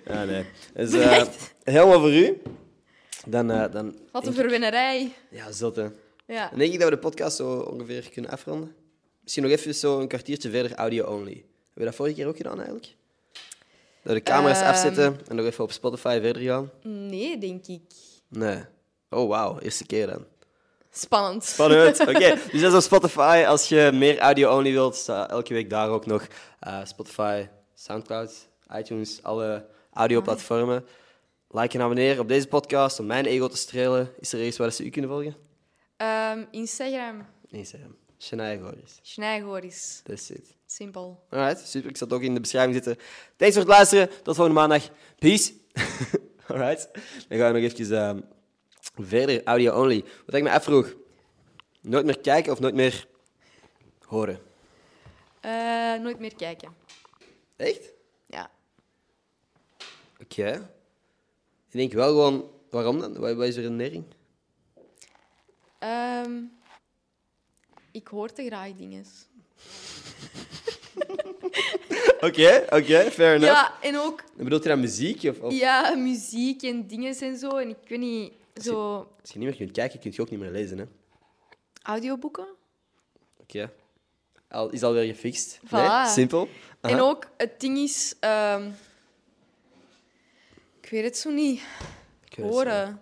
Speaker 2: Ja, nee. Dus, eh,
Speaker 1: Bedankt.
Speaker 2: helemaal voor u. Dan... eh, dan
Speaker 1: Wat een
Speaker 2: denk ik-
Speaker 1: verwinnerij.
Speaker 2: Ja, zot, hè.
Speaker 1: Ja.
Speaker 2: Dan denk ik dat we de podcast zo ongeveer kunnen afronden. Misschien nog even zo een kwartiertje verder audio-only. Hebben we dat vorige keer ook gedaan eigenlijk? Dat we de camera's
Speaker 1: Ehm.
Speaker 2: afzetten en nog even op Spotify verder gaan?
Speaker 1: Nee, denk ik.
Speaker 2: Nee. Oh, wauw. Eerste keer dan.
Speaker 1: Spannend.
Speaker 2: Spannend. Oké, dus dat is op Spotify. Als je meer audio-only wilt, staat elke week daar ook nog eh, Spotify, Soundcloud, iTunes, alle audioplatformen. Like en abonneer op deze podcast om mijn ego te strelen. Is er ergens waar ze u kunnen volgen?
Speaker 1: Ehm, Instagram.
Speaker 2: Instagram. Shania Goris.
Speaker 1: Snij hoor eens.
Speaker 2: That's it.
Speaker 1: Simpel.
Speaker 2: Alright, super. Ik zal het ook in de beschrijving zetten. Thanks voor het luisteren. Tot volgende maandag. Peace. Alright. Dan gaan we nog even ehm, verder. Audio only. Wat ik me afvroeg. Nooit meer kijken of nooit meer horen?
Speaker 1: Eh, nooit meer kijken.
Speaker 2: Echt?
Speaker 1: Ja.
Speaker 2: Oké. Ik denk wel gewoon... Waarom dan? Wat wat is er een nering?
Speaker 1: Ehm, ik hoor te graag dingen.
Speaker 2: Oké, oké. fair enough.
Speaker 1: Ja, en ook
Speaker 2: Bedoelt je dan muziek? Of, of
Speaker 1: ja, muziek en dingen en zo. En ik weet niet, zo
Speaker 2: als je niet meer kunt kijken, kun je ook niet meer lezen, hè?
Speaker 1: audioboeken.
Speaker 2: Oké. Al, is alweer gefixt.
Speaker 1: Voilà.
Speaker 2: Nee, simpel. Aha.
Speaker 1: En ook het ding is, ehm, ik weet het zo niet,
Speaker 2: Ik wil het
Speaker 1: horen.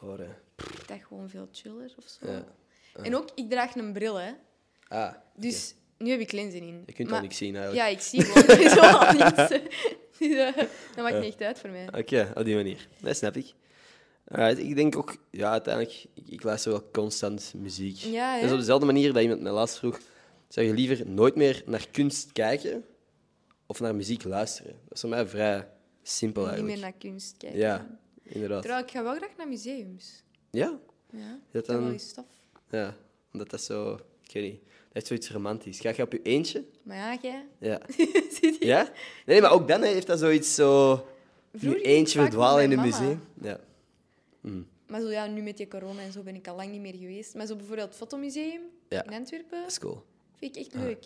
Speaker 2: zo Horen.
Speaker 1: Ik dacht gewoon veel chiller of zo.
Speaker 2: Ja.
Speaker 1: En ook, ik draag een bril, hè.
Speaker 2: Ah,
Speaker 1: Dus nu heb ik lenzen in.
Speaker 2: je kunt
Speaker 1: Maar-
Speaker 2: al niks zien eigenlijk.
Speaker 1: Ja, ik zie gewoon zo al niks. Dus, eh, dat maakt niet echt uit voor mij.
Speaker 2: Oké, op die manier. Dat snap ik. Alright, ik denk ook, ja, uiteindelijk, ik, ik luister wel constant muziek.
Speaker 1: Ja, hè?
Speaker 2: dus op dezelfde manier dat iemand mij laatst vroeg: zou je liever nooit meer naar kunst kijken of naar muziek luisteren? Dat is voor mij vrij simpel
Speaker 1: Niet
Speaker 2: eigenlijk.
Speaker 1: meer naar kunst kijken.
Speaker 2: Ja, inderdaad.
Speaker 1: Terwijl ik ga wel graag naar museums.
Speaker 2: Ja,
Speaker 1: Ja,
Speaker 2: dat
Speaker 1: dat is wel
Speaker 2: dan,
Speaker 1: eens tof.
Speaker 2: ja, omdat dat zo, ik weet niet, dat is zoiets romantisch. Ga je op je eentje?
Speaker 1: Maar ja, jij...
Speaker 2: Ja.
Speaker 1: Zit hier-
Speaker 2: ja? Nee, maar ook dan hè, heeft dat zoiets zo.
Speaker 1: Vroeger
Speaker 2: Je
Speaker 1: ging ik
Speaker 2: eentje
Speaker 1: vaak met
Speaker 2: verdwalen in een
Speaker 1: mijn mama.
Speaker 2: museum. Ja.
Speaker 1: Maar zo, ja, nu met die corona en zo ben ik al lang niet meer geweest. Maar zo bijvoorbeeld het fotomuseum
Speaker 2: Ja.
Speaker 1: in Antwerpen
Speaker 2: Dat is cool.
Speaker 1: vind ik echt leuk.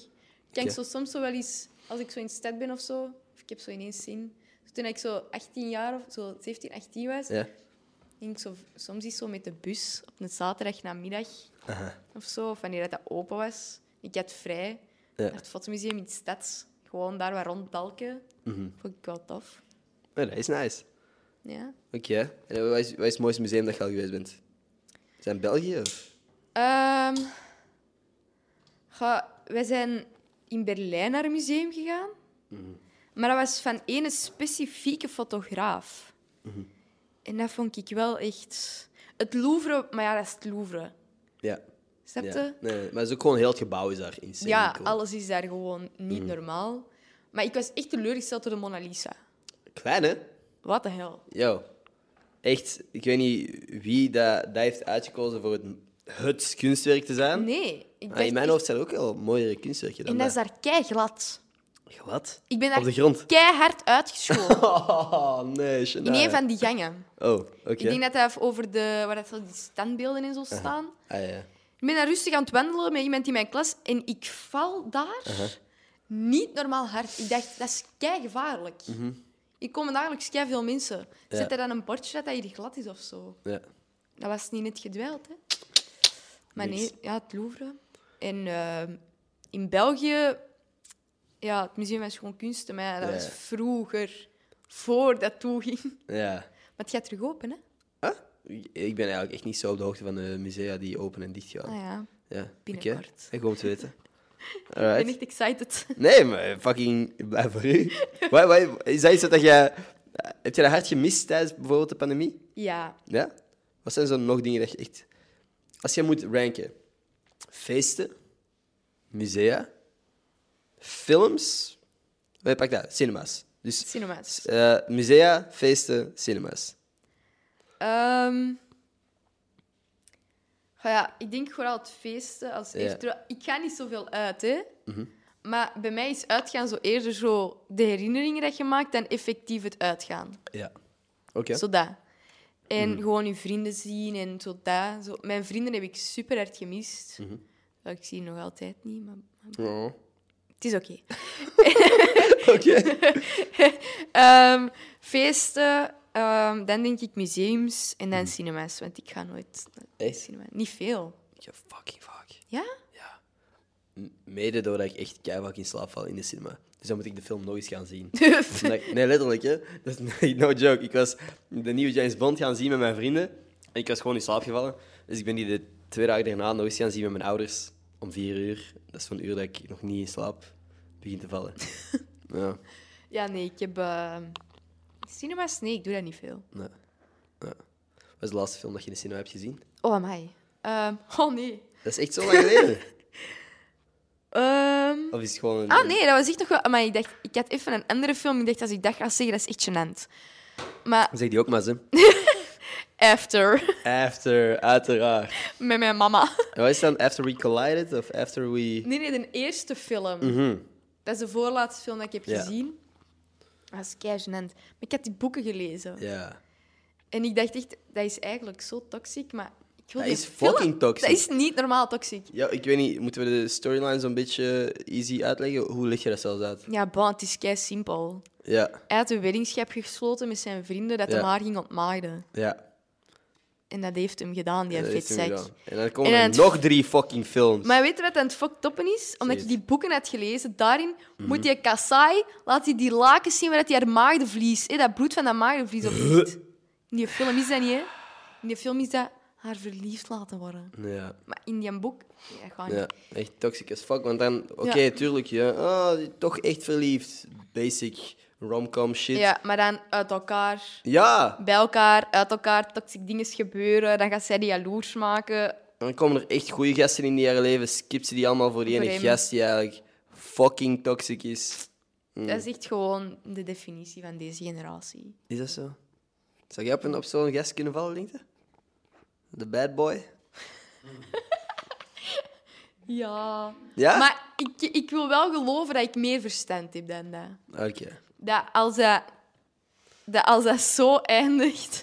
Speaker 1: Kijk,
Speaker 2: Oké.
Speaker 1: zo soms zo wel eens, als ik zo in de stad ben of zo, of ik heb zo ineens zin. Toen ik zo 18 jaar of zo 17, 18 was,
Speaker 2: Ja.
Speaker 1: ging ik zo, soms eens zo met de bus op een zaterdag namiddag of zo, of wanneer dat open was. Ik had vrij
Speaker 2: Ja.
Speaker 1: naar het fotomuseum in de stad. Gewoon daar wat ronddalken.
Speaker 2: Mhm.
Speaker 1: Vond ik wel tof.
Speaker 2: Ja, dat is Oh, nice.
Speaker 1: Ja.
Speaker 2: Oké. En wat is, wat is het mooiste museum dat je al geweest bent? Is dat in België? Of?
Speaker 1: Ehm, ga- wij zijn in Berlijn naar een museum gegaan.
Speaker 2: Mhm.
Speaker 1: Maar dat was van ene specifieke fotograaf.
Speaker 2: Mhm.
Speaker 1: En dat vond ik wel echt... Het Louvre... Maar ja, dat is het Louvre.
Speaker 2: Ja.
Speaker 1: Snap je?
Speaker 2: ja. Nee, nee, maar het is ook gewoon heel het gebouw is daar insane
Speaker 1: Ja,
Speaker 2: cool.
Speaker 1: alles is daar gewoon niet
Speaker 2: Mhm.
Speaker 1: normaal. Maar ik was echt teleurgesteld door de Mona Lisa.
Speaker 2: Klein, hè?
Speaker 1: Wat de hel.
Speaker 2: Yo. Echt, ik weet niet wie dat, dat heeft uitgekozen voor het, het kunstwerk te zijn.
Speaker 1: Nee. Ik
Speaker 2: Maar
Speaker 1: dacht
Speaker 2: Ah, in mijn
Speaker 1: echt-
Speaker 2: hoofd zijn er ook wel mooiere kunstwerken dan
Speaker 1: En dat is
Speaker 2: dat.
Speaker 1: daar keihard.
Speaker 2: Wat?
Speaker 1: Ik ben daar
Speaker 2: Op de grond?
Speaker 1: keihard uitgeschoten.
Speaker 2: Oh, nee, Shania.
Speaker 1: in een van die gangen.
Speaker 2: Oh, oké.
Speaker 1: Ik denk dat hij over de, waar dat zo die standbeelden en zo staan.
Speaker 2: Ah, ja.
Speaker 1: Ik ben daar rustig aan het wandelen met iemand in mijn klas en ik val daar niet normaal hard. Ik dacht, dat is kei gevaarlijk. Ik kom dagelijks kei veel mensen.
Speaker 2: Mhm. Ja.
Speaker 1: Zet er dan een bordje dat dat hier glad is of zo?
Speaker 2: ja.
Speaker 1: Dat was niet net gedweild, hè? Maar
Speaker 2: Niks.
Speaker 1: nee, ja, het Louvre. En eh, in België, ja, het museum was gewoon kunsten, maar dat
Speaker 2: Ja.
Speaker 1: was vroeger, voor dat toeging.
Speaker 2: Ja.
Speaker 1: Maar het gaat terug open, hè?
Speaker 2: Huh? Ik ben eigenlijk echt niet zo op de hoogte van de musea die open en dicht gaan.
Speaker 1: Ah ja,
Speaker 2: Ja,
Speaker 1: Binnenkort.
Speaker 2: oké. Ik hoop te weten.
Speaker 1: ik
Speaker 2: Alright.
Speaker 1: ben echt excited.
Speaker 2: Nee, maar fucking blij voor u. Wat- wat- Is dat iets dat jij... Heb je dat hard gemist tijdens bijvoorbeeld de pandemie?
Speaker 1: Ja,
Speaker 2: Ja? Wat zijn zo nog dingen dat je echt... Als je moet ranken. Feesten. Musea. Films. Wat pak dat? Cinema's. Dus
Speaker 1: cinema's.
Speaker 2: eh, musea, feesten, cinema's.
Speaker 1: Ehm goh ja, ik denk vooral het feesten. Als
Speaker 2: Ja. Mhm.
Speaker 1: eerste. Terwijl- Ik ga niet zoveel uit, hè. Maar bij mij is uitgaan zo eerder zo de herinneringen dat je maakt dan effectief het uitgaan.
Speaker 2: Ja. Mhm. Oké.
Speaker 1: Zo dat. En gewoon je vrienden zien en zo dat. Zo. Mijn vrienden heb ik super hard gemist.
Speaker 2: Mhm.
Speaker 1: Wel, Ik zie je nog altijd niet, maar
Speaker 2: Oh.
Speaker 1: het is oké.
Speaker 2: Oké.
Speaker 1: Ehm, feesten, ehm, dan denk ik museums en dan cinema's. Want ik ga nooit naar
Speaker 2: Mhm. Echt?
Speaker 1: cinema. Niet veel.
Speaker 2: Ja, fucking vaak.
Speaker 1: Ja?
Speaker 2: Mede doordat ik echt keihard in slaap val in de cinema. Dus dan moet ik de film nog eens gaan zien. Omdat ik- nee, letterlijk, hè. Dat is, nee, no joke. Ik was de nieuwe James Bond gaan zien met mijn vrienden. En ik was gewoon in slaap gevallen. Dus ik ben die de twee dagen daarna nog eens gaan zien met mijn ouders. Om vier uur. Dat is zo'n uur dat ik nog niet in slaap begin te vallen. ja,
Speaker 1: Ja, nee, ik heb... eh, Cinema's? Nee, ik doe dat niet veel.
Speaker 2: nee. Ja. Wat is de laatste film dat je in de cinema hebt gezien?
Speaker 1: Oh, amai. Ehm, oh, nee.
Speaker 2: Dat is echt zo lang geleden.
Speaker 1: Ehm,
Speaker 2: Of is het gewoon een...
Speaker 1: ah, nee, dat was echt nog wel... Maar ik dacht, ik had even een andere film. Ik dacht, als ik dat ga zeggen, dat is echt gênant. Maar
Speaker 2: Zeg die ook maar, ze.
Speaker 1: After,
Speaker 2: After, uiteraard.
Speaker 1: met mijn mama.
Speaker 2: En Wat is dan After We Collided of After We...
Speaker 1: Nee, nee, de eerste film.
Speaker 2: Mhm.
Speaker 1: Dat is de voorlaatste film dat ik heb
Speaker 2: Ja.
Speaker 1: gezien. Dat is keigenend. Maar ik had die boeken gelezen.
Speaker 2: Ja.
Speaker 1: En ik dacht echt, dat is eigenlijk zo toxiek, maar ik wil
Speaker 2: Dat
Speaker 1: die
Speaker 2: is
Speaker 1: film-
Speaker 2: fucking toxic.
Speaker 1: Dat is niet normaal toxiek.
Speaker 2: Ja, ik weet niet, moeten we de storyline zo'n beetje easy uitleggen? Hoe leg je dat zelfs uit?
Speaker 1: Ja, bon, het is kei simpel.
Speaker 2: Ja,
Speaker 1: Hij had een weddingschap gesloten met zijn vrienden dat
Speaker 2: Ja.
Speaker 1: hem haar ging ontmaagden.
Speaker 2: ja.
Speaker 1: En dat heeft hem gedaan, die
Speaker 2: dat heeft hij
Speaker 1: vetzak.
Speaker 2: gedaan. En dan komen
Speaker 1: En
Speaker 2: er
Speaker 1: het-
Speaker 2: nog drie fucking films.
Speaker 1: Maar weet je wat aan het fucked toppen is? Omdat
Speaker 2: Zeg
Speaker 1: je
Speaker 2: het.
Speaker 1: die boeken hebt gelezen, daarin
Speaker 2: Mhm.
Speaker 1: moet je Kasai, laat hij die lakens zien waar dat hij haar maagdenvlies, hè, dat bloed van dat maagdenvlies op ligt. In die film is dat niet, hè? In die film is dat haar verliefd laten worden.
Speaker 2: Ja.
Speaker 1: Maar in die boek, ja, gewoon
Speaker 2: ja, echt toxic as fuck. Want dan, oké,
Speaker 1: Ja.
Speaker 2: tuurlijk, ja, ah, toch echt verliefd. Basic romcom shit.
Speaker 1: niet. Ja, maar dan uit elkaar.
Speaker 2: Ja,
Speaker 1: bij elkaar, uit elkaar, toxic dingen gebeuren. Dan gaat zij die jaloers maken.
Speaker 2: dan komen er echt goede gasten in die haar leven. Skip ze die allemaal voor die
Speaker 1: Voor
Speaker 2: ene
Speaker 1: hem.
Speaker 2: gast die eigenlijk fucking toxic is.
Speaker 1: Dat is echt gewoon de definitie van deze generatie.
Speaker 2: Is dat zo? Zou jij op, een- op zo'n gast kunnen vallen, denk je? De bad boy?
Speaker 1: Ja.
Speaker 2: Ja?
Speaker 1: Maar ik, ik wil wel geloven dat ik meer verstand heb dan dat.
Speaker 2: Oké.
Speaker 1: Dat als dat, dat, als dat zo eindigt...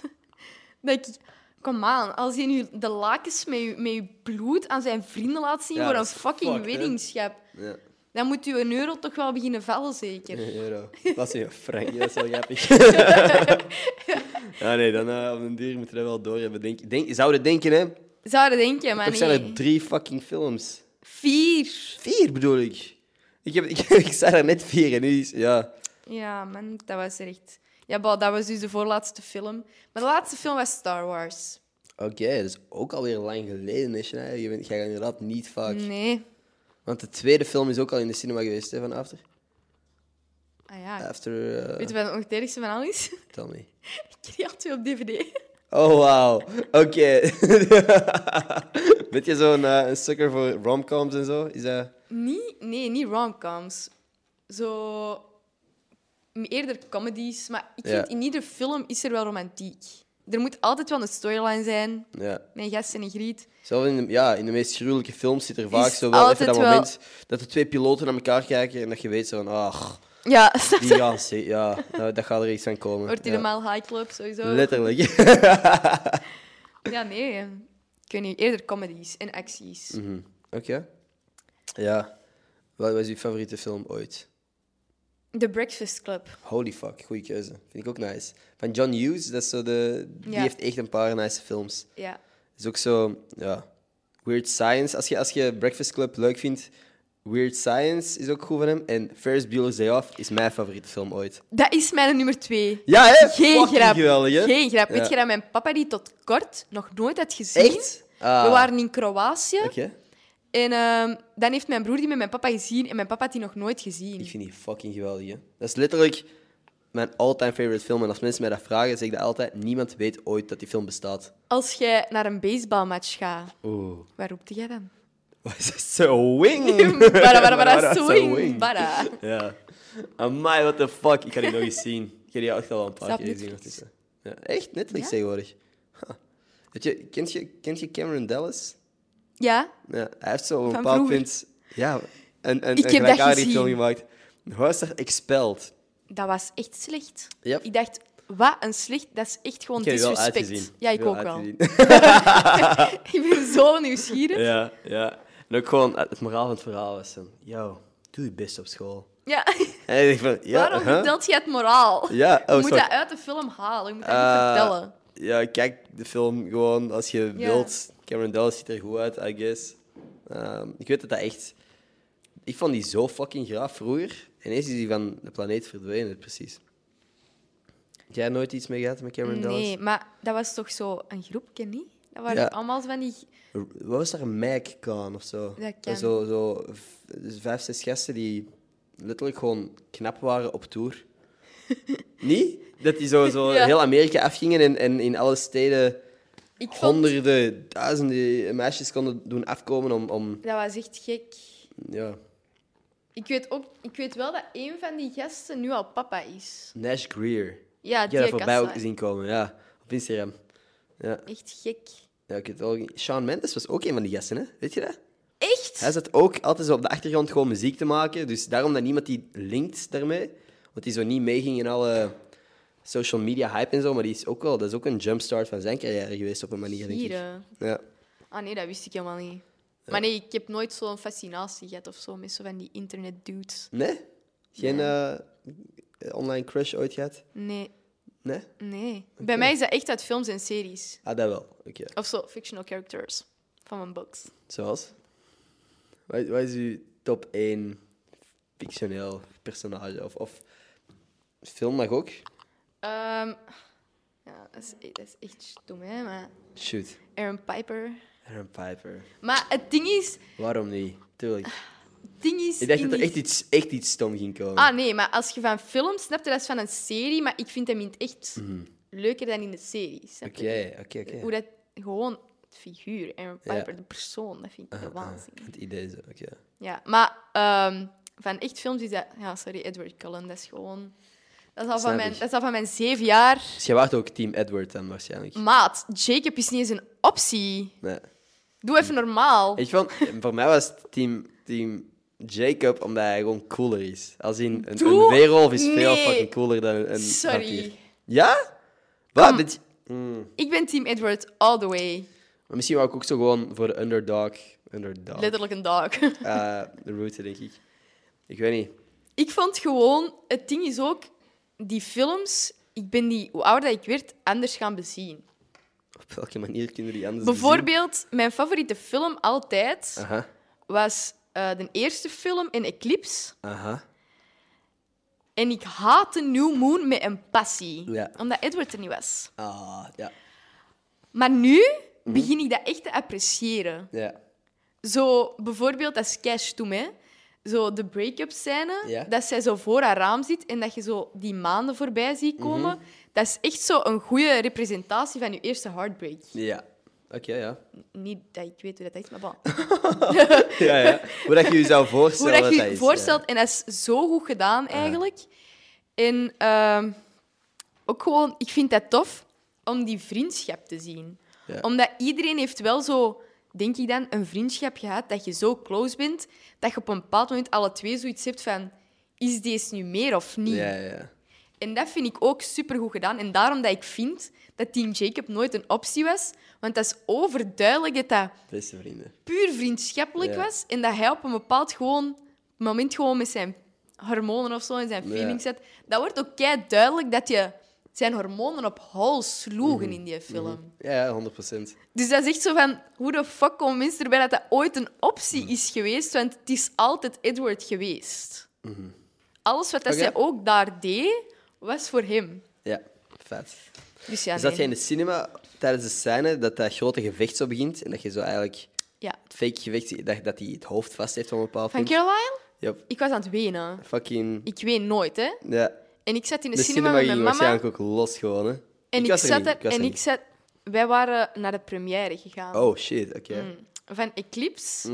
Speaker 1: Dat ik... Kom aan, als je nu de lakens met je, met je bloed aan zijn vrienden laat zien
Speaker 2: Ja,
Speaker 1: voor
Speaker 2: dat
Speaker 1: een
Speaker 2: is
Speaker 1: fucking
Speaker 2: fucked, hè?
Speaker 1: weddingschap,
Speaker 2: Ja.
Speaker 1: dan moet je een euro toch wel beginnen vallen, zeker?
Speaker 2: Een euro. Dat is heel frank, dat is wel grappig. ja, nee, dan eh, op een duur moet je dat wel doorhebben. Denk, denk, zouden denken, hè?
Speaker 1: Zouden denken, maar
Speaker 2: Toch
Speaker 1: nee.
Speaker 2: zijn er drie fucking films.
Speaker 1: Vier.
Speaker 2: Vier bedoel ik. Ik, heb, ik, ik zei er net vier en nu is... Ja.
Speaker 1: Ja, man, dat was er echt. Ja, bah, dat was dus de voorlaatste film. Maar de laatste film was Star Wars.
Speaker 2: Oké, dat is ook alweer lang geleden, hè, Shania. Je bent, jij gaat inderdaad niet vaak.
Speaker 1: Nee.
Speaker 2: Want de tweede film is ook al in de cinema geweest, hè, van After.
Speaker 1: Ah ja.
Speaker 2: After... eh,
Speaker 1: Weet je wat nog het ergste van al is?
Speaker 2: tell me.
Speaker 1: Ik kreeg had twee op DVD.
Speaker 2: Oh, wauw. Oké. Bent je zo'n eh, een sucker voor romcoms en zo? Is dat...
Speaker 1: Niet, nee, niet romcoms. Zo. Eerder comedies. Maar ik
Speaker 2: Ja.
Speaker 1: vind in iedere film is er wel romantiek. Er moet altijd wel een storyline zijn.
Speaker 2: Ja.
Speaker 1: Mijn gasten en Griet.
Speaker 2: Zelfs in de, ja, in de meest gruwelijke films zit er vaak
Speaker 1: Is
Speaker 2: zo wel even
Speaker 1: altijd
Speaker 2: dat
Speaker 1: wel-
Speaker 2: moment dat de twee piloten naar elkaar kijken en dat je weet zo van, ah,
Speaker 1: Ja,
Speaker 2: die gaan ze, ja, nou, dat gaat er iets aan komen.
Speaker 1: wordt
Speaker 2: Ja.
Speaker 1: helemaal high club sowieso.
Speaker 2: Letterlijk.
Speaker 1: Ja, nee. Ik weet niet. Eerder comedies en acties.
Speaker 2: Mhm. Oké. Ja. Wat was je favoriete film ooit?
Speaker 1: The Breakfast Club.
Speaker 2: Holy fuck, goede keuze. Vind ik ook nice. Van John Hughes, dat is zo de, die
Speaker 1: Ja.
Speaker 2: heeft echt een paar nice films.
Speaker 1: Ja.
Speaker 2: is ook zo, ja, Weird Science. Als je, als je Breakfast Club leuk vindt, Weird Science is ook goed van hem. En Ferris Bueller's Day Off is mijn favoriete film ooit.
Speaker 1: Dat is mijn nummer twee.
Speaker 2: Ja, hè?
Speaker 1: Geen
Speaker 2: Fucking
Speaker 1: grap.
Speaker 2: geweldig, hè?
Speaker 1: Geen grap.
Speaker 2: Ja.
Speaker 1: Weet je dat mijn papa die tot kort nog nooit had gezien?
Speaker 2: Echt? Ah,
Speaker 1: We waren in Kroatië.
Speaker 2: Oké.
Speaker 1: En ehm, dan heeft mijn broer die met mijn papa gezien. En mijn papa had die nog nooit gezien.
Speaker 2: Ik vind die fucking geweldig, hè? Dat is letterlijk mijn all-time favorite film. En als mensen mij dat vragen, zeg ik dat altijd. Niemand weet ooit dat die film bestaat.
Speaker 1: Als jij naar een baseballmatch gaat,
Speaker 2: Oeh.
Speaker 1: waar roept jij dan?
Speaker 2: Wat is dat? Zo wing!
Speaker 1: bara, bara, bara,
Speaker 2: Bara,
Speaker 1: swing,
Speaker 2: swing.
Speaker 1: bara.
Speaker 2: Ja. Amai, what the fuck. Ik ga die nog eens zien. Ik heb die echt al een paar
Speaker 1: Staat
Speaker 2: keer gezien.
Speaker 1: Netflix.
Speaker 2: ondertussen. Ja, echt? Netflix
Speaker 1: Ja.
Speaker 2: tegenwoordig. Ha. Weet je, kent, je, kent je Cameron Dallas?
Speaker 1: Ja?
Speaker 2: Ja, hij heeft zo op een
Speaker 1: Van
Speaker 2: bepaald
Speaker 1: vroeger.
Speaker 2: punt... Ja, een, een,
Speaker 1: Ik
Speaker 2: een
Speaker 1: heb dat
Speaker 2: gelijkaardige
Speaker 1: gezien.
Speaker 2: film gemaakt. Hoe is dat? Expelled.
Speaker 1: Dat was echt slecht.
Speaker 2: Yep.
Speaker 1: Ik dacht, wat een slecht... Dat is echt gewoon
Speaker 2: Ik heb die wel
Speaker 1: disrespect.
Speaker 2: uitgezien.
Speaker 1: Ja, ik
Speaker 2: Wel
Speaker 1: ook wel.
Speaker 2: uitgezien.
Speaker 1: Ik ben zo nieuwsgierig. Ja.
Speaker 2: ja, ja. En ook gewoon, eh, het moraal van het verhaal was dan... Yo, doe je best op school. En ik dacht van... Ja,
Speaker 1: Waarom
Speaker 2: huh?
Speaker 1: vertelt je het moraal?
Speaker 2: Ja,
Speaker 1: je
Speaker 2: oh,
Speaker 1: moet
Speaker 2: sorry.
Speaker 1: dat uit de film halen. Je moet dat
Speaker 2: Eh,
Speaker 1: niet vertellen.
Speaker 2: Ja, kijk de film gewoon als je
Speaker 1: Ja.
Speaker 2: wilt. Cameron Dallas ziet er goed uit, I guess. Ehm, ik weet dat dat echt... Ik vond die zo fucking graaf vroeger. Ineens is die van de planeet verdwenen, precies. Heb jij nooit iets mee gehad met Cameron Dallas?
Speaker 1: Nee, maar dat was toch zo een groepje, niet? Dat waren
Speaker 2: Ja.
Speaker 1: allemaal van die...
Speaker 2: R- Wat was daar? Een MagCon of zo?
Speaker 1: Dat kan.
Speaker 2: Zo, zo v- dus vijf, zes gasten die letterlijk gewoon knap waren op tour. Niet? Dat die zo, zo
Speaker 1: Ja.
Speaker 2: heel Amerika afgingen en, en in alle steden...
Speaker 1: Ik vond,
Speaker 2: honderden, duizenden meisjes konden doen afkomen om... om
Speaker 1: dat was echt gek.
Speaker 2: ja.
Speaker 1: Ik weet, ook, ik weet wel dat een van die gasten nu al papa is.
Speaker 2: Nash Greer.
Speaker 1: Ja,
Speaker 2: Ik heb
Speaker 1: die
Speaker 2: dat voorbij
Speaker 1: kassa.
Speaker 2: ook zien komen, ja. Op Instagram. Ja,
Speaker 1: Echt gek.
Speaker 2: ja ik weet het wel. Sean Mendes was ook een van die gasten, hè? Weet je dat?
Speaker 1: Echt?
Speaker 2: Hij zat ook altijd zo op de achtergrond gewoon muziek te maken. Dus daarom dat niemand die linkt daarmee. Want die zo niet meeging in alle social media hype en zo. Maar die is ook wel, dat is ook een jumpstart van zijn carrière geweest op een manier, denk ik.
Speaker 1: Gieren.
Speaker 2: Ja.
Speaker 1: eh. Ah nee, dat wist ik helemaal niet. Maar nee, ik heb nooit zo'n fascinatie gehad of zo met zo van die internetdudes.
Speaker 2: Nee? Geen eh, online crush ooit gehad?
Speaker 1: Nee,
Speaker 2: Nee?
Speaker 1: nee. Bij mij is dat echt uit films en series.
Speaker 2: Ah, dat wel. Oké.
Speaker 1: Of zo, fictional characters van mijn books.
Speaker 2: Zoals? Wat, wat is uw top 1 fictioneel personage? Of, of film mag ook?
Speaker 1: Ehm, ja, dat is, e- dat is echt stom, hè. Maar
Speaker 2: Shoot.
Speaker 1: Aaron Piper.
Speaker 2: Aaron Piper.
Speaker 1: Maar het ding is...
Speaker 2: Waarom niet?
Speaker 1: Ah,
Speaker 2: Tuurlijk.
Speaker 1: het ding is
Speaker 2: Ik dacht
Speaker 1: in
Speaker 2: dat er
Speaker 1: die-
Speaker 2: echt iets, echt iets stom ging komen.
Speaker 1: Ah nee, maar als je van film snapt, dat is van een serie. Maar ik vind hem in het echt leuker dan in de serie. snap je?
Speaker 2: Mhm. Oké, oké,
Speaker 1: Hoe
Speaker 2: oké.
Speaker 1: dat gewoon het figuur, Aaron
Speaker 2: Ja. Ah,
Speaker 1: Piper, de persoon, dat vind ik de waanzin.
Speaker 2: Het idee zo, oké.
Speaker 1: Ja, maar ehm, van echt films is dat... Ja, sorry, Edward Cullen, dat is gewoon... Dat is al,
Speaker 2: Snap
Speaker 1: van mijn,
Speaker 2: ik.
Speaker 1: dat is al van mijn zeven jaar.
Speaker 2: Dus jij waart ook team Edward dan waarschijnlijk.
Speaker 1: Maat, Jacob is niet eens een optie.
Speaker 2: Nee.
Speaker 1: Doe even normaal.
Speaker 2: Hm. Ik vond, voor mij was het team, team Jacob omdat hij gewoon cooler is. Als in, een,
Speaker 1: Doe-
Speaker 2: een weerwolf is veel
Speaker 1: Nee.
Speaker 2: fucking cooler dan een
Speaker 1: Sorry.
Speaker 2: vampier. Ja? Wat?
Speaker 1: Kom.
Speaker 2: Dit- Mm.
Speaker 1: Ik ben team Edward all the way.
Speaker 2: Maar misschien wou ik ook zo gewoon voor de underdog, underdog
Speaker 1: Letterlijk een dag.
Speaker 2: eh, de route, denk ik. Ik weet niet.
Speaker 1: ik vond gewoon... Het ding is ook, die films... Ik ben die, hoe ouder dat ik werd, anders gaan bezien.
Speaker 2: Op welke manier kunnen die anders
Speaker 1: Bijvoorbeeld, mijn favoriete film altijd
Speaker 2: bezien? Aha,
Speaker 1: was eh, de eerste film in Eclipse.
Speaker 2: aha.
Speaker 1: En ik haatte New Moon met een passie.
Speaker 2: Ja.
Speaker 1: Omdat Edward er niet was.
Speaker 2: Ah, ja.
Speaker 1: Maar nu begin ik dat echt te appreciëren.
Speaker 2: Ja.
Speaker 1: Zo bijvoorbeeld, dat is cash toen, hè. Zo de break-up scène,
Speaker 2: Ja.
Speaker 1: dat zij zo voor haar raam zit en dat je zo die maanden voorbij ziet komen. Dat is echt zo een goede representatie van je eerste heartbreak.
Speaker 2: Ja. Oké, ja.
Speaker 1: Niet dat ik weet hoe dat is, maar bon.
Speaker 2: ja, ja. Hoe dat je je zou
Speaker 1: hoe
Speaker 2: voorstellen
Speaker 1: dat je
Speaker 2: dat
Speaker 1: je
Speaker 2: is,
Speaker 1: voorstelt. En dat is zo goed gedaan, eigenlijk. En ehm, ook gewoon, ik vind dat tof om die vriendschap te zien.
Speaker 2: Ja.
Speaker 1: Omdat iedereen heeft wel zo, denk ik dan, een vriendschap gehad dat je zo close bent, dat je op een bepaald moment alle twee zoiets hebt van... Is deze nu meer of niet?
Speaker 2: Ja, ja, ja.
Speaker 1: En dat vind ik ook supergoed gedaan. En daarom dat ik vind dat Team Jacob nooit een optie was. Want dat is overduidelijk dat dat
Speaker 2: Beste vrienden.
Speaker 1: puur vriendschappelijk
Speaker 2: Ja.
Speaker 1: was en dat hij op een bepaald gewoon, moment gewoon met zijn hormonen of zo en zijn
Speaker 2: Ja.
Speaker 1: feelings zat. Dat wordt ook kei duidelijk dat je zijn hormonen op hol sloegen
Speaker 2: Mhm.
Speaker 1: in die film.
Speaker 2: Ja, ja, 100 procent.
Speaker 1: Dus dat is echt zo van, hoe de fuck komen mensen erbij dat dat ooit een optie
Speaker 2: Mhm.
Speaker 1: is geweest? Want het is altijd Edward geweest. Alles wat dat
Speaker 2: Mhm. Oké.
Speaker 1: zij ook daar deed, was voor hem.
Speaker 2: Ja, vet.
Speaker 1: Dus ja,
Speaker 2: Dus dat
Speaker 1: nee.
Speaker 2: jij in de cinema tijdens de scène dat dat grote gevecht zo begint en dat je zo eigenlijk
Speaker 1: Ja.
Speaker 2: het fake gevecht, dat, dat hij het hoofd vast heeft op een bepaald
Speaker 1: Van
Speaker 2: punt.
Speaker 1: Caroline?
Speaker 2: Ja,
Speaker 1: Ik was aan het wenen.
Speaker 2: fucking.
Speaker 1: Ik ween nooit, hè.
Speaker 2: Ja.
Speaker 1: En ik zat in de,
Speaker 2: De,
Speaker 1: cinema,
Speaker 2: cinema
Speaker 1: met
Speaker 2: ging
Speaker 1: mijn mama.
Speaker 2: waarschijnlijk ook los gewoon, hè?
Speaker 1: En ik,
Speaker 2: was er
Speaker 1: zat
Speaker 2: niet,
Speaker 1: er,
Speaker 2: was
Speaker 1: en
Speaker 2: er
Speaker 1: ik zat, wij waren naar de première gegaan
Speaker 2: Oh Mm. shit, oké.
Speaker 1: Mm.
Speaker 2: Mhm.
Speaker 1: van Eclipse.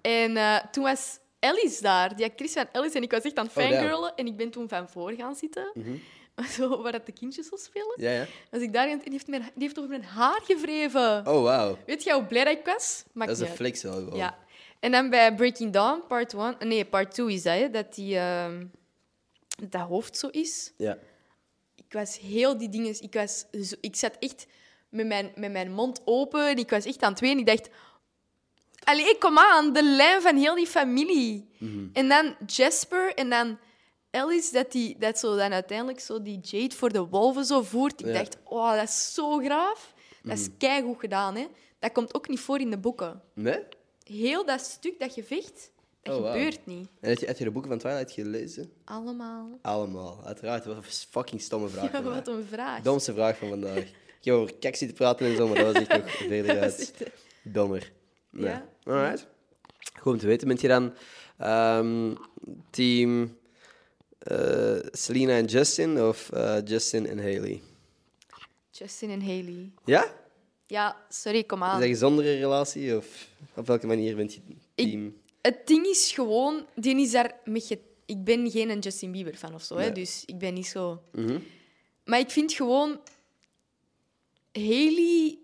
Speaker 1: En eh, toen was Alice daar, die actrice van Alice. En ik was echt aan het
Speaker 2: Oh, damn.
Speaker 1: fangirlen. En ik ben toen van voor gaan zitten, zo, waar dat de kindjes zo spelen.
Speaker 2: Ja, ja.
Speaker 1: Was ik daar en die heeft, mijn, die heeft over mijn haar gewreven.
Speaker 2: Oh wow,
Speaker 1: Weet je hoe blij dat ik was? Maakt
Speaker 2: dat is
Speaker 1: niet
Speaker 2: een
Speaker 1: uit.
Speaker 2: flex wel gewoon.
Speaker 1: Ja. En dan bij Breaking Dawn, part 1... Nee, part 2 is dat, hè, dat die... ehm, dat hoofd zo is.
Speaker 2: Ja.
Speaker 1: ik was heel die dingen. Ik, was zo, ik zat echt met mijn, met mijn mond open. en Ik was echt aan het wenen. Ik dacht. Allee, kom aan, de lijn van heel die familie.
Speaker 2: Mhm.
Speaker 1: En dan Jasper en dan Alice, dat, die, dat zo dan uiteindelijk zo die Jade voor de wolven zo voert. Ik
Speaker 2: Ja. Mhm.
Speaker 1: dacht, oh, dat is zo graaf. Dat is keigoed gedaan, hè. Dat komt ook niet voor in de boeken.
Speaker 2: Nee?
Speaker 1: Heel dat stuk, dat gevecht, dat
Speaker 2: Oh, wauw.
Speaker 1: gebeurt niet.
Speaker 2: En heb je, heb je de boeken van Twilight gelezen?
Speaker 1: Allemaal.
Speaker 2: Allemaal, uiteraard. Wat een fucking stomme vraag.
Speaker 1: Ja,
Speaker 2: van mij.
Speaker 1: wat een vraag.
Speaker 2: Domste vraag van vandaag. Ik heb over kek zitten praten en zo, maar dat was echt nog verder
Speaker 1: Dat was
Speaker 2: uit.
Speaker 1: echt-
Speaker 2: Dommer. Nee.
Speaker 1: Ja.
Speaker 2: Alright. Goed om te weten, bent je dan ehm, team eh, Selena en Justin of eh, Justin en Haley?
Speaker 1: Justin en Haley.
Speaker 2: Ja?
Speaker 1: Ja, sorry, kom
Speaker 2: Is
Speaker 1: aan.
Speaker 2: dat een gezondere relatie of op welke manier bent je team?
Speaker 1: Ik, het ding is gewoon, die is daar met je... Ik ben geen Justin Bieber fan of zo, hè,
Speaker 2: Nee.
Speaker 1: dus ik ben niet zo. Maar ik vind gewoon, Haley,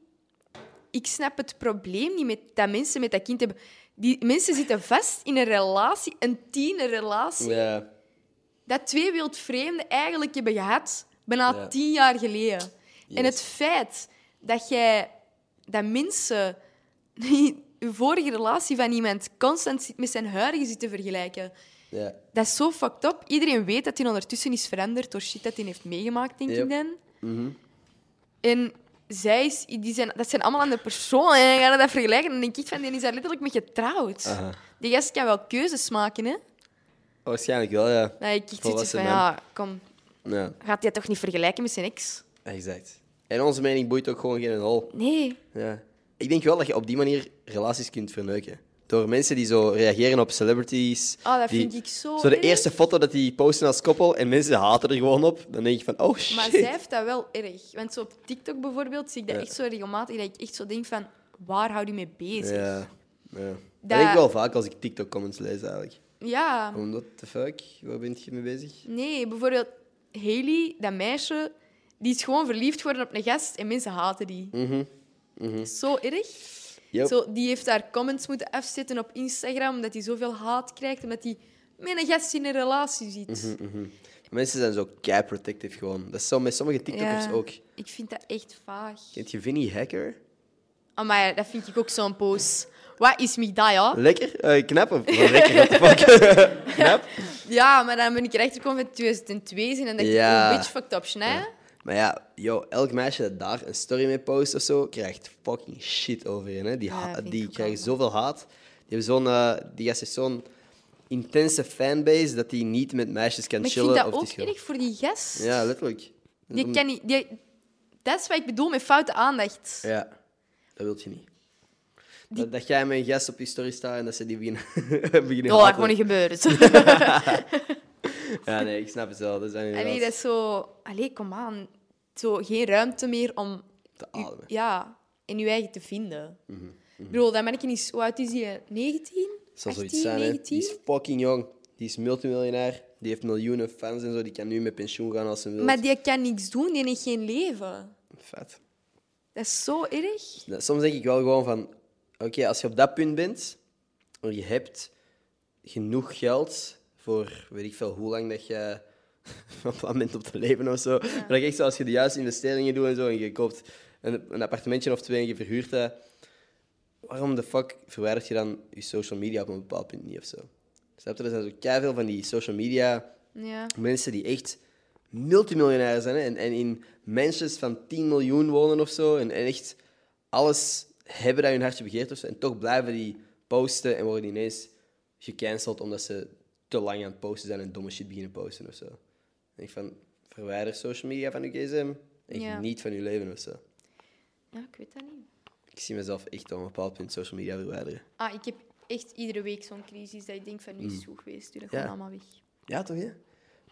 Speaker 1: ik snap het probleem niet met dat mensen met dat kind hebben. Die mensen zitten vast in een relatie, een tienerrelatie,
Speaker 2: Ja.
Speaker 1: dat twee wildvreemden eigenlijk hebben gehad, bijna
Speaker 2: Ja.
Speaker 1: tien jaar geleden. En
Speaker 2: Yes.
Speaker 1: het feit dat jij, dat mensen die je vorige relatie van iemand constant zit- met zijn huidige zitten vergelijken,
Speaker 2: Ja.
Speaker 1: dat is zo fucked up. Iedereen weet dat hij ondertussen is veranderd door shit dat hij heeft meegemaakt, denk
Speaker 2: Yep. Mhm.
Speaker 1: ik dan. En zij is, die zijn, dat zijn allemaal andere personen. En dan ga je dat vergelijken en dan denk ik van, die is daar letterlijk mee getrouwd.
Speaker 2: Aha.
Speaker 1: Die gast kan wel keuzes maken, hè.
Speaker 2: Waarschijnlijk wel, ja.
Speaker 1: Dat ik echt zoiets
Speaker 2: Volwassen
Speaker 1: van,
Speaker 2: man.
Speaker 1: ja, kom,
Speaker 2: Ja,
Speaker 1: gaat hij toch niet vergelijken met zijn ex?
Speaker 2: exact. En onze mening boeit ook gewoon geen hol.
Speaker 1: Nee.
Speaker 2: Ja. Ik denk wel dat je op die manier relaties kunt verneuken. Door mensen die zo reageren op celebrities.
Speaker 1: Oh, dat
Speaker 2: die-
Speaker 1: vind ik zo
Speaker 2: Zo de
Speaker 1: erg.
Speaker 2: eerste foto dat die posten als koppel en mensen haten er gewoon op. Dan denk je van, oh shit.
Speaker 1: Maar zij heeft dat wel erg. Want zo op TikTok bijvoorbeeld zie ik dat
Speaker 2: Ja.
Speaker 1: echt zo regelmatig. Dat ik echt zo denk van, waar hou je mee bezig? Ja.
Speaker 2: Ja. ja. Dat...
Speaker 1: Dat-
Speaker 2: denk ik wel vaak als ik TikTok-comments lees eigenlijk. Omdat, the fuck, waar ben je mee bezig?
Speaker 1: Nee, bijvoorbeeld Haley, dat meisje, die is gewoon verliefd geworden op een gast en mensen haten die. Dat is Zo erg.
Speaker 2: Yep.
Speaker 1: Zo, die heeft haar comments moeten afzetten op Instagram omdat hij zoveel haat krijgt, omdat hij met een gast in een relatie zit.
Speaker 2: Mensen zijn zo kei protective gewoon. Dat is zo met sommige TikTokkers
Speaker 1: Ja,
Speaker 2: ook.
Speaker 1: Ik vind dat echt vaag.
Speaker 2: Kent je Vinnie Hacker?
Speaker 1: Ah, Maar dat vind ik ook zo'n post. Wat is mij dat, ja?
Speaker 2: Lekker? eh knap of of lekker? What the fuck? knap?
Speaker 1: Ja, maar dan ben ik erachter gekomen van 2002 zijn en dacht
Speaker 2: Ja.
Speaker 1: ik, oh, bitch, fucked up, snij.
Speaker 2: Maar ja, yo, elk meisje dat daar een story mee post of zo, krijgt fucking shit over je. Hè? Die,
Speaker 1: Ja,
Speaker 2: ha-
Speaker 1: vind ik
Speaker 2: die
Speaker 1: ook
Speaker 2: krijgen
Speaker 1: allemaal.
Speaker 2: zoveel haat. Die hebben zo'n eh, die gast heeft zo'n intense fanbase dat die niet met meisjes kan
Speaker 1: Maar ik
Speaker 2: chillen.
Speaker 1: vind dat
Speaker 2: of
Speaker 1: ook
Speaker 2: die
Speaker 1: erg voor die gast.
Speaker 2: Ja, letterlijk.
Speaker 1: die
Speaker 2: Om-
Speaker 1: kan niet... Die, dat is wat ik bedoel met foute aandacht. Oh,
Speaker 2: Ja, dat wil je niet. Dat, dat jij met een gast op je story staat en dat ze die beginnen, beginnen
Speaker 1: Oh, dat
Speaker 2: haten.
Speaker 1: gewoon niet gebeuren.
Speaker 2: Ja, nee, ik snap het wel. Dat zijn inderdaad
Speaker 1: Allee, Ah, dat is zo... Allee, kom aan. Zo geen ruimte meer om...
Speaker 2: te ademen. Mhm,
Speaker 1: Ja, in je eigen te vinden. Ik bedoel, dat ben ik niet... Hoe oud is die? 19?
Speaker 2: Het zal zoiets
Speaker 1: 18,
Speaker 2: zijn, hè.
Speaker 1: 19?
Speaker 2: Die is fucking jong. Die is multimiljonair. Die heeft miljoenen fans en zo. Die kan nu met pensioen gaan als ze wil.
Speaker 1: Maar die kan niks doen, die heeft geen leven.
Speaker 2: Vet.
Speaker 1: Dat is zo erg.
Speaker 2: Soms denk ik wel gewoon van... Oké, als je op dat punt bent, en je hebt genoeg geld voor weet ik veel hoe lang dat je van plan bent op te leven of zo. Maar dat je echt zo, als je de juiste investeringen doet en zo, en je koopt een, een appartementje of twee en je verhuurt dat, waarom de fuck verwijdert je dan je social media op een bepaald punt niet of zo? Snap je? Er zijn zo keiveel van die social media
Speaker 1: Ja.
Speaker 2: mensen die echt multimiljonair zijn hè, en, en in mansions van 10 miljoen wonen of zo. En, en echt alles hebben dat hun hartje begeert of zo. En toch blijven die posten en worden die ineens gecanceld omdat ze te lang aan het posten zijn en domme shit beginnen posten of zo. Ik denk van, verwijder social media van uw gsm en
Speaker 1: Ja.
Speaker 2: geniet van uw leven of zo.
Speaker 1: Ja, ik weet dat niet.
Speaker 2: Ik zie mezelf echt op een bepaald punt social media verwijderen.
Speaker 1: Ah, ik heb echt iedere week zo'n crisis dat ik denk van nu is het goed geweest, doe dat gewoon
Speaker 2: Ja.
Speaker 1: allemaal weg.
Speaker 2: Ja, toch, ja?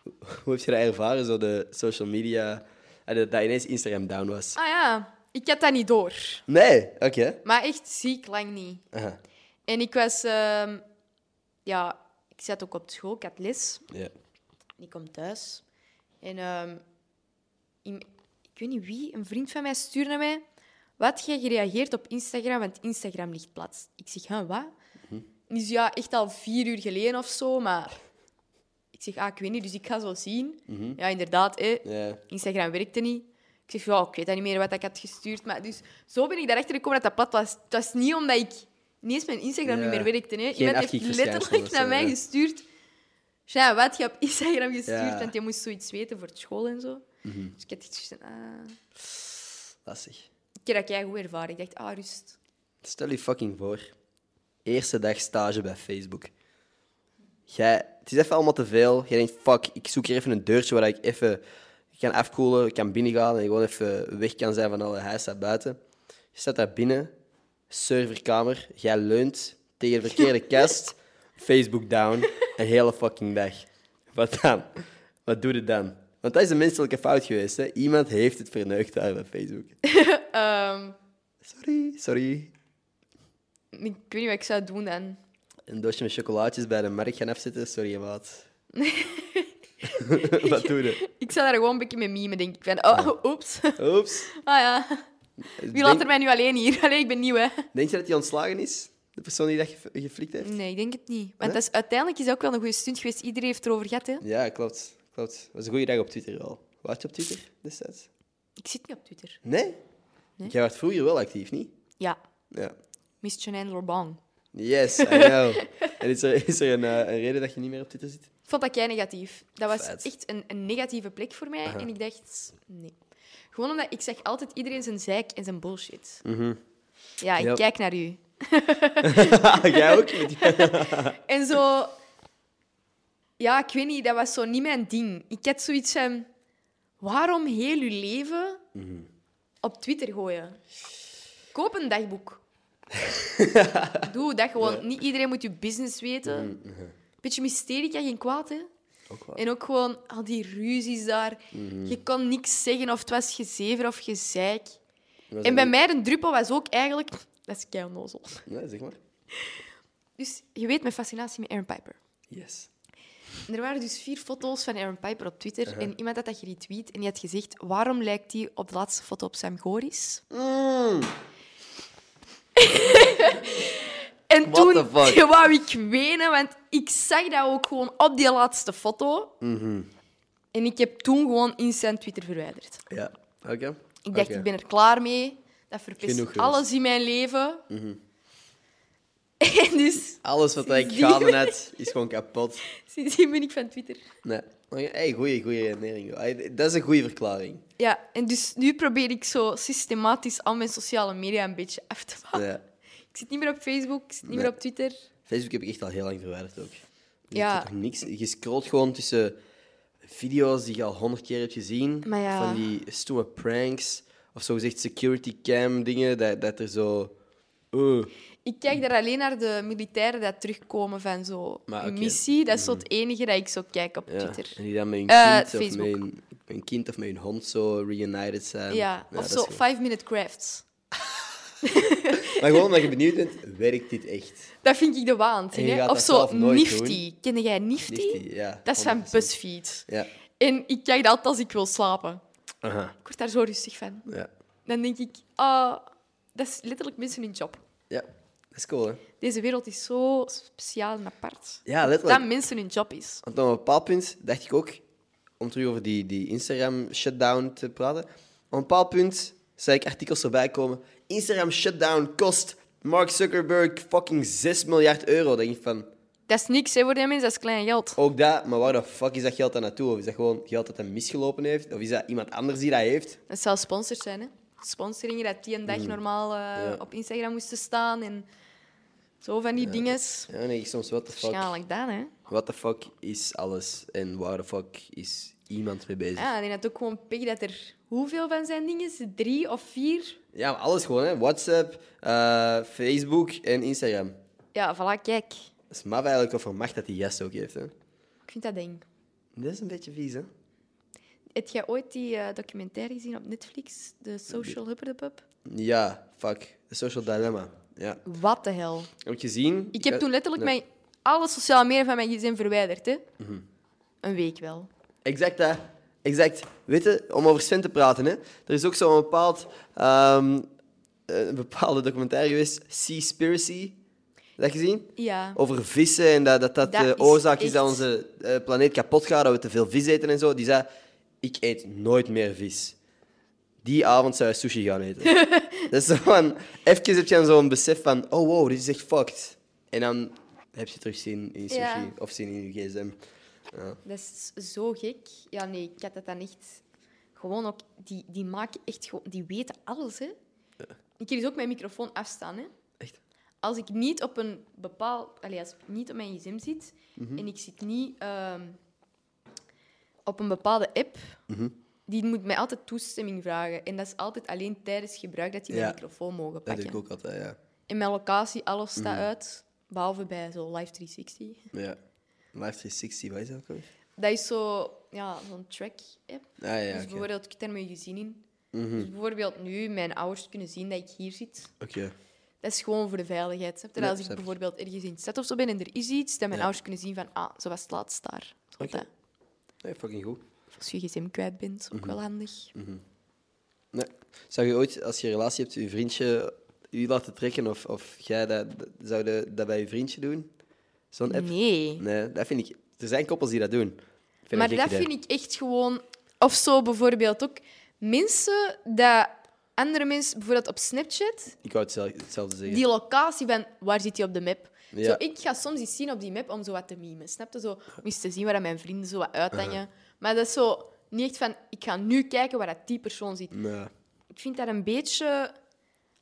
Speaker 2: Hoe- Hoe heb je dat ervaren, zo de social media... eh, Dat dat ineens Instagram down was.
Speaker 1: Ah ja, ik had dat niet door.
Speaker 2: Nee, oké.
Speaker 1: Maar echt ziek lang niet.
Speaker 2: Aha.
Speaker 1: En ik was... ehm, ja, ik zat ook op school, ik had les.
Speaker 2: Ja.
Speaker 1: En ik kom thuis. En ehm, in- ik weet niet wie, een vriend van mij stuurde naar mij... Wat jij gereageerd op Instagram, want Instagram ligt plat. Ik zeg, huh, wat? Dus ja, echt al vier uur geleden of zo, maar... Ik zeg, ah, ik weet niet, dus ik ga zo zien. Ja, inderdaad, hè.
Speaker 2: Ja.
Speaker 1: Instagram werkte niet. Ik zeg, ja, ik weet dat niet meer wat ik had gestuurd. Maar dus zo ben ik daarachter gekomen dat dat plat was. Het was niet omdat ik niet eens mijn Instagram
Speaker 2: Ja.
Speaker 1: niet meer werkte. Hè.
Speaker 2: Geen
Speaker 1: Iemand heeft
Speaker 2: afkikverschijnsel
Speaker 1: letterlijk
Speaker 2: of zo,
Speaker 1: naar mij
Speaker 2: hè.
Speaker 1: gestuurd. Ja, wat je op Instagram gestuurd,
Speaker 2: Ja. Mhm.
Speaker 1: want je moest zoiets weten voor het school en zo. Dus ik had echt gezegd, ah.
Speaker 2: Lastig.
Speaker 1: Ik heb dat jij goed ervaren. Ik dacht, ah, rust.
Speaker 2: Stel je fucking voor. Eerste dag stage bij Facebook. Jij, het is even allemaal te veel. Jij denkt, fuck, ik zoek hier even een deurtje waar ik even kan afkoelen, kan binnengaan en gewoon even weg kan zijn van alle huis daar buiten. Je staat daar binnen, serverkamer, jij leunt tegen de verkeerde kast, Facebook down, een hele fucking dag. Wat dan? Wat doe je dan? Want dat is een menselijke fout geweest. Hè? Iemand heeft het verneukt daar bij Facebook.
Speaker 1: Ehm,
Speaker 2: Sorry, sorry.
Speaker 1: ik weet niet wat ik zou doen dan.
Speaker 2: een doosje met chocolaatjes bij de markt gaan afzetten? Sorry, maat. Wat doe je?
Speaker 1: Ik zou daar gewoon een beetje mee miemen, denk ik. Van, oh, oeps.
Speaker 2: Oeps.
Speaker 1: Ah ja. Wie laat
Speaker 2: Denk-
Speaker 1: er mij nu alleen hier? Allee, ik ben nieuw, hè.
Speaker 2: Denk je dat hij ontslagen is? De persoon die dat ge- geflikt heeft?
Speaker 1: Nee, ik denk het niet. Want
Speaker 2: Nee?
Speaker 1: dat is, uiteindelijk is dat ook wel een goede stunt geweest. Iedereen heeft erover gehad, hè.
Speaker 2: Ja, klopt. Klopt. Dat was een goede dag op Twitter wel. Was je op Twitter destijds?
Speaker 1: Ik zit niet op Twitter.
Speaker 2: Nee? Jij was vroeger wel actief, niet?
Speaker 1: Ja,
Speaker 2: Ja.
Speaker 1: Miss Janine Lorbang.
Speaker 2: Yes, I know. en is er, is er een, eh, een reden dat je niet meer op Twitter zit?
Speaker 1: Ik vond dat kei negatief. Dat was
Speaker 2: Vet.
Speaker 1: echt een, een negatieve plek voor mij. En ik dacht, nee. Gewoon omdat ik zeg altijd iedereen zijn zeik en zijn bullshit. Ja, ik
Speaker 2: Mhm. Ja.
Speaker 1: kijk naar u.
Speaker 2: Ah, Jij ook? Met die-
Speaker 1: En zo... Ja, ik weet niet, dat was zo niet mijn ding. Ik had zoiets van... Waarom heel uw leven
Speaker 2: Mhm.
Speaker 1: op Twitter gooien? Koop een dagboek. Doe dat gewoon. Niet iedereen moet je business weten. Beetje mysterie kan geen kwaad, hè?
Speaker 2: Mhm, Ook wel.
Speaker 1: En ook gewoon al die ruzies daar. Je kon niks zeggen of het was gezever of gezeik.
Speaker 2: Was
Speaker 1: En
Speaker 2: dat
Speaker 1: bij
Speaker 2: niet-
Speaker 1: mij de druppel was ook eigenlijk... Dat is kei onnozel.
Speaker 2: Nee, zeg maar.
Speaker 1: Dus je weet mijn fascinatie met Aaron Piper.
Speaker 2: Yes.
Speaker 1: En Er waren dus vier foto's van Aaron Piper op Twitter. En iemand had dat geretweet en die had gezegd... Waarom lijkt hij op de laatste foto op Sam Goris? Mm. En
Speaker 2: What
Speaker 1: toen
Speaker 2: the fuck?
Speaker 1: wou ik wenen, want ik zag dat ook gewoon op die laatste foto.
Speaker 2: Mhm.
Speaker 1: En ik heb toen gewoon instant Twitter verwijderd.
Speaker 2: Ja, oké.
Speaker 1: Ik dacht,
Speaker 2: Oké.
Speaker 1: ik ben er klaar mee. Dat verpest
Speaker 2: Genoeg geweest. Mhm.
Speaker 1: alles in mijn leven. En dus
Speaker 2: Alles wat ik
Speaker 1: Sindsdien-
Speaker 2: gaande had, is gewoon kapot.
Speaker 1: sindsdien ben ik van Twitter.
Speaker 2: Nee. Oké, Hey, goeie, goeie herinnering. Hey, Dat is een goede verklaring.
Speaker 1: Ja, en dus nu probeer ik zo systematisch al mijn sociale media een beetje af te bouwen.
Speaker 2: Ja.
Speaker 1: Ik zit niet meer op Facebook, ik zit niet
Speaker 2: Nee.
Speaker 1: meer op Twitter.
Speaker 2: Facebook heb ik echt al heel lang verwijderd ook.
Speaker 1: Ja.
Speaker 2: Ja. Niks. Je scrolt gewoon tussen video's die je al honderd keer hebt gezien.
Speaker 1: Maar ja.
Speaker 2: Van die stoere pranks. Of zogezegd security cam dingen. Dat, dat er zo... Oeh.
Speaker 1: Ik kijk daar alleen naar de militairen dat terugkomen van zo'n
Speaker 2: Maar oké. Mm.
Speaker 1: missie. Dat is zo het enige dat ik zo kijk op
Speaker 2: Ja.
Speaker 1: Twitter.
Speaker 2: En die dan met hun,
Speaker 1: Eh,
Speaker 2: kind of met,
Speaker 1: Facebook.
Speaker 2: hun, met hun kind of met hun hond zo reunited zijn.
Speaker 1: Ja,
Speaker 2: dat
Speaker 1: of
Speaker 2: is
Speaker 1: zo
Speaker 2: gewoon-
Speaker 1: Five Minute Crafts.
Speaker 2: Maar gewoon omdat je benieuwd bent, werkt dit echt?
Speaker 1: Dat vind ik de
Speaker 2: En je
Speaker 1: waanzin. hè.
Speaker 2: gaat
Speaker 1: Of
Speaker 2: dat
Speaker 1: zo
Speaker 2: zelf nooit
Speaker 1: Nifty. Ken jij Nifty?
Speaker 2: Nifty, ja,
Speaker 1: Dat is van
Speaker 2: 100%.
Speaker 1: BuzzFeed.
Speaker 2: Ja.
Speaker 1: En ik kijk dat altijd als ik wil slapen.
Speaker 2: Aha.
Speaker 1: Ik word daar zo rustig van.
Speaker 2: Ja.
Speaker 1: Dan denk ik, ah, dat is letterlijk mensen hun job.
Speaker 2: Ja. Dat is cool, hè?
Speaker 1: Deze wereld is zo speciaal en apart.
Speaker 2: Ja, letterlijk.
Speaker 1: Dat mensen hun job is.
Speaker 2: Want op een bepaald punt dacht ik ook, om terug over die, die Instagram-shutdown te praten. Op een bepaald punt zei ik artikels voorbij komen. Instagram-shutdown kost Mark Zuckerberg fucking 6 miljard euro. Dan denk ik van,
Speaker 1: Dat is niks hè, voor die mensen, dat is klein geld.
Speaker 2: ook dat, maar waar de fuck is dat geld dan naartoe? Of is dat gewoon geld dat hij misgelopen heeft? Of is dat iemand anders die dat heeft?
Speaker 1: Dat zou sponsors zijn, hè? Sponsoringen dat die een
Speaker 2: Mhm.
Speaker 1: dag normaal eh, op Instagram moesten staan en zo van die dinges.
Speaker 2: Ja, nee, ik soms, what the fuck?
Speaker 1: Waarschijnlijk dan, hè?
Speaker 2: What the fuck is alles? En waar de fuck is iemand mee bezig?
Speaker 1: Ja, en hij had ook gewoon pech dat er hoeveel van zijn dingen? Drie of vier?
Speaker 2: Ja, maar alles gewoon, hè. WhatsApp, eh, Facebook en Instagram.
Speaker 1: Ja, voilà, kijk.
Speaker 2: Dat is maf eigenlijk wat voor macht dat die gast ook heeft, hè.
Speaker 1: Ik vind dat ding.
Speaker 2: Dat is een beetje vies, hè?
Speaker 1: Heb jij ooit die eh, documentaire gezien op Netflix? De Social Hubbardepub?
Speaker 2: Ja, fuck. The Social Dilemma. Ja.
Speaker 1: Wat de hel.
Speaker 2: Heb je gezien?
Speaker 1: Ik heb
Speaker 2: Ja,
Speaker 1: toen letterlijk
Speaker 2: nee. Mhm.
Speaker 1: mijn, alle sociale media van mijn gezin verwijderd, hè? Een week wel.
Speaker 2: Exact, hè. Exact. Weet je, om over Sven te praten, hè. Er is ook zo'n bepaald... ehm, een bepaalde documentaire geweest, Seaspiracy. Heb je dat gezien?
Speaker 1: Ja.
Speaker 2: Over vissen en dat dat, dat
Speaker 1: Dat
Speaker 2: de
Speaker 1: is
Speaker 2: oorzaak is dat
Speaker 1: echt-
Speaker 2: onze eh, planeet kapot gaat, dat we te veel vis eten en zo. Die zei, ik eet nooit meer vis. Die avond zou hij sushi gaan eten. dus zo van, even heb je dan zo'n besef van, oh wow, dit is echt fucked. En dan heb je het terug zien in sushi
Speaker 1: Ja.
Speaker 2: of zien in je gsm.
Speaker 1: Dat is zo gek. Ja, nee, ik had dat dan echt... Gewoon ook... Die, die maken echt gewoon... Die weten alles, hè. Ik heb dus ook mijn microfoon afstaan, hè.
Speaker 2: Echt?
Speaker 1: Als ik niet op een bepaald... Allee, als ik niet op mijn gsm zit
Speaker 2: Mhm.
Speaker 1: en ik zit niet ehm, op een bepaalde app,
Speaker 2: Mhm.
Speaker 1: die moet mij altijd toestemming vragen. En dat is altijd alleen tijdens gebruik dat die mijn
Speaker 2: Ja.
Speaker 1: microfoon mogen
Speaker 2: Dat doe
Speaker 1: pakken.
Speaker 2: ik ook Mhm. altijd, ja.
Speaker 1: In mijn locatie, alles staat uit. Behalve bij zo Live 360.
Speaker 2: ja. Live 360, wat is dat ook alweer?
Speaker 1: Dat is zo, ja, zo'n track-app.
Speaker 2: Ah, ja,
Speaker 1: dus
Speaker 2: oké. Mhm.
Speaker 1: bijvoorbeeld, ik heb daar mijn gezin in. Dus bijvoorbeeld nu, mijn ouders kunnen zien dat ik hier zit.
Speaker 2: Oké.
Speaker 1: Dat is gewoon voor de veiligheid. snap je?
Speaker 2: Ja,
Speaker 1: Als ik
Speaker 2: snap ik.
Speaker 1: bijvoorbeeld ergens in de stad of zo ben en er is iets, dat mijn
Speaker 2: Ja.
Speaker 1: ouders kunnen zien van, ah, zo was het laatst daar. Zo
Speaker 2: Oké.
Speaker 1: dat.
Speaker 2: Nee, fucking goed.
Speaker 1: Als je gsm kwijt bent,
Speaker 2: Mhm.
Speaker 1: ook wel handig.
Speaker 2: Nee. Zou je ooit, als je een relatie hebt, je vriendje u laten trekken? Of, of jij dat, dat- zou je dat bij je vriendje doen? Zo'n app?
Speaker 1: Nee.
Speaker 2: Nee, dat vind ik... Er zijn koppels die dat doen. Ik Vind
Speaker 1: maar
Speaker 2: een
Speaker 1: dat
Speaker 2: gek idee.
Speaker 1: vind ik echt gewoon... Of zo bijvoorbeeld ook mensen dat andere mensen, bijvoorbeeld op Snapchat,
Speaker 2: Ik wou hetzelfde, hetzelfde zeggen.
Speaker 1: die locatie van waar zit hij op de map.
Speaker 2: Ja.
Speaker 1: Zo, ik ga soms iets zien op die map om zo wat te memen. Snap je? Zo, om eens te zien waar dat mijn vrienden zo wat uithangen. Maar dat is zo niet echt van, ik ga nu kijken waar dat die persoon zit.
Speaker 2: Nee.
Speaker 1: Ik vind dat een beetje...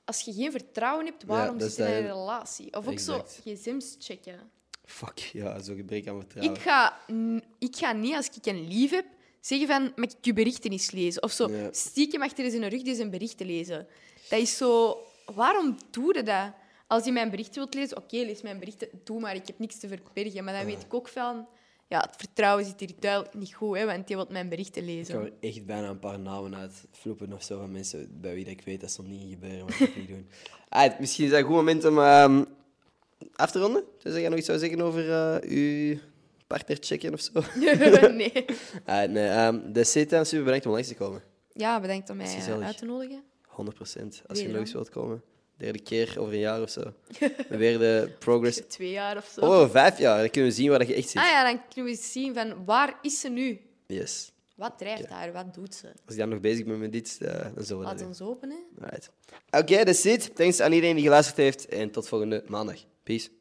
Speaker 1: Als je geen vertrouwen hebt, waarom
Speaker 2: dat
Speaker 1: zit
Speaker 2: is
Speaker 1: je in een
Speaker 2: dat-
Speaker 1: relatie? Of ook
Speaker 2: Exact.
Speaker 1: zo gsm's checken.
Speaker 2: Fuck, ja, zo'n gebrek aan vertrouwen.
Speaker 1: Ik ga, n- ik ga niet, als ik een lief heb, zeggen van, mag ik je berichten eens lezen? Of zo,
Speaker 2: Ja.
Speaker 1: stiekem achter eens in een rug die zijn berichten lezen. Dat is zo... Waarom doe je dat? Als je mijn berichten wilt lezen, oké, lees mijn berichten, doe maar, ik heb niks te verbergen. Maar dan weet ik ook van, ja, het vertrouwen zit hier duidelijk niet goed, hè, want je wilt mijn berichten
Speaker 2: Ik kan
Speaker 1: lezen.
Speaker 2: er echt bijna een paar namen uit vloepen of zo van mensen bij wie dat ik weet dat ze nog niet gebeuren, maar dat ik niet doen. Alright, misschien is dat een goed moment om ehm, af te ronden. Dus jij nog iets zou zeggen over eh, uw partner checken of zo?
Speaker 1: nee.
Speaker 2: Alright, nee, ehm dat zit aan. Super bedankt om langs te komen.
Speaker 1: Ja, bedankt om mij
Speaker 2: is
Speaker 1: eh,
Speaker 2: gezellig.
Speaker 1: uit te nodigen.
Speaker 2: 100 procent. Als je nog
Speaker 1: Wederom.
Speaker 2: eens wilt komen. Derde keer over een jaar of zo. Weer de progress.
Speaker 1: Twee jaar of zo.
Speaker 2: Oh, vijf jaar. Dan kunnen we zien waar dat je echt zit.
Speaker 1: Ah ja, dan kunnen we eens zien van, waar is ze nu?
Speaker 2: Yes.
Speaker 1: Wat drijft haar? Wat doet ze?
Speaker 2: Als ik dan nog bezig ben met dit, eh, dan zullen we dat
Speaker 1: Laat
Speaker 2: doen.
Speaker 1: ons openen.
Speaker 2: Alright. Oké, dat that's it. Thanks aan iedereen die geluisterd heeft. En tot volgende maandag. Peace.